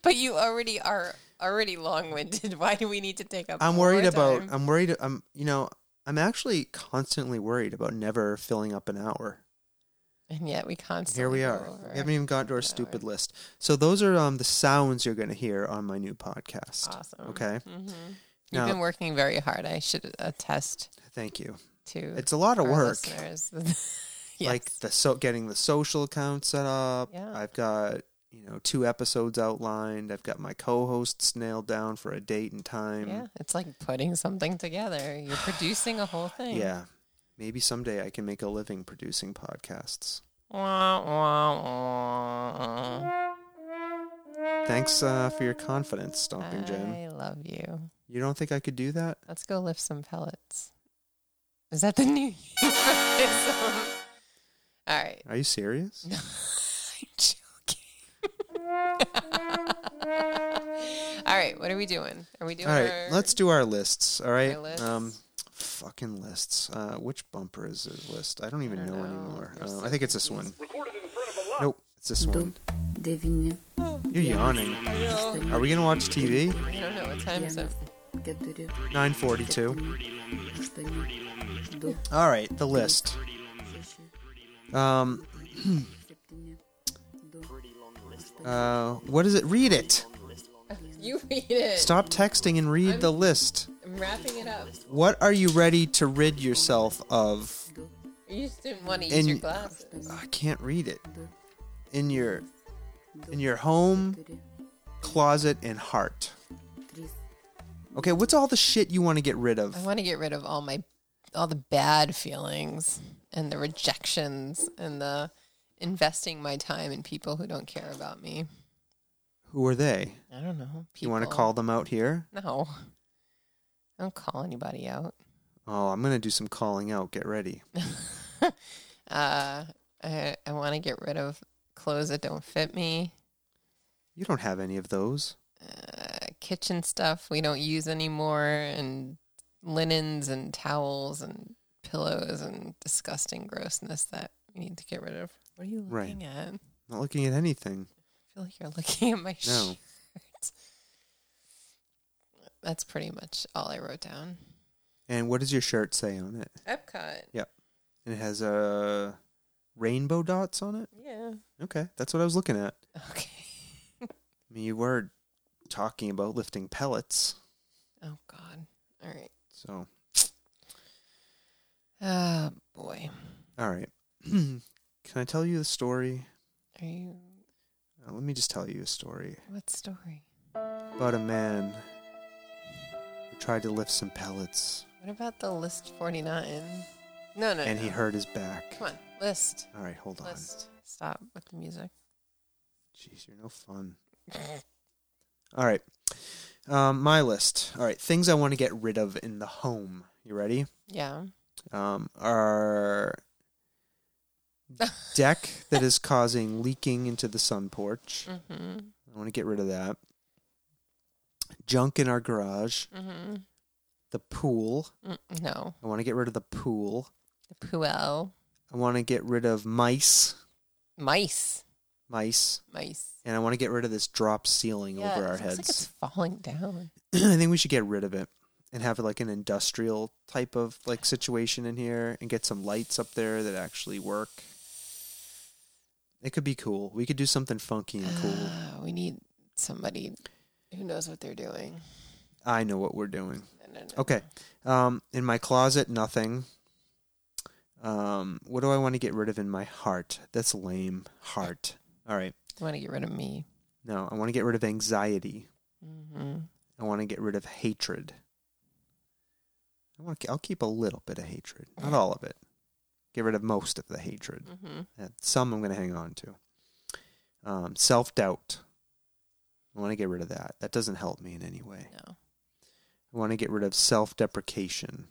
Speaker 2: But you already are already long winded. Why do we need to take up?
Speaker 1: I'm
Speaker 2: more
Speaker 1: worried about um,
Speaker 2: time?
Speaker 1: I'm worried I'm you know, I'm actually constantly worried about never filling up an hour.
Speaker 2: and yet we constantly.
Speaker 1: Here we
Speaker 2: go
Speaker 1: are.
Speaker 2: over.
Speaker 1: We haven't even gotten to our stupid list. So those are um the sounds you're going to hear on my new podcast.
Speaker 2: Awesome.
Speaker 1: Okay.
Speaker 2: hmm
Speaker 1: Now-
Speaker 2: You've been working very hard. I should attest
Speaker 1: Thank you.
Speaker 2: to.
Speaker 1: It's a lot of
Speaker 2: our
Speaker 1: work.
Speaker 2: listeners.
Speaker 1: Like
Speaker 2: Yes.
Speaker 1: the so getting the social account set up.
Speaker 2: Yeah.
Speaker 1: I've got you know two episodes outlined. I've got my co-hosts nailed down for a date and time.
Speaker 2: yeah, it's like putting something together. You're producing a whole thing.
Speaker 1: Yeah. Maybe someday I can make a living producing podcasts.
Speaker 2: Wah, wah, wah.
Speaker 1: Thanks uh, for your confidence, Stomping Jim.
Speaker 2: I love you.
Speaker 1: You don't think I could do that?
Speaker 2: Let's go lift some pellets. Is that the new euphemism? All right.
Speaker 1: Are you serious?
Speaker 2: I'm joking. All right, what are we doing? Are we doing?
Speaker 1: all right,
Speaker 2: our-
Speaker 1: let's do our lists. All right.
Speaker 2: lists?
Speaker 1: Um, fucking lists. Uh, which bumper is this list? I don't even know,
Speaker 2: know.
Speaker 1: anymore.
Speaker 2: You're
Speaker 1: Uh,
Speaker 2: so
Speaker 1: I think it's this one. Nope, it's this one.
Speaker 12: Devine,
Speaker 1: You're yawning. Are we gonna watch TV?
Speaker 2: I don't know what time is it.
Speaker 12: которые
Speaker 1: 9:42.
Speaker 12: встают до
Speaker 1: All right, the list. Um,
Speaker 12: септения, до
Speaker 1: uh, what is it? Read it.
Speaker 2: You read it.
Speaker 1: Stop texting and read the list.
Speaker 2: I'm wrapping it up.
Speaker 1: What are you ready to rid yourself of?
Speaker 2: You just didn't want to use
Speaker 1: And-
Speaker 2: your glasses.
Speaker 1: I can't read it. In your in your home, closet, and heart. Okay, what's all the shit you want to get rid
Speaker 2: I
Speaker 1: of?
Speaker 2: want to get rid of all my all the bad feelings and the rejections and the investing my time in people who don't care about me.
Speaker 1: Who are they?
Speaker 2: I don't know. People.
Speaker 1: You want to call them out here?
Speaker 2: No. I don't call anybody out.
Speaker 1: Oh, I'm gonna do some calling out. Get ready.
Speaker 2: Uh, I, I want to get rid of clothes that don't fit me,
Speaker 1: You don't have any of those.
Speaker 2: uh, kitchen stuff we don't use anymore, and linens and towels and pillows and disgusting grossness that we need to get rid of. What are you
Speaker 1: Right.
Speaker 2: looking at? I
Speaker 1: Not looking at anything.
Speaker 2: feel like you're looking at my
Speaker 1: No.
Speaker 2: shirt. That's pretty much all I wrote down.
Speaker 1: And what does your shirt say on it?
Speaker 2: Epcot.
Speaker 1: Yep. And it has uh, rainbow dots on it.
Speaker 2: Yeah.
Speaker 1: Okay, that's what I was looking at.
Speaker 2: Okay.
Speaker 1: I mean, you were talking about lifting pellets,
Speaker 2: Oh God. All right.
Speaker 1: so
Speaker 2: Oh boy.
Speaker 1: all right. Can I tell you the story?
Speaker 2: Are you?
Speaker 1: Uh, let me just tell you a story
Speaker 2: What story?
Speaker 1: about a man who tried to lift some pellets
Speaker 2: What about the list forty nine? No, no.
Speaker 1: and
Speaker 2: no.
Speaker 1: he hurt his back.
Speaker 2: Come on, list.
Speaker 1: All right, hold on.
Speaker 2: List. Stop with the music.
Speaker 1: Jeez, you're no fun. All right. Um, my list. All right. Things I want to get rid of in the home. You ready?
Speaker 2: Yeah.
Speaker 1: Um, are deck that is causing leaking into the sun porch.
Speaker 2: Mm-hmm.
Speaker 1: I want to get rid of that. Junk in our garage.
Speaker 2: Mm-hmm.
Speaker 1: The pool.
Speaker 2: Mm, no.
Speaker 1: I want to get rid of the pool.
Speaker 2: The Puel.
Speaker 1: I want to get rid of mice.
Speaker 2: Mice.
Speaker 1: Mice.
Speaker 2: Mice.
Speaker 1: And I want to get rid of this drop ceiling
Speaker 2: Yeah,
Speaker 1: over
Speaker 2: it
Speaker 1: our
Speaker 2: looks
Speaker 1: heads.
Speaker 2: like it's falling down.
Speaker 1: I think we should get rid of it and have like an industrial type of like situation in here and get some lights up there that actually work. It could be cool. We could do something funky and cool.
Speaker 2: Uh, we need somebody who knows what they're doing.
Speaker 1: I know what we're doing.
Speaker 2: No, no, no.
Speaker 1: Okay. Um in my closet nothing. Um what do I want to get rid of in my heart? That's lame. Heart. All right.
Speaker 2: You want to get rid of me?
Speaker 1: No, I want to get rid of anxiety.
Speaker 2: Mm-hmm.
Speaker 1: I want to get rid of hatred. I want to, I'll keep a little bit of hatred, not all of it. Get rid of most of the hatred.
Speaker 2: Mm-hmm.
Speaker 1: Uh, Some I'm going to hang on to. Um, Self doubt. I want to get rid of that. That doesn't help me in any way.
Speaker 2: No.
Speaker 1: I want to get rid of self deprecation.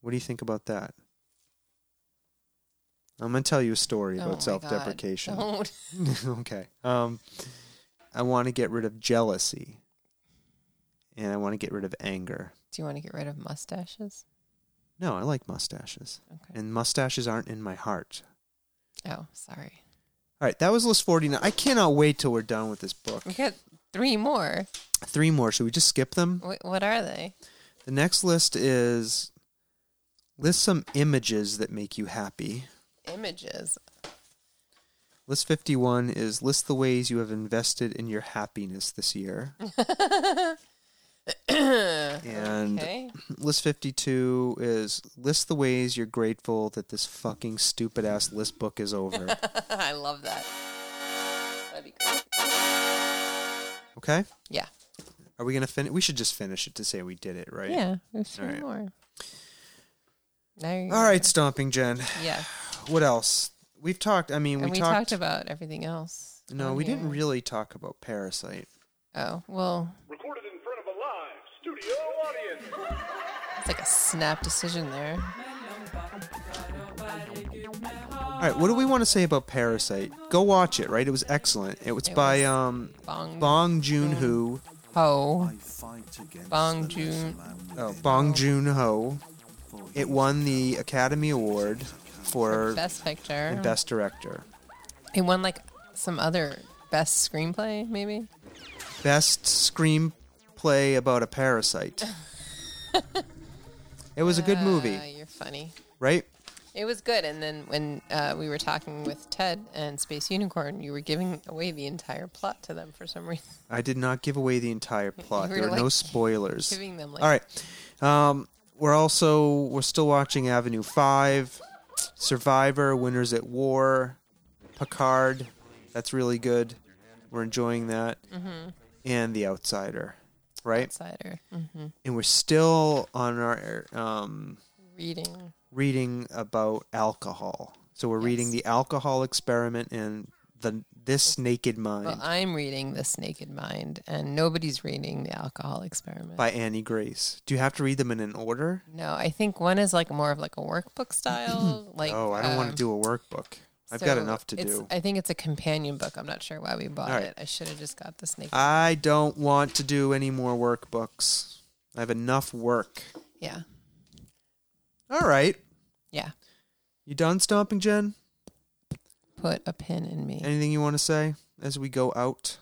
Speaker 1: What do you think about that? I'm going to tell you a story
Speaker 2: Oh my
Speaker 1: about
Speaker 2: God, Oh
Speaker 1: self deprecation.
Speaker 2: Don't.
Speaker 1: okay. Um, I want to get rid of jealousy, and I want to get rid of anger.
Speaker 2: Do you want to get rid of mustaches?
Speaker 1: No, I like mustaches,
Speaker 2: Okay.
Speaker 1: and mustaches aren't in my heart.
Speaker 2: Oh, sorry.
Speaker 1: All right, that was list forty nine. I cannot wait till we're done with this book.
Speaker 2: We got three more.
Speaker 1: Three more. Should we just skip them?
Speaker 2: Wh- what are they?
Speaker 1: The next list is list some images that make you happy.
Speaker 2: Images.
Speaker 1: List fifty one is list the ways you have invested in your happiness this year. And
Speaker 2: okay.
Speaker 1: list 52 is list the ways you're grateful that this fucking stupid ass list book is over.
Speaker 2: I love that. That'd be great.
Speaker 1: okay?
Speaker 2: Yeah.
Speaker 1: Are we going to finish? We should just finish it to say we did it, right?
Speaker 2: Yeah. There's
Speaker 1: All
Speaker 2: three
Speaker 1: right.
Speaker 2: more. Now you're
Speaker 1: All right, Stomping Jen.
Speaker 2: Yeah.
Speaker 1: What else? We've talked, I mean,
Speaker 2: And
Speaker 1: we,
Speaker 2: we talked, about everything else.
Speaker 1: No,
Speaker 2: on
Speaker 1: we didn't
Speaker 2: here.
Speaker 1: really talk about Parasite.
Speaker 2: Oh, well,
Speaker 3: Recorded in front of a live studio audience.
Speaker 2: it's like a snap decision there.
Speaker 1: All right, what do we want to say about Parasite? Go watch it, right? It was excellent. It was
Speaker 2: It
Speaker 1: by
Speaker 2: was
Speaker 1: um
Speaker 2: Bong.
Speaker 1: Bong Joon-ho.
Speaker 2: Ho. Bong Joon.
Speaker 1: Oh, Bong Joon-ho. It won the Academy Award for
Speaker 2: Best Picture.
Speaker 1: and Best Director.
Speaker 2: It won like some other best screenplay, maybe.
Speaker 1: Best screenplay about a parasite. it was a good movie,
Speaker 2: Uh, you're funny.
Speaker 1: right?
Speaker 2: It was good. And then when uh, we were talking with Ted and Space Unicorn, you were giving away the entire plot to them for some reason.
Speaker 1: I did not give away the entire plot.
Speaker 2: were,
Speaker 1: There are no
Speaker 2: like,
Speaker 1: spoilers.
Speaker 2: giving them, like-
Speaker 1: All right. Um, we're also we're still watching Avenue 5, Survivor, Winners at War, Picard. That's really good. We're enjoying that.
Speaker 2: Mm-hmm.
Speaker 1: And The Outsider, right?
Speaker 2: Outsider. Mm-hmm.
Speaker 1: And we're still on our um,
Speaker 2: Reading.
Speaker 1: reading about alcohol. So we're reading the alcohol experiment and the this naked mind
Speaker 2: Well, I'm reading This Naked Mind, and nobody's reading The Alcohol Experiment.
Speaker 1: by Annie Grace. Do you have to read them in an order?
Speaker 2: No, I think one is like more of like a workbook style. like
Speaker 1: oh, I don't want
Speaker 2: um,
Speaker 1: to do a workbook. I've got
Speaker 2: so
Speaker 1: enough to
Speaker 2: it's-
Speaker 1: do.
Speaker 2: I think it's a companion book. I'm not sure why we bought
Speaker 1: All right. Uh,
Speaker 2: it. I should have just got this naked.
Speaker 1: I don't want to do any more workbooks. I have enough work.
Speaker 2: Yeah.
Speaker 1: All right.
Speaker 2: Yeah.
Speaker 1: You done stomping, Jen?
Speaker 2: Put a pin in me.
Speaker 1: Anything you want to say as we go out?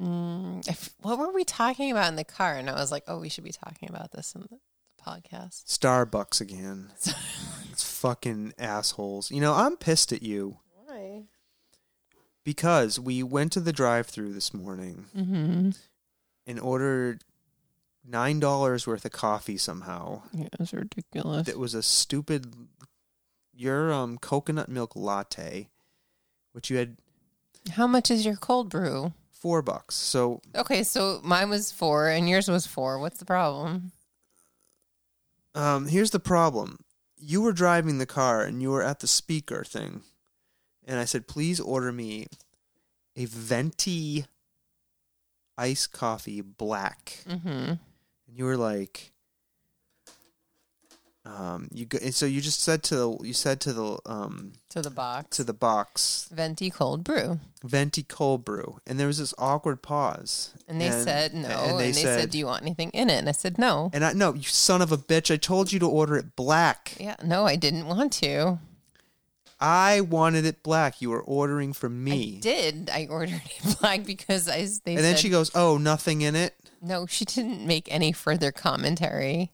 Speaker 2: Mm, if, what were we talking about in the car? And I was like, oh, we should be talking about this in the podcast.
Speaker 1: Starbucks again. it's fucking assholes. You know, I'm pissed at you
Speaker 2: Why?
Speaker 1: because we went to the drive-through this morning
Speaker 2: Mm-hmm.
Speaker 1: and ordered nine dollars worth of coffee somehow.
Speaker 2: Yeah, it's ridiculous.
Speaker 1: That was a stupid your um coconut milk latte, which you had
Speaker 2: How much is your cold brew?
Speaker 1: four bucks. So
Speaker 2: Okay, so mine was four and yours was four. What's the problem?
Speaker 1: um, here's the problem: you were driving the car and you were at the speaker thing, and I said, "Please order me a venti iced coffee black."
Speaker 2: Mm-hmm.
Speaker 1: and you were like um you go, and so you just said to the you said to the um
Speaker 2: To the box.
Speaker 1: to the box
Speaker 2: Venti cold brew.
Speaker 1: venti cold brew and there was this awkward pause
Speaker 2: And they said no. And they, said, do you want anything in it? And I said, no.
Speaker 1: and I no you son of a bitch I told you to order it black
Speaker 2: Yeah, no, I didn't want to.
Speaker 1: I wanted it black you were ordering from
Speaker 2: I
Speaker 1: me
Speaker 2: did. I ordered it black because I, s- they
Speaker 1: and then
Speaker 2: said-
Speaker 1: she goes oh nothing in it
Speaker 2: No, she didn't make any further commentary.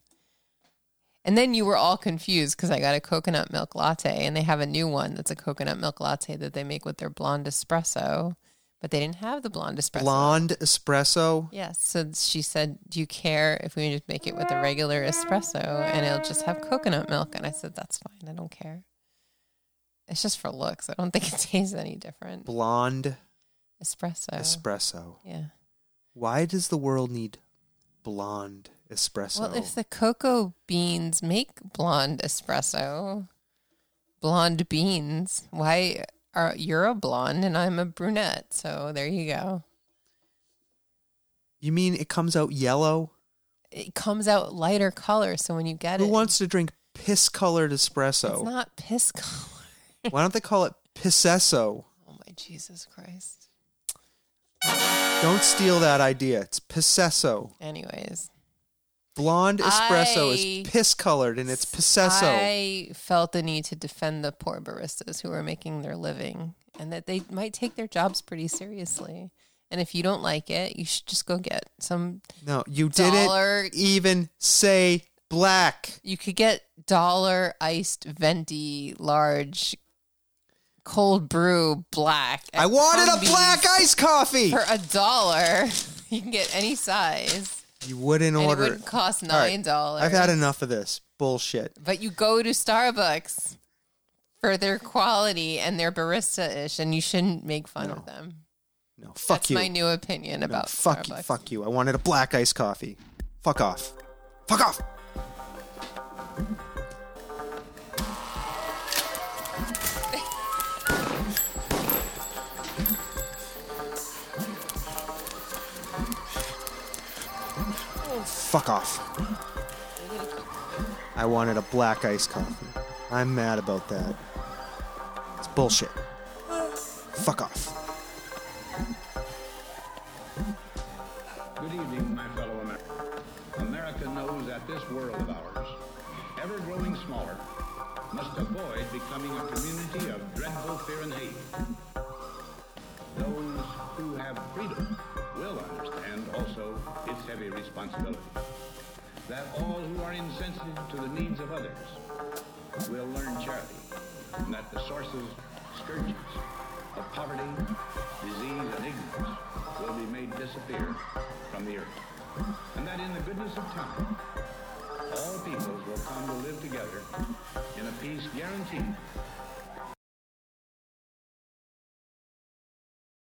Speaker 2: And then you were all confused because I got a coconut milk latte, and they have a new one that's a coconut milk latte that they make with their blonde espresso, but they didn't have the blonde espresso.
Speaker 1: blonde espresso
Speaker 2: Yes. So she said, Do you care if we just make it with a regular espresso and it'll just have coconut milk? And I said, That's fine. I don't care. It's just for looks. I don't think it tastes any different.
Speaker 1: blonde
Speaker 2: Espresso.
Speaker 1: espresso
Speaker 2: yeah.
Speaker 1: why does the world need blonde espresso
Speaker 2: Well, if the cocoa beans make blonde espresso, blonde beans, why are you're a blonde and I'm a brunette? So there you go.
Speaker 1: You mean it comes out yellow?
Speaker 2: It comes out lighter color, so when you get
Speaker 1: Who
Speaker 2: it,
Speaker 1: wants to drink piss colored
Speaker 2: it's
Speaker 1: espresso?
Speaker 2: not piss color.
Speaker 1: Why don't they call it pissesso?
Speaker 2: Oh my Jesus Christ!
Speaker 1: Don't steal that idea. It's pissesso.
Speaker 2: Anyways,
Speaker 1: Blonde espresso
Speaker 2: I-
Speaker 1: is piss colored and it's pissesso.
Speaker 2: I felt the need to defend the poor baristas who are making their living and that they might take their jobs pretty seriously. And if you don't like it, you should just go get some.
Speaker 1: no, you didn't
Speaker 2: Dollar-
Speaker 1: even say black.
Speaker 2: You could get dollar iced venti large cold brew black. at
Speaker 1: I wanted a
Speaker 2: Humvees
Speaker 1: black iced coffee.
Speaker 2: for a dollar. You can get any size.
Speaker 1: you wouldn't
Speaker 2: And it
Speaker 1: order
Speaker 2: wouldn't cost
Speaker 1: All right,
Speaker 2: nine dollars.
Speaker 1: I've had enough of this bullshit.
Speaker 2: But you go to Starbucks for their quality and their barista ish, and you shouldn't make fun
Speaker 1: No.
Speaker 2: of them.
Speaker 1: No, fuck
Speaker 2: That's
Speaker 1: you.
Speaker 2: my new opinion
Speaker 1: No,
Speaker 2: about
Speaker 1: fuck you.
Speaker 2: Starbucks.
Speaker 1: Fuck you. I wanted a black iced coffee. Fuck off. Fuck off. Fuck off. I wanted a black iced coffee. I'm mad about that. It's bullshit. Fuck off.
Speaker 13: Good evening, my fellow Americans. America knows that this world of ours, ever growing smaller, must avoid becoming a community of dreadful fear and hate. Those who have freedom will understand also its heavy responsibility. That all who are insensitive to the needs of others will learn charity, and that the sources, scourges of poverty, disease, and ignorance will be made disappear from the earth. And that in the goodness of time, all peoples will come to live together in a peace guaranteed